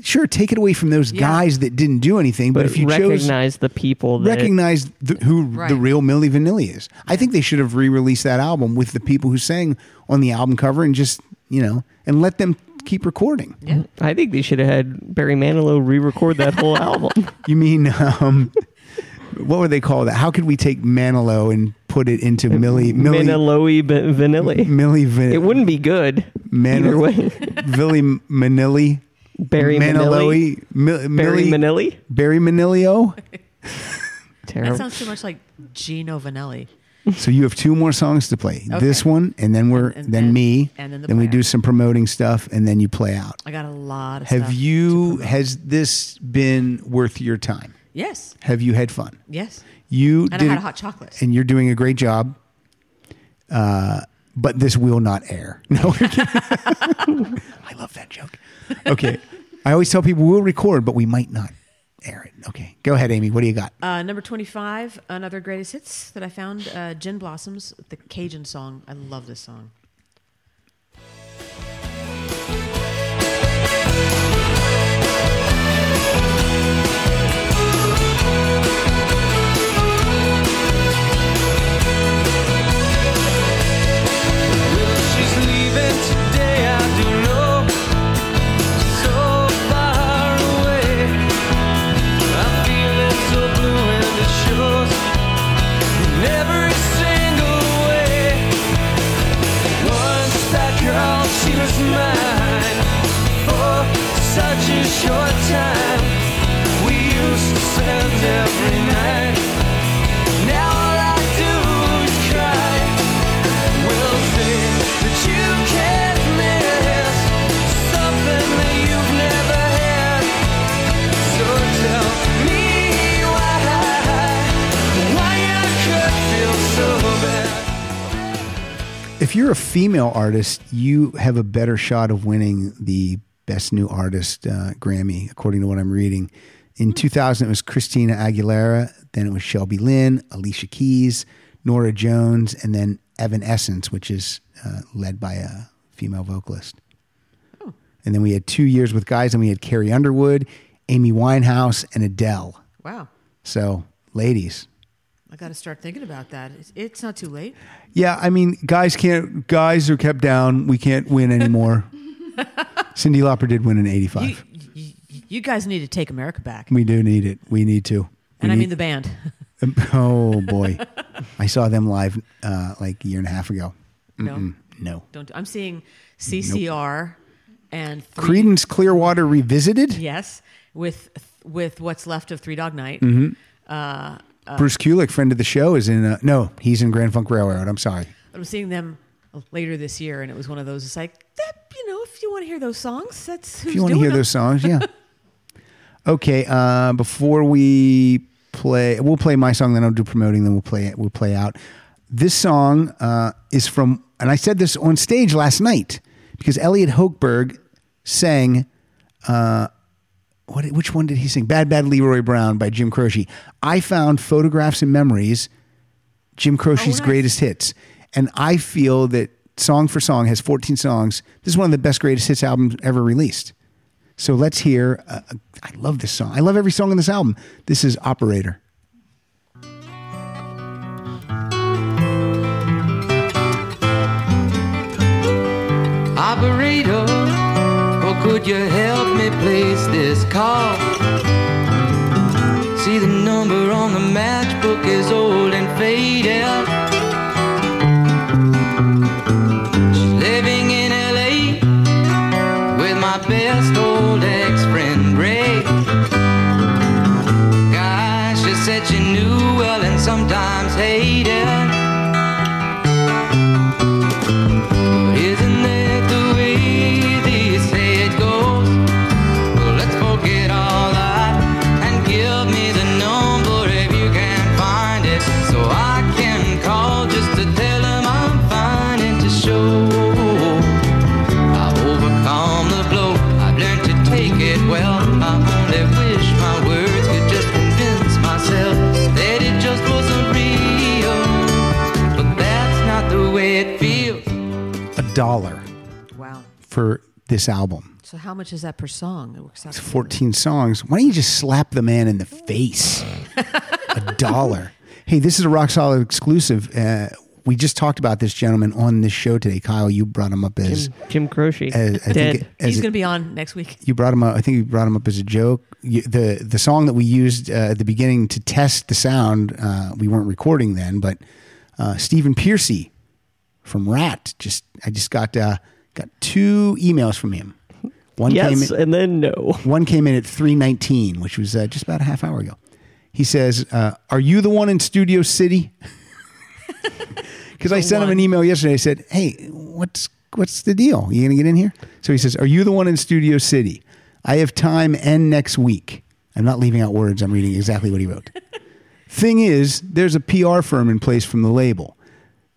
sure, take it away from those guys that didn't do anything. But,
But
if you chose
recognize the people that
recognize the, who the real Millie Vanilli is. I think they should have re-released that album with the people who sang on the album cover and just you know and let them keep recording.
Yeah.
I think they should have had Barry Manilow re-record that whole album.
You mean um, what would they call that? How could we take Manilow and put it into Millie Millie
Manilow Vanilli?
Millie Van-
It wouldn't be good.
Man-
either way.
Billy Manilli.
Barry
Manilow-y, Mi-
Manilli? Barry
Millie- Barry Manilio.
That sounds too much like Gino Vanelli.
So you have two more songs to play.
Okay.
This one, and then we're
And- and
then
then-
me,
and then the
we
playout.
do some promoting stuff, and then you play out.
I got a lot of
Have
stuff.
you? Has this been worth your time?
Yes.
Have you had fun?
Yes.
You
And I
did,
had a hot chocolate.
and you're doing a great job. Uh, but this will not air. No, I love that joke. okay. I always tell people we'll record, but we might not air it. Okay, go ahead, Amy. What do you got?
Uh, number 25, another greatest hits that I found uh, Gin Blossoms, the Cajun song. I love this song.
She's leaving today, I do know. So far away. I'm feeling so blue and it shows in every single way.
if you're a female artist, you have a better shot of winning the Best New Artist uh, Grammy, according to what I'm reading. In 2000, it was Christina Aguilera, then it was Shelby Lynn, Alicia Keys, Nora Jones, and then Evanescence, which is uh, led by a female vocalist. And then we had two years with guys, and we had Carrie Underwood, Amy Winehouse, and Adele.
Wow.
So, ladies,
I got to start thinking about that. It's, it's not too late.
yeah, I mean, guys can't. Guys are kept down. We can't win anymore. Cindy Lauper did win in '85.
You, you, you guys need to take America back.
we do need it. We need to. We
And I
need-
mean the band.
Oh boy, I saw them live uh, like a year and a half ago. Mm-mm. no.
Don't. I'm seeing CCR and three,
Credence Clearwater Revisited.
Yes, with with what's left of Three Dog Night.
Mhm.
Uh, uh,
Bruce Kulick, friend of the show, is in. Uh, no, he's in Grand Funk Railroad. I'm sorry.
But I'm seeing them later this year, and it was one of those. It's like that, you know, if you want to hear those songs, that's who's
if you want to
doing
hear
them.
those songs, yeah. okay, uh, before we play, we'll play my song, then I'll do promoting, then we'll play it. We'll play out. This song uh, is from, and I said this on stage last night because Elliot Hochberg sang. Uh, what, which one did he sing? Bad Bad Leroy Brown by Jim Croce. I found photographs and memories, Jim Croce's greatest hits. And I feel that song for song has 14 songs. This is one of the best greatest hits albums ever released. So let's hear. Uh, I love this song. I love every song on this album. This is Operator.
Operator, oh, could you help me place this call? See the number on the matchbook is old and faded. She's living in LA with my best old ex friend Ray. Gosh, she said she knew well and sometimes hated. Isn't that the way they say it goes? Well, let's forget all that and give me the number if you can find it, so I can call just to tell 'em I'm fine and to show I've overcome the blow. I've learned to take it well. I only wish my words could just convince myself that it just wasn't real. But that's not the way it feels.
A dollar
Wow.
for this album.
So how much is that per song? It works out.
It's 14 songs. Why don't you just slap the man in the face? A dollar. Hey, this is a rock solid exclusive. Uh, we just talked about this gentleman on this show today. Kyle, you brought him up as
Jim, Jim Croce.
as- I think it- as
He's
it-
going to be on next week.
you brought him up. I think you brought him up as a joke. You, the the song that we used uh, at the beginning to test the sound, uh, we weren't recording then, but uh, Stephen Piercy from Rat just I just got uh, got two emails from him. One
Yes,
came in,
and then no.
One came in at three nineteen, which was uh, just about a half hour ago. He says, uh, "Are you the one in Studio City?" Because I sent him an email yesterday. I said, "Hey, what's what's the deal? You gonna get in here?" So he says, "Are you the one in Studio City? I have time and next week. I'm not leaving out words. I'm reading exactly what he wrote." Thing is, there's a PR firm in place from the label.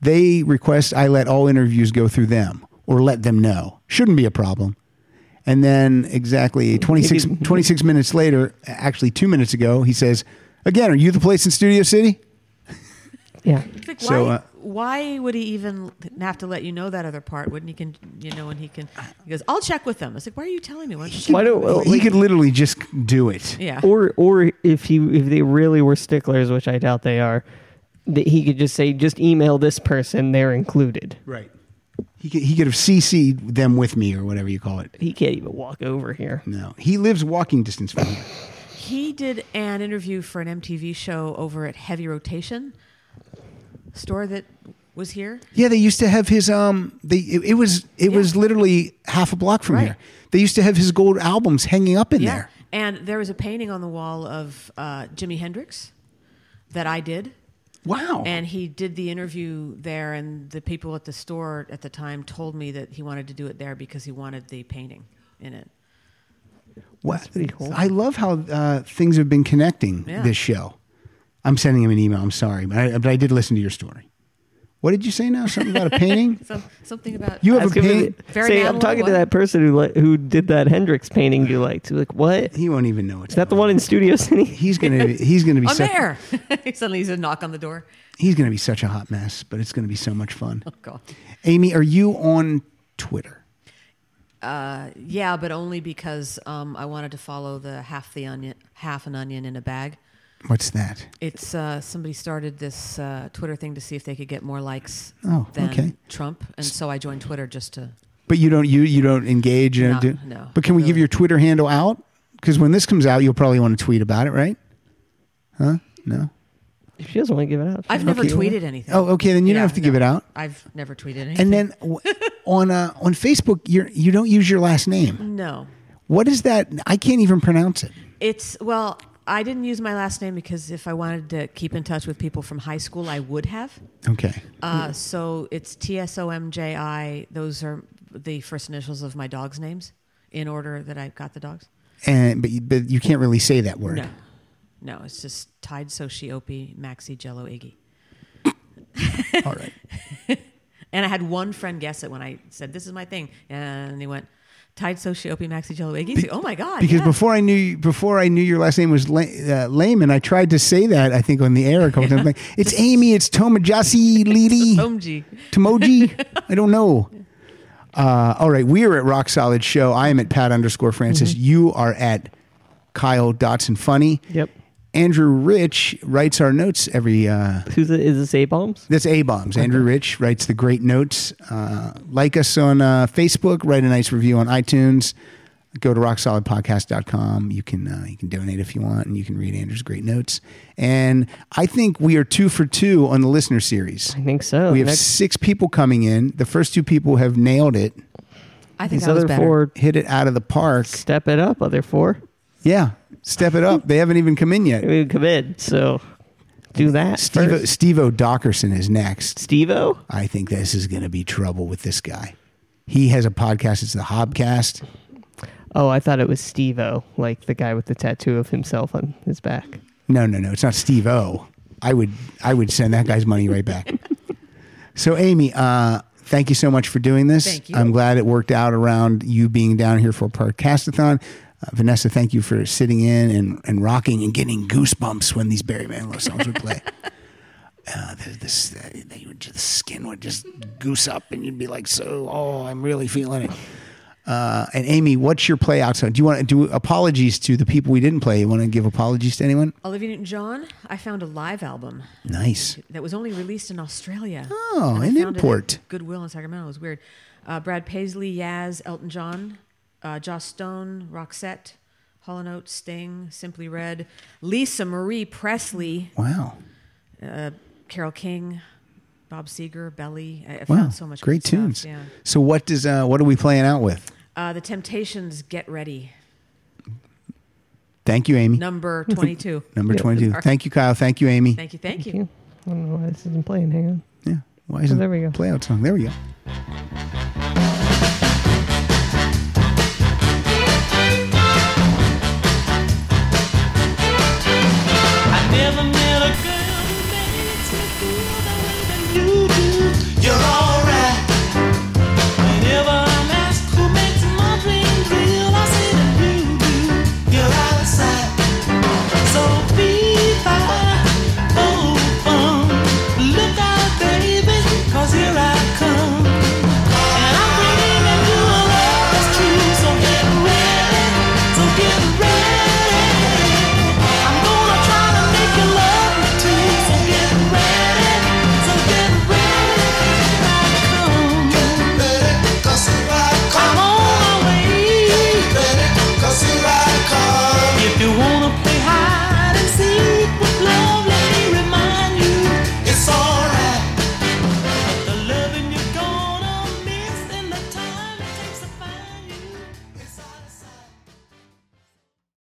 They request I let all interviews go through them or let them know. Shouldn't be a problem. And then exactly 26, 26 minutes later, actually two minutes ago, he says, Again, are you the place in Studio City?
yeah.
It's like, why,
So, uh,
why would he even have to let you know that other part? Wouldn't he can you know when he can? He goes, I'll check with them. It's like, why are you telling me? Why don't you check with them?
he could literally just do it.
Yeah.
Or or if he if they really were sticklers, which I doubt they are, that he could just say, just email this person, they're included.
Right. He could, he could have CC'd them with me or whatever you call it.
He can't even walk over here.
No. He lives walking distance from here.
He did an interview for an MTV show over at Heavy Rotation store that was here.
Yeah, they used to have his um they it, it was it was literally half a block from
Right.
here. They used to have his gold albums hanging up in
yeah.
there.
And there was a painting on the wall of uh, Jimi Hendrix that I did.
Wow.
And he did the interview there, and the people at the store at the time told me that he wanted to do it there because he wanted the painting in it.
What? I love how uh, things have been connecting
Yeah.
this show. I'm sending him an email. I'm sorry, but I, but I did listen to your story. What did you say now? Something about a painting?
Some, something about
You have
Ask
a
him
pain-
if it-
Very
Say, I'm
Madeline
talking
one.
to that person who li- who did that Hendrix painting you liked. He's like, what?
He won't even know it's
that. The one in Studio City.
He's gonna be, he's gonna be
I'm
such,
there. Suddenly he's a knock on the door.
he's gonna be such a hot mess, but it's gonna be so much fun.
Oh God.
Amy, are you on Twitter?
Uh, yeah, but only because um, I wanted to follow the half the onion, half an onion in a bag.
What's that?
It's uh, somebody started this uh, Twitter thing to see if they could get more likes
Oh,
than
okay.
Trump, and so I joined Twitter just to.
But you don't you you don't engage and
No,
do.
no.
But can we give your Twitter handle out? Because when this comes out, you'll probably want to tweet about it, right? Huh? No.
If she doesn't want to give it out,
I've never tweeted anything.
Oh, okay. Then you
Yeah,
don't have to
no.
give it out.
I've never tweeted anything.
And then w- on uh, on Facebook, you you don't use your last name.
no,
What is that? I can't even pronounce it.
it's well, I didn't use my last name because if I wanted to keep in touch with people from high school, I would have.
Okay.
Uh,
Hmm.
so it's T S O M J I. Those are the first initials of my dogs' names in order that I got the dogs.
And but you, but you can't really say that word.
No, no, it's just Tide Soshi Opie Maxi Jello Iggy.
All right.
And I had one friend guess it when I said this is my thing, and he went Tide Soshi Opie Maxi Jello Iggy. So, oh my god!
Because
yeah.
before I knew before I knew your last name was La- uh, Lehman, I tried to say that I think on the air a couple times. Like, it's Amy. It's Tomajasi Lili.
Tomji.
Tomoji. I don't know. Uh, all right, we are at Rock Solid Show. I am at Pat underscore Francis. You are at Kyle Dotson Funny.
Yep.
Andrew Rich writes our notes every. Uh,
Who's the, is this A bombs?
That's A bombs. Andrew Rich writes the great notes. Uh, like us on uh, Facebook. Write a nice review on iTunes. Go to rocksolidpodcast.com. You can uh, you can donate if you want, and you can read Andrew's great notes. And I think we are two for two on the listener series. I
think so.
We have
Next-
six people coming in. The first two people have nailed it.
I think
These
I was
other
better.
four
hit it out of the park.
Step it up, other four.
Yeah, step it up. They haven't even come in yet.
We haven't come in, so do that.
Steve Steve Dockerson is next.
Steve O?
I think this is going to be trouble with this guy. He has a podcast. It's the Hobcast.
Oh, I thought it was Steve O, like the guy with the tattoo of himself on his back.
No, no, no. It's not Steve O. I would I would send that guy's money right back. so Amy, uh, thank you so much for doing this.
Thank you.
I'm glad it worked out around you being down here for Parkastathon. Uh, Vanessa, thank you for sitting in and, and rocking and getting goosebumps when these Barry Manilow songs would play. Uh, the, this, uh, they would just, the skin would just goose up, and you'd be like, "So, oh, I'm really feeling it." Uh, and Amy, what's your play out song? Do you want to do apologies to the people we didn't play? You want to give apologies to anyone?
Olivia Newton-John. I found a live album
Nice.
that was only released in Australia.
Oh,
And I
an
found it at
import.
Goodwill in Sacramento It was weird. Uh, Brad Paisley, Yaz, Elton John, uh, Joss Stone, Roxette, Hall & Oates, Sting, Simply Red, Lisa Marie Presley,
Wow.
uh, Carol King, Bob Seger, Belly. I, I
Wow.
found so much
Great
good stuff,
tunes.
Yeah.
So what does uh, what are we playing out with?
Uh, the Temptations, Get Ready,
Thank you, Amy.
number 22.
Number twenty two. Thank you, Kyle. Thank you, Amy.
Thank you, thank you.
I don't know why this isn't playing. Hang on.
Why isn't
there we go.
Play out song. There we go.
oh,